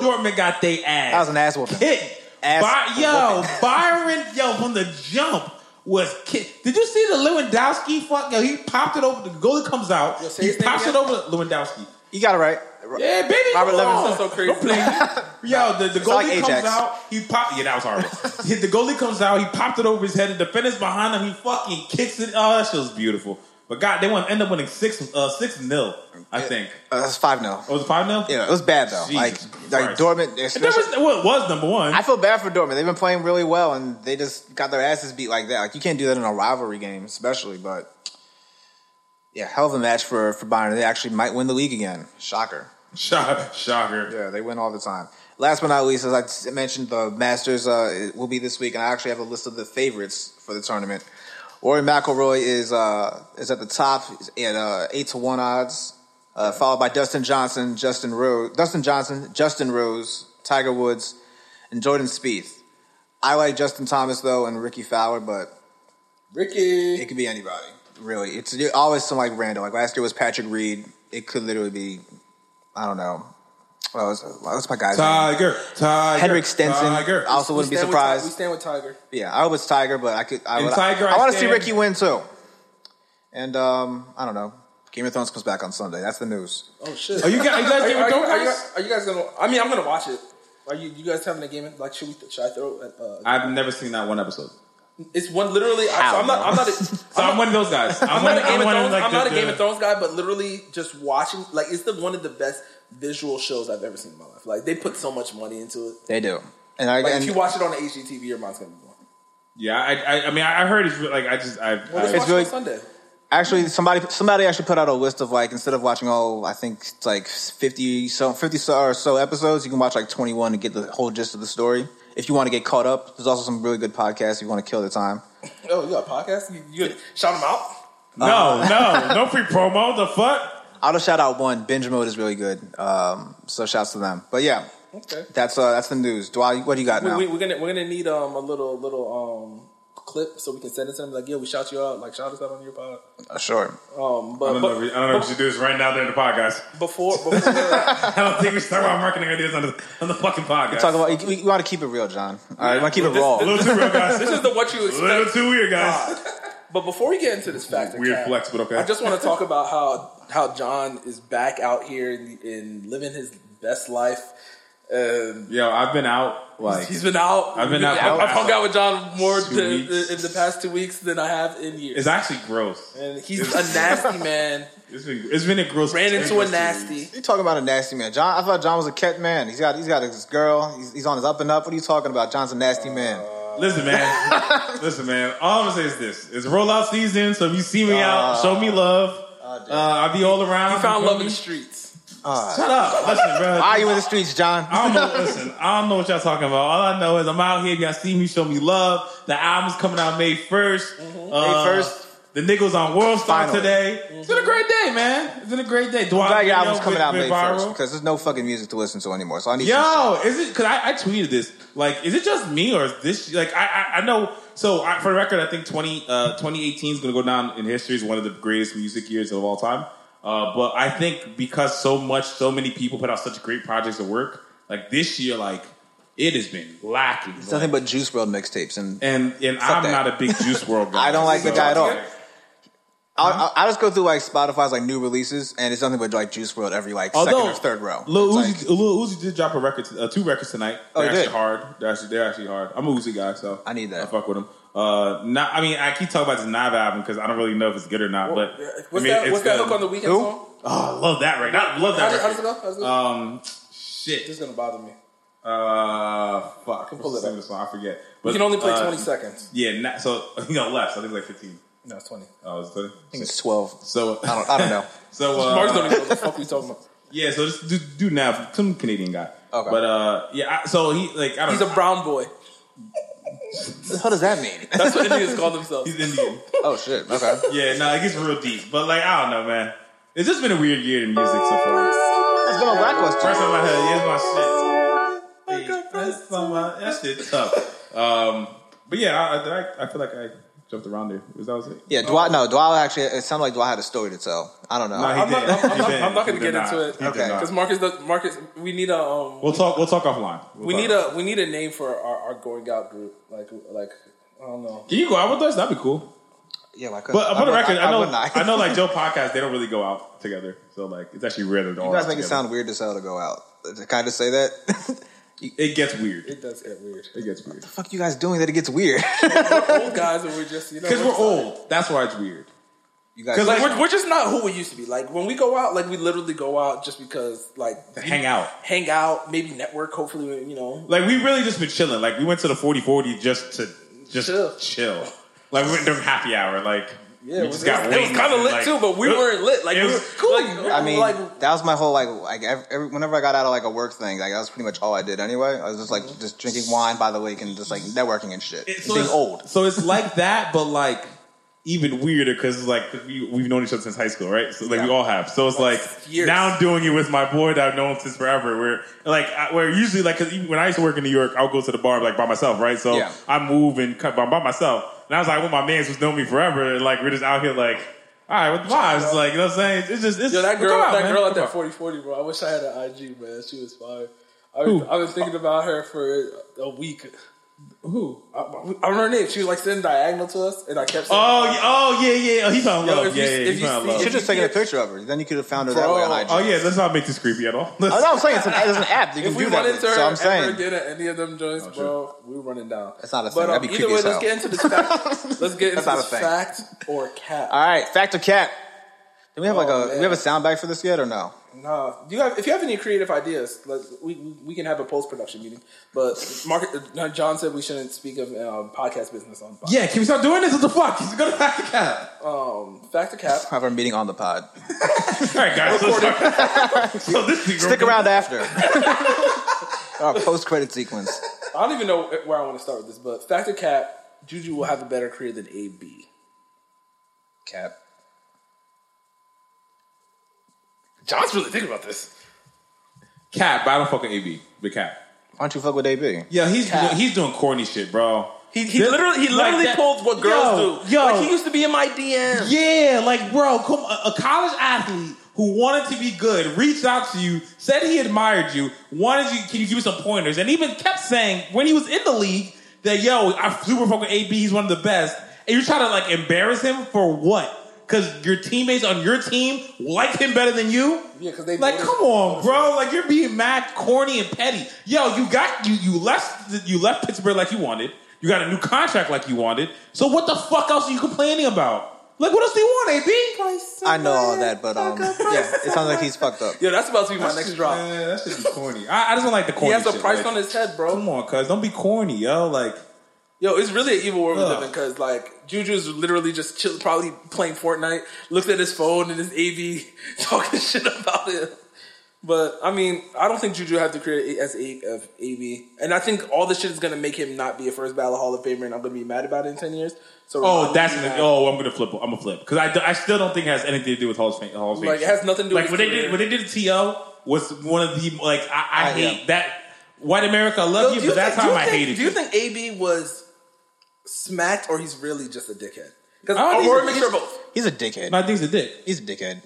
Dortmund got they ass. that was an ass whooping. Kick. Ass By- yo, Byron, yo, from the jump was kick. Did you see the Lewandowski fuck? Yo, he popped it over. The goalie comes out. Yo, say he his name pops it again. over Lewandowski. You got it right. Yeah, baby. Robert come Levinson on. is so crazy. Don't play. Yo, the, the goalie like comes Ajax. out. He pop. Yeah, that was horrible. He- the goalie comes out. He popped it over his head. The defender's behind him. He fucking kicks it. Oh, that shit was beautiful. But God, they won. End up winning six uh, six nil. I think. Uh, that's 5 0. Oh, was it five nil? Yeah, it was bad, though. Jesus like, like Christ. Dortmund, And That especially. was well, it was number one. I feel bad for Dortmund. They've been playing really well, and they just got their asses beat like that. Like, you can't do that in a rivalry game, especially, but. Yeah, hell of a match for, for Bayern. They actually might win the league again. Shocker. Shock, shocker. Yeah, they win all the time. Last but not least, as I mentioned, the Masters uh, it will be this week, and I actually have a list of the favorites for the tournament. Rory McIlroy is uh, is at the top he's at uh, eight to one odds, uh, followed by Dustin Johnson, Justin Rose, Dustin Johnson, Justin Rose, Tiger Woods, and Jordan Spieth. I like Justin Thomas though and Ricky Fowler, but Ricky. it could be anybody really. It's always some like random. Like last year was Patrick Reed. It could literally be, I don't know. Well, it's- well, it's my guy's name? Tiger, Tiger, Henrik Stenson. Tiger. I also wouldn't be Stand with Ti- We surprised. stand with Tiger. Yeah, I hope it's Tiger, but I could. I, And would, Tiger, I, I want to see stand- Ricky win too. And um, I don't know. Game of Thrones comes back on Sunday. That's the news. Oh shit. Are you guys- are you guys are, doing are, Dortmund? are you, guys- are you guys gonna? I mean, I'm gonna watch it. Are you? You guys having a game? Like, should we? Should I throw? Uh, I've never seen that one episode. it's one literally. I, so I'm not. I'm not. A, So I'm, one of those guys. I'm, I'm one, not a Game I'm of one Thrones. Like I'm the, not a Game the- of Thrones guy, but literally just watching, like it's the one of the best visual shows I've ever seen in my life. Like they put so much money into it. They do. And I Like and if you watch it on HGTV, your mind's gonna be blown. Yeah, I, I, I mean, I I heard it's re- like I just, I, Well, I let's watch really- it on Sunday. actually somebody somebody actually put out a list of like instead of watching all I think it's like fifty so fifty so or so episodes, you can watch like twenty one and get the whole gist of the story. If you want to get caught up, there's also some really good podcasts if you want to kill the time. Oh, you got a podcast? You, you gonna shout them out? no, no, no free promo. The fuck? I'll just shout out one. Binge mode is really good. Um, so shouts to them. But yeah, Okay. that's uh, that's the news. Do I, what do you got now? We, we, are gonna we're gonna need um a little little um clip so we can send it to them. Like, yeah, we shout you out. Like, shout us out on your pod. Uh, sure. Um, I but, don't know if we, I don't know if we should do this right now during the podcast. but before before I don't think we should talk about marketing ideas on the, on the fucking podcast. Talk about we, we want to keep it real, John. All right, we want to keep it This- raw. a little too real, guys. this is the what you a little expect. too weird, guys. But before we get into this factor, Weird Cat, flex, but okay. I just want to talk about how how John is back out here and, and living his best life. Um, Yo, I've been out like he's been out. I've been out for I've, the I've past, hung out with John more two the, weeks. the, in the past two weeks than I have in years. it's actually gross. and he's a nasty man. It's been it's been a gross. Ran into a gross nasty. You talking about a nasty man, John? I thought John was a kept man. He's got he's got his girl. He's, he's on his up and up. What are you talking about? John's a nasty man. Listen, man. Listen, man. All I'm gonna say is this: it's rollout season, so if you see me out, Uh, show me love. Uh, damn. I'll be all around. He found You feel love in me? the streets. Shut up. Listen, bro. Why are you in the streets, John? I don't know. Listen, I don't know what y'all talking about. All I know is I'm out here. Y'all see me, show me love. The album's coming out May 1st Uh, 1st. The niggas on World Star Mm-hmm. Finally. Mm-hmm. today. It's been a great day, man. It's been a great day. I'm glad your album's coming out May first because there's no fucking music to listen to anymore. So I need. some- Yo, is it? Because I, I tweeted this. Like, is it just me or is this like I I, I know. So I, for the record, I think 20, uh, 2018 is going to go down in history as one of the greatest music years of all time. Uh, but I think because so much, so many people put out such great projects of work, like this year, like it has been lacking. It's Like, nothing but Juice World mixtapes, and and and Fuck I'm that. not a big Juice World guy. I don't like the so- guy at all. I'll, I'll, I'll just go through like Spotify's like new releases, and it's nothing but like Juice World every like second or third row. Lil It's like- Uzi, Lil Uzi did drop a record, uh, two records tonight. Oh, They're he actually did? hard. They're actually, they're actually hard. I'm a Uzi guy, so I need that. I fuck with him. Uh, not, I mean, I keep talking about this Nav album because I don't really know if it's good or not. what's But I mean, that? it's What's that good. hook on the weekend Who? song? Oh, I love that record. I love How that does, how does it record. go? How does it go? Um, this is shit. gonna bother me. Uh, fuck. pull What's it the up. name of the song? I forget. We can only play uh, twenty seconds. Yeah, na- so you know, less. I think it's like 15. No, it's twenty. Oh, it's 20. I think it's twelve. So I don't. I don't know. So uh, Mark's don't even know what the fuck we talking about. Yeah, so just do, do now some Canadian guy. Okay. But uh, yeah, I, so he like I don't He's a brown boy. What the hell does that mean? That's what Indians call themselves. he's Indian. oh shit. Okay. yeah, no, it gets real deep. But like I don't know, man. It's just been a weird year in music so far. It's been a lackluster. First time I heard, here's my shit. Hey, That's on my- that shit tough. Um, but yeah, I, I, did I, I feel like I jumped around there. Was that was it? Yeah, Dwight. No, Dwight actually. It sounded like Dwight had a story to tell. I don't know. No, he I'm not- did. I'm- I'm He not- did. I'm not He gonna did get into it. He did Okay. not. Because Marcus, does, Marcus, we need a um, We'll talk. We'll talk offline. We'll we talk. need a we need a name for our, our going out group. Like like I don't know. Can you go out with us? That'd be cool. yeah, well, I couldn't. But uh, for the would- record, I, know, would I, not. know, like Joe podcast, they don't really go out together. So like, it's actually rare that all You guys make it together. sound weird as hell to go out. Can I just say that? It gets weird. It does get weird. It gets weird fuck you guys doing that? It gets weird. Old guys, and we're just you know because we're just- old. That's why it's weird. You guys, 'Cause, Like like- we're, we're just not who we used to be. Like when we go out, like we literally go out just because like Hang out. hang out, maybe network. Hopefully, you know. Like we really just been chilling. Like we went to the 4040 just to just Chill. chill. Like we went during happy hour. Like Yeah, we it was, just got wings kind of and, lit like- too, but we It- weren't lit. Like it we was were- cool. Like, I mean, like that was my whole like like ev- every, whenever I got out of like a work thing, like that was pretty much all I did anyway. I was just like just drinking wine by the lake and just like networking and shit. It- Being it's, old. So it's like that, but like even weirder because like we, we've known each other since high school, right? So like we all have. So it's like years. now I'm doing it with my boy that I've known since forever. Where like I, where usually like 'cause even when I used to work in New York, I'll go to the bar like by myself, right? So Yeah. I move and cut by, by myself, and I was like, well, my man's who's known me forever, and like we're just out here like. All right, with the vibes, like you know, what I'm saying it's just it's yo, that well, girl, come out, that man. girl at Come that out. forty forty, bro. I wish I had an IG, man. She was fire. I, Who? I've been thinking about her for a week. Who? I, I don't know her name. She was like sitting diagonal to us, and I kept saying, Oh, yeah, oh yeah, yeah. Oh, he found Yo, love. if you- Yeah, yeah, if he you found see- love. You should just taken a if- picture of her. Then you could have found her Bro. that way on IG. Oh yeah, let's not make this creepy at all. Oh, Let's- I know, Oh, I'm saying it's an, it's an app. You can If we do run that. With. into her So I'm ever saying again at any of them joints, true. bro, we're running down. That's not a thing. But um, That'd be either creepy way, as let's hell. get into this fact. let's get into not a this thing. Uh, fact or cap. All right, fact or cap? Do we have like Oh, a do man. we have a sound bag for this yet or no? Nah, you have if you have any creative ideas, let, we we we can have a post production meeting. But Mark, uh, John said we shouldn't speak of um, podcast business on podcast. Yeah, can we stop doing this? What the fuck? He's gonna back the cap. Um, fact or cap? Have our meeting on the pod. All right, guys. So, so this is Stick around after our post credit sequence. I don't even know where I want to start with this, but fact or cap? Juju will have a better career than AB. Cap. John's really thinking about this. Cap, but I don't fucking AB. The cap. Why don't you fuck with AB? Yeah, he's Cap. Doing, he's doing corny shit, bro. He, he This- literally he like literally that- pulled what girls Yo, do. yo. Like he used to be in my DM. Yeah, like bro, come a, a college athlete who wanted to be good reached out to you, said he admired you, wanted you, can you give me some pointers, and even kept saying when he was in the league that yo, I super fucking AB, he's one of the best, and you're trying to like embarrass him for what? Because your teammates on your team like him better than you. Yeah, 'cause they like, voted. come on, bro. Like you're being mad, corny, and petty. Yo, you got you you left you left Pittsburgh like you wanted. You got a new contract like you wanted. So what the fuck else are you complaining about? Like what else do you want, AB? I know all that, but um, yeah, it sounds like he's fucked up. Yo, that's about to be my next drop. Man, that should be corny. I, I just don't like the He corny. has a shit, price like, on his head, Come bro. on, cuz don't be corny, yo. Like Yo, it's really an evil world we Ugh. live in because like Juju's literally just chill, probably playing Fortnite. Looks at his phone and his AV talking shit about it. But I mean, I don't think Juju had to create as a of AV, and I think all this shit is gonna make him not be a first ballot Hall of Famer, and I'm gonna be mad about it in ten years. So oh, I'm that's gonna be the, mad. oh, I'm gonna flip. I'm gonna flip because I, do- I still don't think it has anything to do with Hall of Fame. Hall of Fame Like, it has nothing to do Like with when his they did career. when they did to was one of the like I, I, I hate am. that white America. I Yo, love do you, but that think- do time you I think- hated Do you think AB was smacked or he's really just a dickhead? Because I don't or, think or he's- make sure both. He's a dickhead. My thing's a dick. He's a dickhead.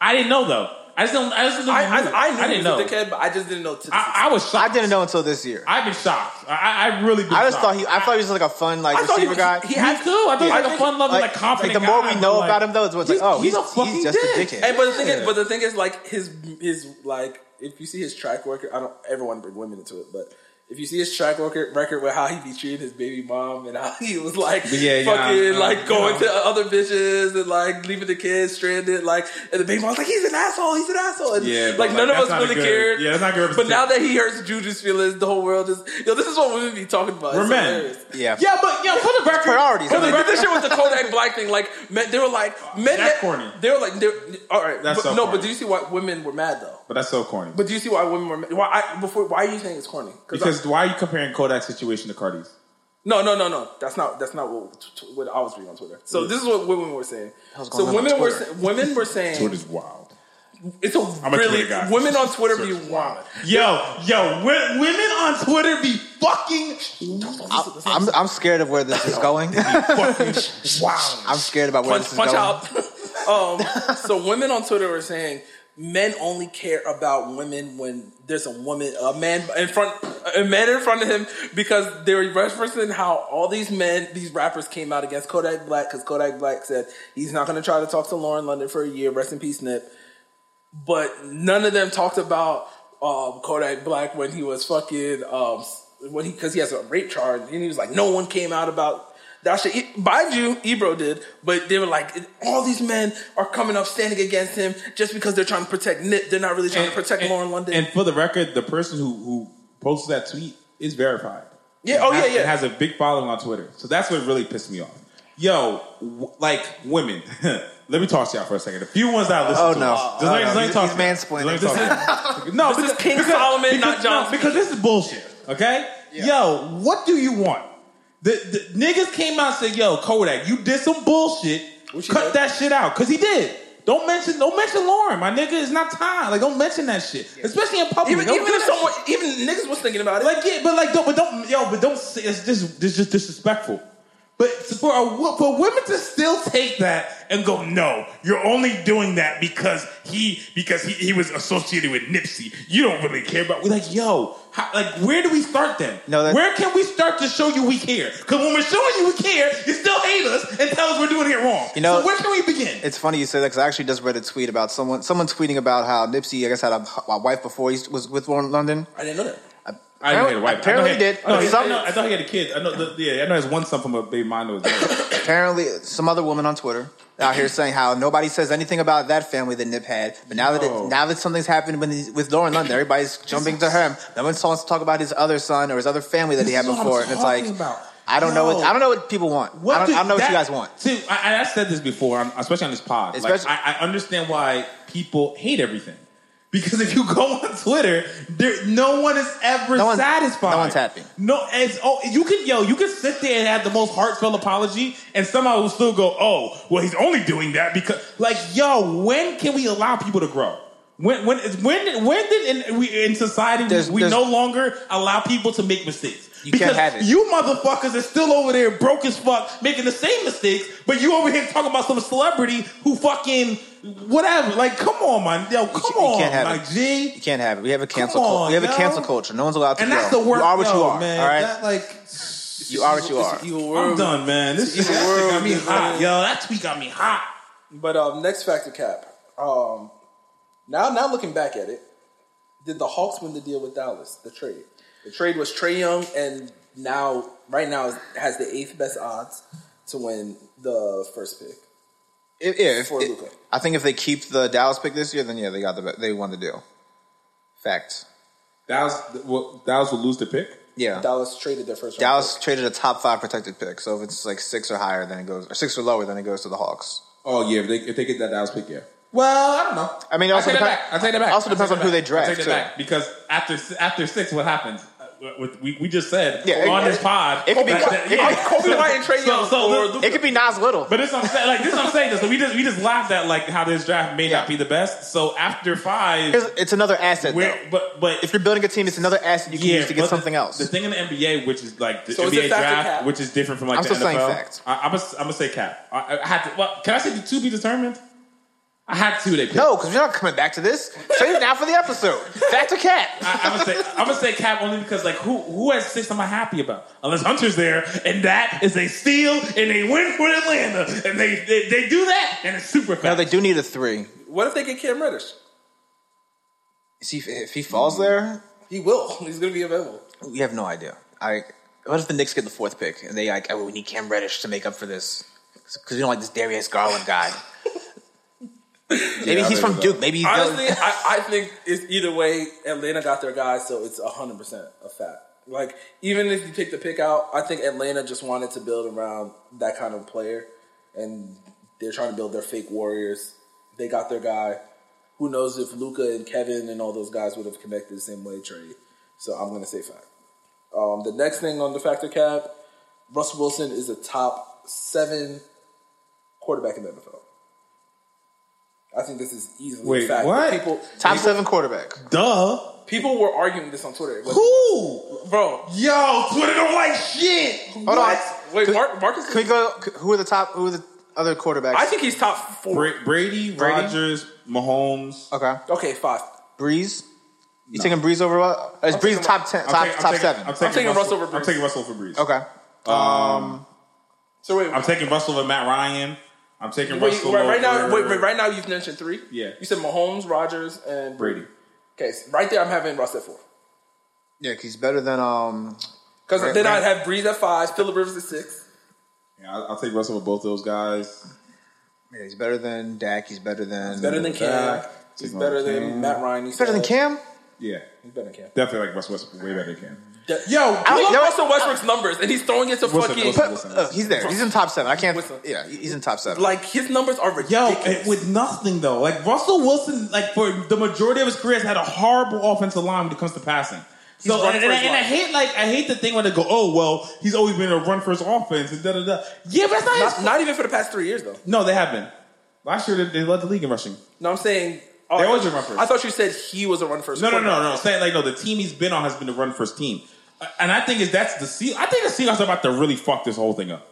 I didn't know though. I just don't. I just don't I, I, I knew I he was didn't know. a dickhead, but I just didn't know. To this I, I was I shocked. didn't know until this year. I've been shocked. I- I, I really. Been I just shocked. thought he. I thought he was like a fun like I thought he receiver was- guy. he He had too. I thought he was like I a fun loving, like, confident. the more guy, we know but, like, about him, though, it's what's like, he's- oh, he's he's, a he's, fucking just dick. a dickhead. And but the thing is, but the thing is, like his his like if you see his track record, I don't ever want to bring women into it, but if you see his track record, record with how he be treating his baby mom and how he was like Yeah, yeah, fucking uh, like you going know. to other bitches and like leaving the kids stranded, like and the baby mom's like he's an asshole, he's an asshole, and Yeah, but, like like, none of that's us not a really good- cared. yeah, that's not good But now representation. that he hurts Juju's feelings, the whole world is yo. This is what women be talking about. We're It's men. hilarious. yeah. Yeah, but yeah, for the record, priorities, For I the They mean. did record, this shit with the Kodak Black thing. Like, men, they were like, men. That's corny. They were like, they're, all right. That's but, so no, corny. but do you see why women were mad though? but that's so corny. But do you see why women were mad? Why I, before? Why are you saying it's corny? Because why are you comparing Kodak's situation to Cardi's? I- no, no, no, no. That's not. That's not what, t- t- what I was reading on Twitter. So this is what women were saying. How's it So going on on women were Twitter? sa- women were saying is wild. it's a a really Twitter guy. women on Twitter be wild. Yo, yo, wi- women on Twitter be fucking I, I'm, I'm scared of where this is going. wow. I'm scared about where punch, this is punch going. out. um, so women on Twitter were saying men only care about women when there's a woman, a man in front, a man in front of him because they're referencing how all these men, these rappers came out against Kodak Black because Kodak Black said he's not going to try to talk to Lauren London for a year. Rest in peace, Nip. But none of them talked about um, Kodak Black when he was fucking um, when he because he has a rape charge and he was like no one came out about that shit. E- Mind you, Ebro did, but they were like all these men are coming up standing against him just because they're trying to protect Nip. They're not really trying to protect Lauren London. And for the record, the person who who posted that tweet is verified. yeah, oh yeah, Has- yeah. Has a big following on Twitter, so that's what really pissed me off. Yo, w- like women. Let me talk to y'all for a second. A few ones that I listen Oh, to. no. Just Oh, let, no. just let me He's talk. to you. mansplaining. Just let me talk to you. no, This is King Solomon, because, not John no, because this is bullshit. Okay, yo, what do you want? The, the niggas came out and said, "Yo, Kodak, you did some bullshit. Which he Cut did. that shit out." Because he did. Don't mention, don't mention Lauren, my nigga. It's not time. Like, don't mention that shit, especially in public. even Don't even do if that someone, even niggas was thinking about it. like yeah, but like don't, but don't, yo, but don't. say- It's just, it's just disrespectful. But for a, wo- for women to still take that and go, no, you're only doing that because he because he, he was associated with Nipsey. You don't really care about. We're like, yo, how, like where do we start then? No, that- where can we start to show you we care? Because when we're showing you we care, you still hate us and tell us we're doing it wrong. You know- so where can we begin? It's funny you say that because I actually just read a tweet about someone someone tweeting about how Nipsey, I guess, had a, a wife before he was with Lauren London. I didn't know that. I didn't know he had a wife. Apparently I he know did. I know he- Some- I, know, I thought he had a kid. I know, the, yeah, I know his one son from a baby mine was there. Apparently, some other woman on Twitter out here saying how nobody says anything about that family that Nip had. But now that No. it, now that something's happened with, his- with Lauren London, everybody's jumping to him. No one wants to talk about his other son or his other family that he had This is what before. I'm And it's like, talking about. I don't know what Yo. I don't know what people want. I don't, do- I don't know what that- you guys want. See, I, I- I said this before, on, especially on this pod. Like, Especially- I, I understand why people hate everything. Because if you go on Twitter, there no one is ever No one- satisfied. no one's happy. No, it's oh, you can yo, you can sit there and have the most heartfelt apology, and somehow will still go, oh, well, he's only doing that because, like, yo, when can we allow people to grow? When when when when did in, we in society There's- we, we there's- no longer allow people to make mistakes? You can't Because have it. You motherfuckers are still over there broke as fuck, making the same mistakes, but you over here talking about some celebrity who fucking whatever. Like, come on, man. Yo, come you on, can't have my it. G. You can't have it. We have a cancel. Come cul- on, we have yo. a cancel culture. No one's allowed to And go. that's the worst. You are what you yo, are. Man, all right, That, like, you are what you are. Evil I'm world. done, man. This shit It's that the shit got world, me man. hot, yo. That tweet got me hot. But um, next factor cap. Um, now, now looking back at it, did the Hawks win the deal with Dallas? The trade. The trade was Trey Young, and now right now is- has the eighth best odds to win the first pick. If, if- For if- Luka. I think if they keep the Dallas pick this year, then yeah, they got the they won the deal. Fact. Dallas, well, Dallas will lose the pick. Yeah. Dallas traded their first. round Dallas pick. traded a top five protected pick, so if it's like six or higher, then it goes or six or lower, then it goes to the Hawks. Oh yeah, if they, if they get that Dallas pick, yeah. Well, I don't know. I mean, it also I take that depends- back. I take that back. also I depends on take that who back. they draft, I take too. that back because after si- after six, what happens? Uh, With, we, we just said Yeah, it- on this it- pod, it could be- that- it that- could be Kobe White and Trae so- Young so or this- Luka. It could be Nas Little. But this I'm saying, like this I'm saying this. Like, we just we just laughed at like how this draft may Yeah. not be the best. So after Here's- five, it's another asset. we're, though. but but If you're building a team, it's another asset you can yeah, use to but get the- something else. The thing in the NBA, which is like the So it's a NBA factor draft, cap. which is different from like I'm the still saying NFL. fact. I, I'm gonna say cap. I, I had to. Well, can I say the two be determined? I had to see who they picked. no, because you're not coming back to this. Save it now for the episode. Fact or cat? I, I'm gonna say I'm gonna say cap only because like who who has six am I happy about unless Hunter's there and that is a steal and they win for Atlanta and they they, they do that and it's super Now fast. they do need a three. What if they get Cam Reddish? See if, if he falls there, He will. He's going to be available. we have no idea. I what if the Knicks get the fourth pick and they like, oh, we need Cam Reddish to make up for this because we don't like this Darius Garland guy. Maybe he's I think from so. Duke. Maybe he's Honestly, I, I think it's either way. Atlanta got their guy, so it's hundred percent a fact. Like even if you take the pick out, I think Atlanta just wanted to build around that kind of player, and they're trying to build their fake Warriors. They got their guy. Who knows if Luca and Kevin and all those guys would have connected the same way, Trey? So I'm gonna say fact. Um, the next thing on the factor cap, Russell Wilson is a top seven quarterback in the NFL. I think this is easily Wait, a fact. what? People, top seven quarterback. Duh. People were arguing this on Twitter. It was- Who? Bro, Yo, Twitter don't like shit. Hold on. wait, Could- Mar- Marcus. Can we go? Who are the top? Who are the other quarterbacks? I think he's top four. Bra- Brady, Rogers, Mahomes. okay. Okay, five. Breeze. You taking Breeze over what? Is Breeze taking- top ten? I'm Top, taking- I'm top taking- seven. I'm taking, I'm taking Russell over I'm Brees. taking Russell for Breeze. okay. So wait, I'm taking Russell over Matt Ryan. I'm taking wait, Russell right, right now, over wait, wait, right now you've mentioned three. Yeah. you said Mahomes, Rogers, and Brady. Okay, so right there, I'm having Russ at four. Yeah, 'cause he's better than um. Because Right, then right. I'd have Breeze at five, Phillip Rivers at six. Yeah, I'll, I'll take Russell over both those guys. Yeah, he's better than Dak. He's better than. He's better than Cam. Dak. He's Taking better over than Cam. Matt Ryan. He's better than Cam. Yeah, He's better than Cam. definitely like Russell Westbrook way better than Cam. Yo, don't- look you know at Russell Westbrook's numbers, and he's throwing it to Wilson, fucking Wilson. But, uh, he's there. He's in top seven. I can't. Whistle. Yeah, he's in top seven. like his numbers are Yo, ridiculous. it- with nothing though. Like Russell Wilson, like for the majority of his career, has had a horrible offensive line when it comes to passing. So run and, for and I, his and I life. hate like I hate the thing when they go, oh well, he's always been a run for his offense and da da da. Yeah, but that's not, his not, fault. not even for the past three years though. No, they have been. Last year they, they led the league in rushing. No, I'm saying They always run first. I thought you said he was a run first. No, no, no, quarterback. no. Saying like no, the team he's been on has been the run first team, Uh, and I think is that's the Seahawks. I think the Seahawks are about to really fuck this whole thing up,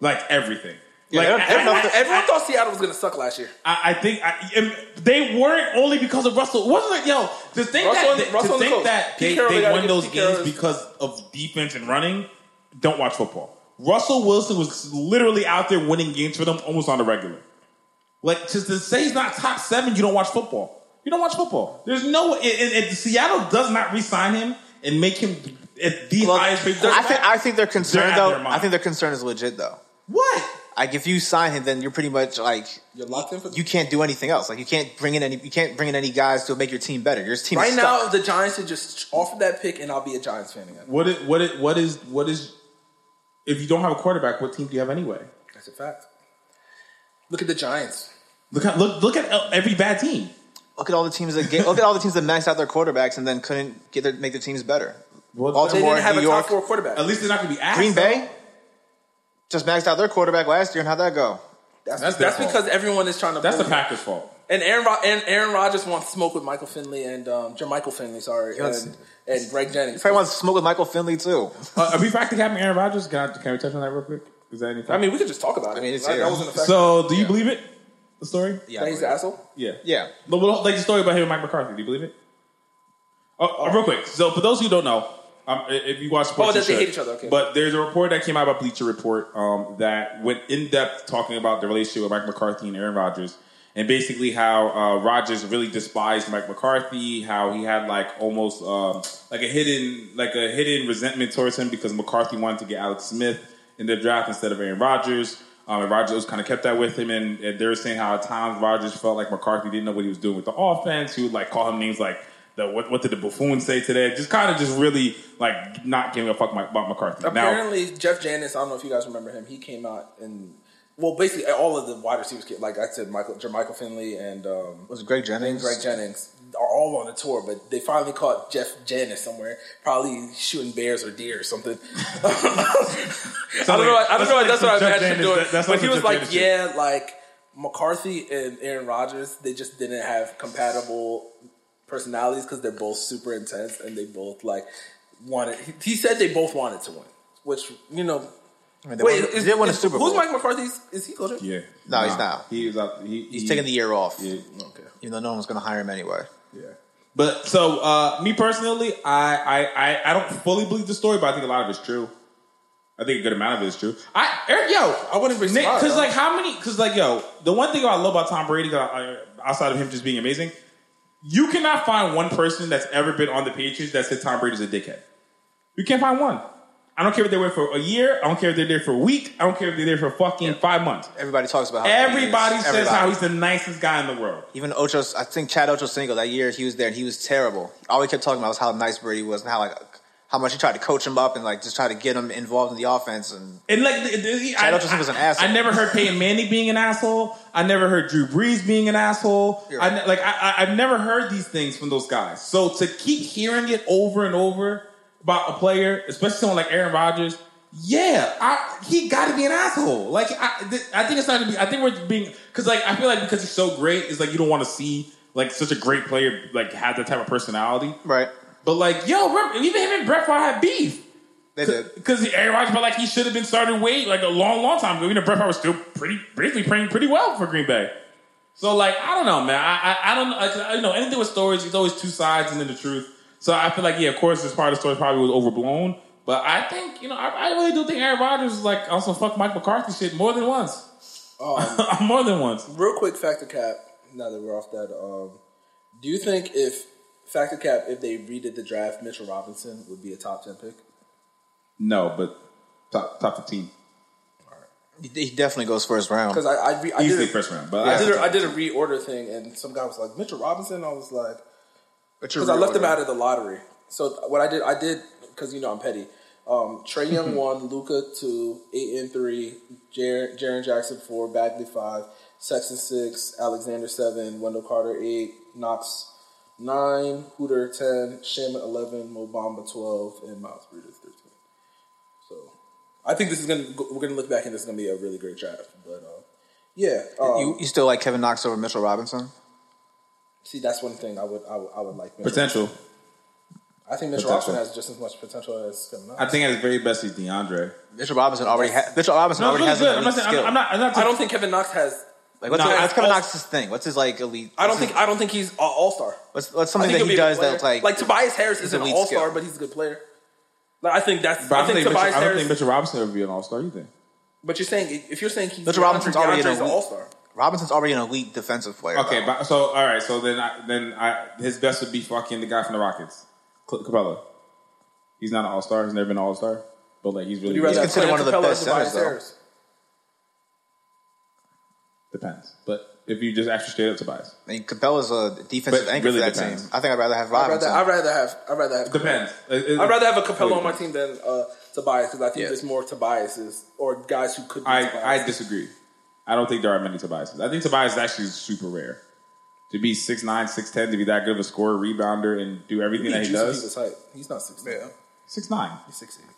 like everything. like they're- they're I- not- I- Everyone thought Seattle was going to suck last year. I, I think I, and they weren't only because of Russell. Wasn't it, yo to Russell think that and- to Russell and the think coach. Pete that they, Carroll, they they gotta won give those Pete games Carroll's- because of defense and running? Don't watch football. Russell Wilson was literally out there winning games for them almost on the regular. Like just to say he's not top seven, you don't watch football. You don't watch football. There's no and, and- and Seattle does not re-sign him and make him at the Well, highest paid I quarterback. think I think their They're concern out though. their mind. I think their concern is legit though. what? Like if you sign him, then you're pretty much like You're locked in for you can't do anything else. Like you can't bring in any you can't bring in any guys to make your team better. Your team right is stuck. now. The Giants should just offer that pick, and I'll be a Giants fan again. What it, what it, what is what is if you don't have a quarterback, what team do you have anyway? That's a fact. Look at the Giants. Look, at- look, look at every bad team. Look at all the teams that get, look at all the teams that maxed out their quarterbacks and then couldn't get their, make their teams better. Well, They Baltimore, didn't have New a York, top four quarterback. At least they're not going to be ass. Green Bay just maxed out their quarterback last year, and how'd that go? That's That's that's, their fault. because everyone is trying to. That's the bully him. Packers' fault. And Aaron Rod- and Aaron Rodgers wants smoke with Michael Finley and um, Jermichael Finley, sorry, Yes. and, and Greg Jennings. Everyone smoke with Michael Finley too. Uh, are we back to Captain Aaron Rodgers? Can, I, can we touch on that real quick? Is that anything? I mean, we could just talk about it. mean, it's that, here. that wasn't a fact. so do you believe it? The story? Yeah, that he's an asshole. Yeah. yeah. The- well, Like the story about him and Mike McCarthy. Do you believe it? Oh, oh, real quick. So for those who don't know, um, i- if you watch sports, Oh, that you they should. hate each other, okay. But there's a report that came out about Bleacher Report um, that went in depth talking about the relationship with Mike McCarthy and Aaron Rodgers, and basically how uh, Rodgers really despised Mike McCarthy, how he had like almost um, like a hidden like a hidden resentment towards him because McCarthy wanted to get Alex Smith in the draft instead of Aaron Rodgers. Um, and Rodgers kind of kept that with him, and, and they were saying how at times Rodgers felt like McCarthy didn't know what he was doing with the offense. He would like call him names like the what, what did the buffoon say today? Just kind of just really like not giving a fuck my- about McCarthy. Now, Apparently, Jeff Janis. I don't know if you guys remember him. He came out and well, basically all of the wide receivers, came, like I said, Michael Jermichael Finley and um, Was it Greg Jennings? Greg Jennings are all on a tour, but they finally caught Jeff Janis somewhere, probably shooting bears or deer or something. I don't know. I don't know. That's what I Jeff imagined him Janis- doing. that- that but sounds he like was Jeff like, Janis yeah, like McCarthy and Aaron Rodgers, they just didn't have compatible personalities because they're both super intense and they both like wanted. He, he said they both wanted to win, which you know. I mean, they Wait, won- is, they won a is- Super who's Bowl. Mike McCarthy's? Is he coaching? yeah, No, he's not. He was out. He, He's taking the year off, Yeah, Okay. even though no one's going to hire him anyway. yeah. But so uh, me personally, I, I I I don't fully believe the story, but I think a lot of it's true. I think a good amount of it is true. I Eric, yo, I wouldn't be surprised. because like how many? Because like yo, the one thing I love about Tom Brady, that I- outside of him just being amazing, you cannot find one person that's ever been on the Patriots that said Tom Brady's a dickhead. You can't find one. I don't care if they're there for a year. I don't care if they're there for a week. I don't care if they're there for fucking five months. Everybody talks about how Everybody says Everybody. how he's the nicest guy in the world. Even Ocho, I think Chad Ochocinco that year he was there and he was terrible. All he kept talking about was how nice Brady was and how like how much he tried to coach him up and like just try to get him involved in the offense. And And like, the, the, I, Chad Ochocinco's was an asshole. I never heard Peyton Manning being an asshole. I never heard Drew Brees being an asshole. You're I right. ne- like, I, I, I've never heard these things from those guys. So to keep hearing it over and over about a player, especially someone like Aaron Rodgers, yeah, I, he got to be an asshole. Like, I, th- I think it's not. Gonna be, I think we're being because, like, I feel like because he's so great, it's like you don't want to see like such a great player like have that type of personality. right, But like, yo, remember, even him and Brett Favre had beef. they did. Because Aaron Rodgers felt like he should have been started way like a long, long time ago. Even if Brett Favre was still pretty, basically playing pretty well for Green Bay. So like, I don't know, man. I I, I don't like, I, you know anything with stories. There's always two sides and then the truth. So I feel like yeah, of course, this part of the story probably was overblown. But I think you know, I, I really do think Aaron Rodgers is like also fuck Mike McCarthy shit more than once. more than once. Real quick, factor cap. Now that we're off that, um, do you think if factor cap, if they redid the draft, Mitchell Robinson would be a top ten pick? No, but top top fifteen, He he definitely goes first round. Because I, I, re- I did easily a, first round. But I did, I, a, I did a reorder thing, and some guy was like Mitchell Robinson. I was like, Because because I left him out of the lottery. So th- what I did, I did because you know I'm petty. Um, Trey Mm-hmm. Young one, Luca two, Aiton three, Jaren, Jaren Jackson four, Bagley five, Sexton six, Alexander seven, Wendell Carter eight, Knox nine, Hooter ten, Shaman eleven, Mobamba twelve, and Miles Bridges thirteen. So I think this is gonna go- we're gonna look back and this is gonna be a really great draft. But uh, yeah, um, You, you still like Kevin Knox over Mitchell Robinson? see that's one thing I would I would, I would like. Mitchell. potential. I think Mitchell potential. Robinson has just as much potential as Kevin Knox. I think at his very best, he's DeAndre. Mitchell Robinson already ha- Mitchell Robinson No, already has it's really good. an elite I'm not saying skill. I'm, I'm not. I'm not I don't think Kevin Knox has. like what's, No, what's that's Kevin all- Knox's thing? What's his like elite? I don't what's think. I don't think he's an all star. his- what's, what's something that he does that like like Tobias Harris isn't elite an all star, skill. but he's a good player. Like, I think that's. But I I, don't think, think, Mitchell, Tobias I don't Harris. think Mitchell Robinson would be an All Star either. but you're saying if you're saying he's Mitchell Robinson's already DeAndre's an an elite- all star. Robinson's already an elite defensive player. Okay, though. but, so all right, so then I, then I, his best would be fucking the guy from the Rockets, Cl- Capella. He's not an All Star. He's never been an All Star, but like he's really You rather good. have considered Clint one of the Capella or best Tobias centers, though. Harris? depends. But if you just actually straight up Tobias, I mean, Capella's a defensive But anchor really for that depends. team. I think I'd rather have I'd Robinson. rather. I'd rather have. I'd rather have. depends. It- it- I'd rather have a Capella on my team than uh, Tobias because I think Yeah. there's more Tobiases or guys who could. Be I I Tobias. disagree. I don't think there are many Tobiases. I think Tobias is actually super rare. To be 6'9", 6'10", to be that good of a scorer, rebounder, and do everything that he Juicy does. Pete's height. He's not six. Yeah, Six nine. he's six eight.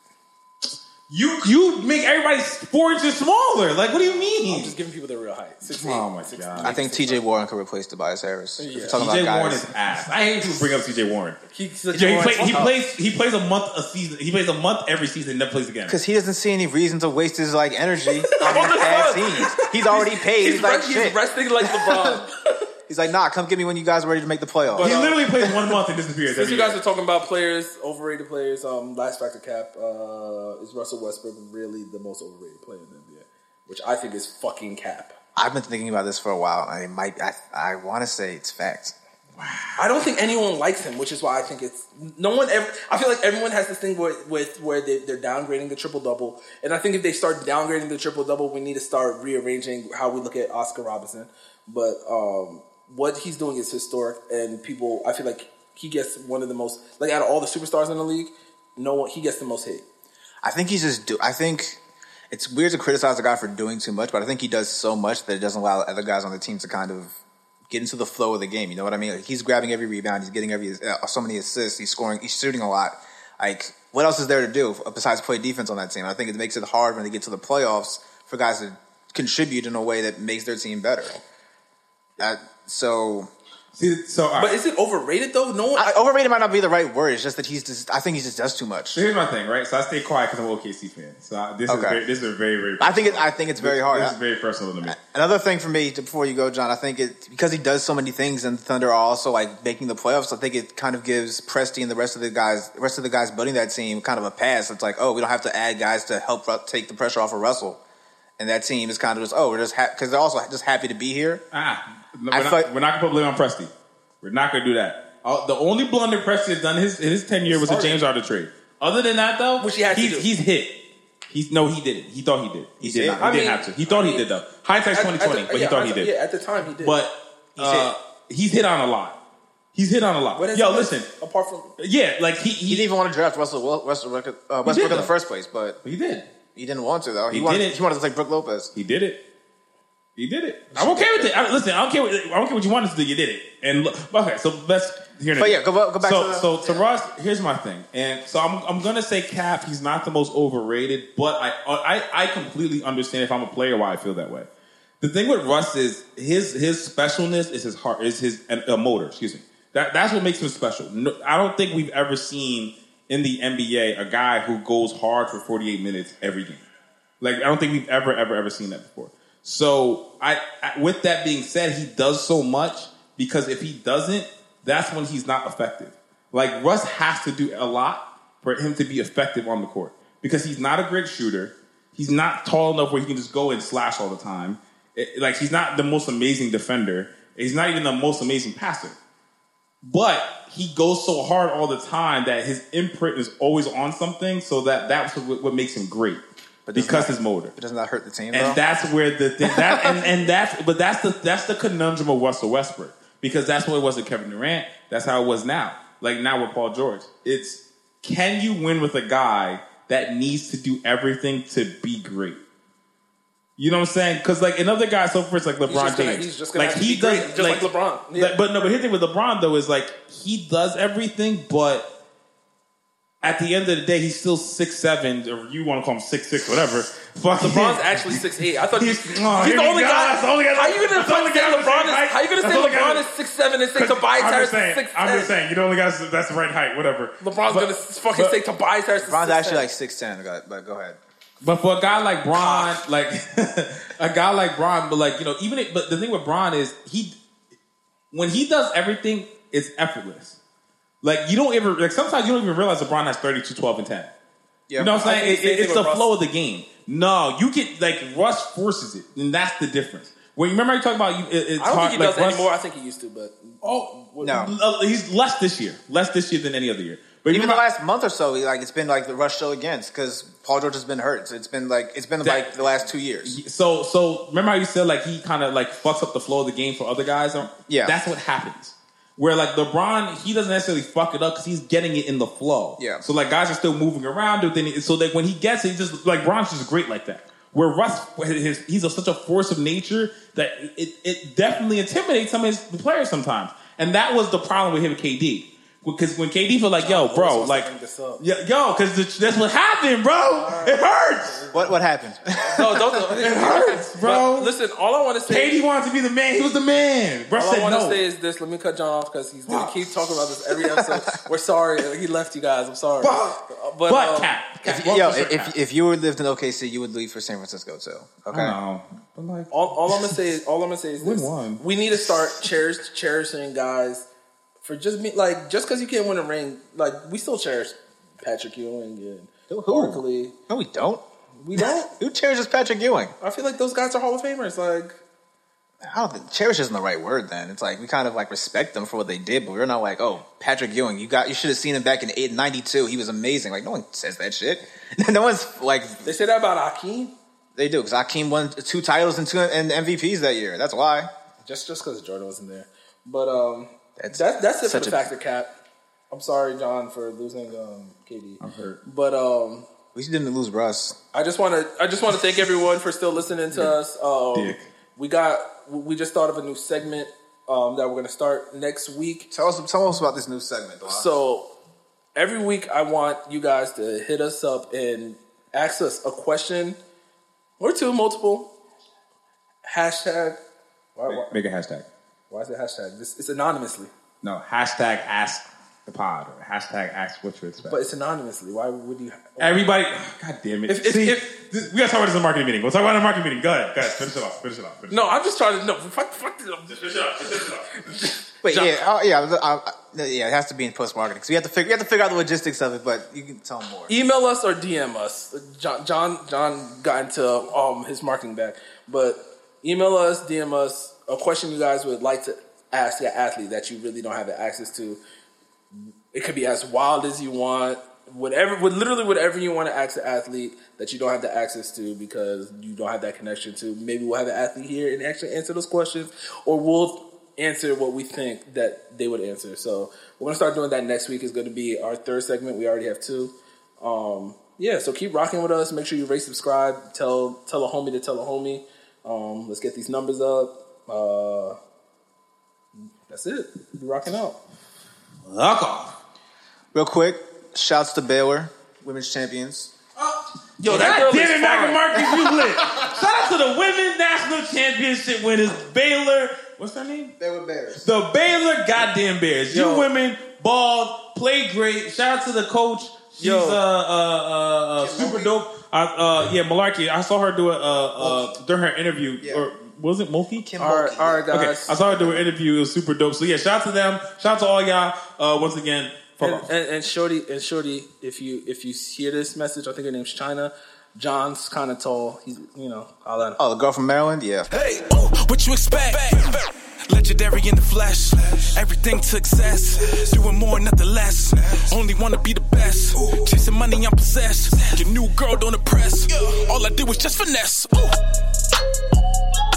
You you make everybody four inches smaller. Like, what do you mean? Just giving people the real height. 68. oh my god. I think T.J. Warren could replace Tobias Harris. If you're talking TJ about Warren guys- is ass. I hate to bring up TJ Warren. He, he's like, Yeah, he, Lawrence play, he Welk. plays. He plays a month a season. He plays a month every season. and Never plays again. Because he doesn't see any reason to waste his like energy on the his bad Suns. teams. He's already paid. He's, He's, like rest- he's shit. resting like LeBron. He's like, nah, come get me when you guys are ready to make the playoffs. He literally plays one month and disappears. Since every you guys year. are talking about players, overrated players, um, last factor cap uh, is Russell Westbrook really the most overrated player in the NBA, which I think is fucking cap. I've been thinking about this for a while. I might. I, I want to say it's facts. I don't think anyone likes him, which is why I think it's no one. Ever, I feel like everyone has this thing with, with where they, they're downgrading the triple double, and I think if they start downgrading the triple double, we need to start rearranging how we look at Oscar Robinson. But um, what he's doing is historic, and people, I feel like he gets one of the most like out of all the superstars in the league, no one he gets the most hate. I think he's just. Do, I think it's weird to criticize a guy for doing too much, but I think he does so much that it doesn't allow other guys on the team to kind of get into the flow of the game. You know what I mean? Like, he's grabbing every rebound. He's getting every uh, so many assists. He's scoring. He's shooting a lot. Like, what else is there to do besides play defense on that team? I think it makes it hard when they get to the playoffs for guys to contribute in a way that makes their team better. That so See, so all right. But is it overrated though? No one. I, overrated might not be the right word. It's just that he's just. I think he just does too much. So here's my thing, right? So I stay quiet because I'm an OKC fan. So I, this is Okay. very, this is a very very. I think it, I think it's very hard. This is very personal to me. Another thing for me to- before you go, John, I think it because he does so many things and Thunder are also like making the playoffs. I think it kind of gives Presti and the rest of the guys, the rest of the guys building that team, kind of a pass. It's like, oh, we don't have to add guys to help Ru- take the pressure off of Russell, and that team is kind of just oh, we're just because they're also just happy to be here. Ah, we're, I not, thought- we're not gonna put blame on Presti. We're not gonna do that. Uh, the only blunder Presti has done his his tenure was a Sorry. James Harden trade. Other than that, though, Which he had to he's, do. he's hit. He's no, he didn't. He thought he did. He, did, did? not. He I didn't mean- have to. He thought he did though. Hindsight's At- twenty at twenty, the- but he yeah, thought at he the- did. Yeah, at the time he did. But uh, he's hit on a lot. He's hit on a lot. What has Yo, he- listen. Apart from Yeah, like he He he, didn't even want to draft Russell Wil- Russell Wick- uh, Westbrook in the though. first place, but he did. he didn't want to though. He, He wanted didn't. he wanted to take Brooke Lopez. He did it. He did it. I'm okay with it. I, listen, I don't care. What, I don't care what you want us to do. You did it. And look, okay, so let's hear. But yeah, go- go back so, to the- so to Ross. Here's my thing, and so I'm I'm gonna say Cap. He's not the most overrated, but I I I completely understand if I'm a player why I feel that way. The thing with Russ is his his specialness is his heart is his uh, uh, motor. Excuse me. That that's what makes him special. No, I don't think we've ever seen in the NBA a guy who goes hard for 48 minutes every game. Like I don't think we've ever, ever, ever seen that before. So I, I with that being said, he does so much because if he doesn't, that's when he's not effective. Like Russ has to do a lot for him to be effective on the court because he's not a great shooter. He's not tall enough where he can just go and slash all the time. It- like he's not the most amazing defender. He's not even the most amazing passer. But he goes so hard all the time that his imprint is always on something. So that that's what, what makes him great. But doesn't because that- his motor. But doesn't that hurt the team? And though? that's where the thing, that and, and that's but that's the that's the conundrum of Russell Westbrook because that's what it was with Kevin Durant. That's how it was now. Like now with Paul George, it's can you win with a guy that needs to do everything to be great? You know what I'm saying? Because like another guy, so for it's like LeBron just gonna- James, he's just gonna like have to he be does, great, just like LeBron. Yeah. Like, but no, but his thing with LeBron though is like he does everything, but at the end of the day, he's still six seven, or you want to call him six six, whatever. Fuck LeBron's actually six eight. I thought he was, He's- he's oh, the here we only go. guy. That's the only guy- How you gonna that's the only fucking say guy with the LeBron same is? height. How you gonna That's say the only guy LeBron with- is six seven and say Because Tobias I'm Harris just is saying, six I'm just ten? saying, you don't only got that's the right height, whatever. LeBron's gonna fucking but- say Tobias Harris. is Bron's 6'10". actually like six ten, but go ahead. But for a guy like Bron, like a guy like Bron, but like you know, even if, but the thing with Bron is he when he does everything, it's effortless. Like you don't ever like sometimes you don't even realize LeBron has 32, 12, and ten. Yeah, You know what I'm I think the saying? It- same it- thing it's the with Russ. flow of the game. No, you get like Russ forces it, and that's the difference. When you remember I talked about you, it- it's I don't hard, think he like, does Russ- anymore. I think he used to, but Oh No. Uh, he's less this year, less this year than any other year. But Even the remember- last month or so, like it's been like the rush show against because Paul George has been hurt. So it's been like it's been That- like the last two years. So so remember how you said like he kind of like fucks up the flow of the game for other guys. Yeah. that's what happens. Where like LeBron, he doesn't necessarily fuck it up because he's getting it in the flow. Yeah. So like guys are still moving around. They're thinking- So like when he gets it, he just like Bron's just great like that. Where Russ, his, he's a, such a force of nature that it, it definitely intimidates some of his players sometimes. And that was the problem with him and KD. Because when KD feel like, yo, bro, Paul's like, fucking this up. yo, because that's what happened, bro. It hurts, What what happened? No, don't. It hurts, bro. But listen, all I want to say, KD wanted to be the man. He was the man. Bro all said I want to no. say is this. Let me cut John off because he's gonna Fuck. keep talking about this every episode. We're sorry, he left you guys. I'm sorry. Fuck. But, but um, cap, cap. if, yo, Walker's a if cap. if you were lived in OKC, you would leave for San Francisco too. Okay. no, but like, all, all I'm gonna say is all I'm gonna say is Win this. one. we need to start cherish, cherishing guys for just me like just because you can't win a ring like we still cherish Patrick Ewing and Who? Barkley. No, we don't. We don't. Who cherishes Patrick Ewing? I feel like those guys are Hall of Famers. Like I don't think cherish isn't the right word. Then it's like we kind of like respect them for what they did, but we're not like, oh, Patrick Ewing, you got you should have seen him back in eight ninety two. He was amazing. Like no one says that shit. no one's like they say that about Akeem. they do because Akeem won two titles and two and MVPs that year. That's why. Just just because Jordan wasn't there. But um, that's That's- that, that's it for such the a- factor cap. I'm sorry, John, for losing um, KD. I'm hurt. But um, We least you didn't lose Russ. I just want to I just want to thank everyone for still listening to us. Um, Dick. We got we just thought of a new segment um, that we're gonna start next week. Tell us, tell us about this new segment. So every week, I want you guys to hit us up and ask us a question or two, multiple. Hashtag. Why, why, make a hashtag. why is it hashtag? This, it's anonymously, No, hashtag ask the pod or hashtag ask what you expect. but it's anonymously. Why would you? Everybody, God damn it. If- if- See, if- this- we gotta talk about this in the marketing meeting. We'll talk about it in the marketing meeting. Go ahead, go ahead. Finish it off. Finish it off. Finish No, I'm just trying to. No, fuck, fuck this. it off. Finish it off. Finish it off. Wait, yeah, oh, yeah, I, I, I- yeah. It has to be in post marketing because we have to figure, we have to figure out the logistics of it. But you can tell more. Email us or DM us. John, John, John got into um, his marketing back, but email us, DM us a question you guys would like to ask your athlete that you really don't have access to. It could be as wild as you want, whatever, with literally whatever you want to ask the athlete that you don't have the access to because you don't have that connection to. Maybe we'll have the athlete here and actually answer those questions, or we'll answer what we think that they would answer. So we're gonna start doing that next week. Is going to be our third segment. We already have two. Um, yeah, so keep rocking with us. Make sure you rate, subscribe, tell tell a homie to tell a homie. Um, let's get these numbers up. Uh, that's it. We rocking out. Fuck off. Real quick, shouts to Baylor, women's champions. Yo, God that girl damn it, is Michael fine. Markey, you lit. Shout out to the women national championship winners, Baylor. What's their name? Baylor Bears. The Baylor goddamn Bears. You Yo. women balled, played great. Shout out to the coach. She's Yo. uh, uh, uh, uh, super dope. I, uh, yeah, Malarkey. I saw her do it uh, uh, during her interview. Yeah. Or was it Mulkey? Kim All right, all right, Okay, I guys. saw her do an interview. It was super dope. So yeah, shout out to them. Shout out to all y'all. Uh, once again, fuck and, off. and, and shorty and shorty, if you if you hear this message, I think her name's China. John's kind of tall. He's you know all that. Oh, the girl from Maryland. Yeah. Hey, ooh, what you expect? Legendary in the flesh, everything to excess. Doing more, nothing less. Only wanna be the best. Chasing money, I'm possessed. Your new girl don't impress. All I did was just finesse. Ooh.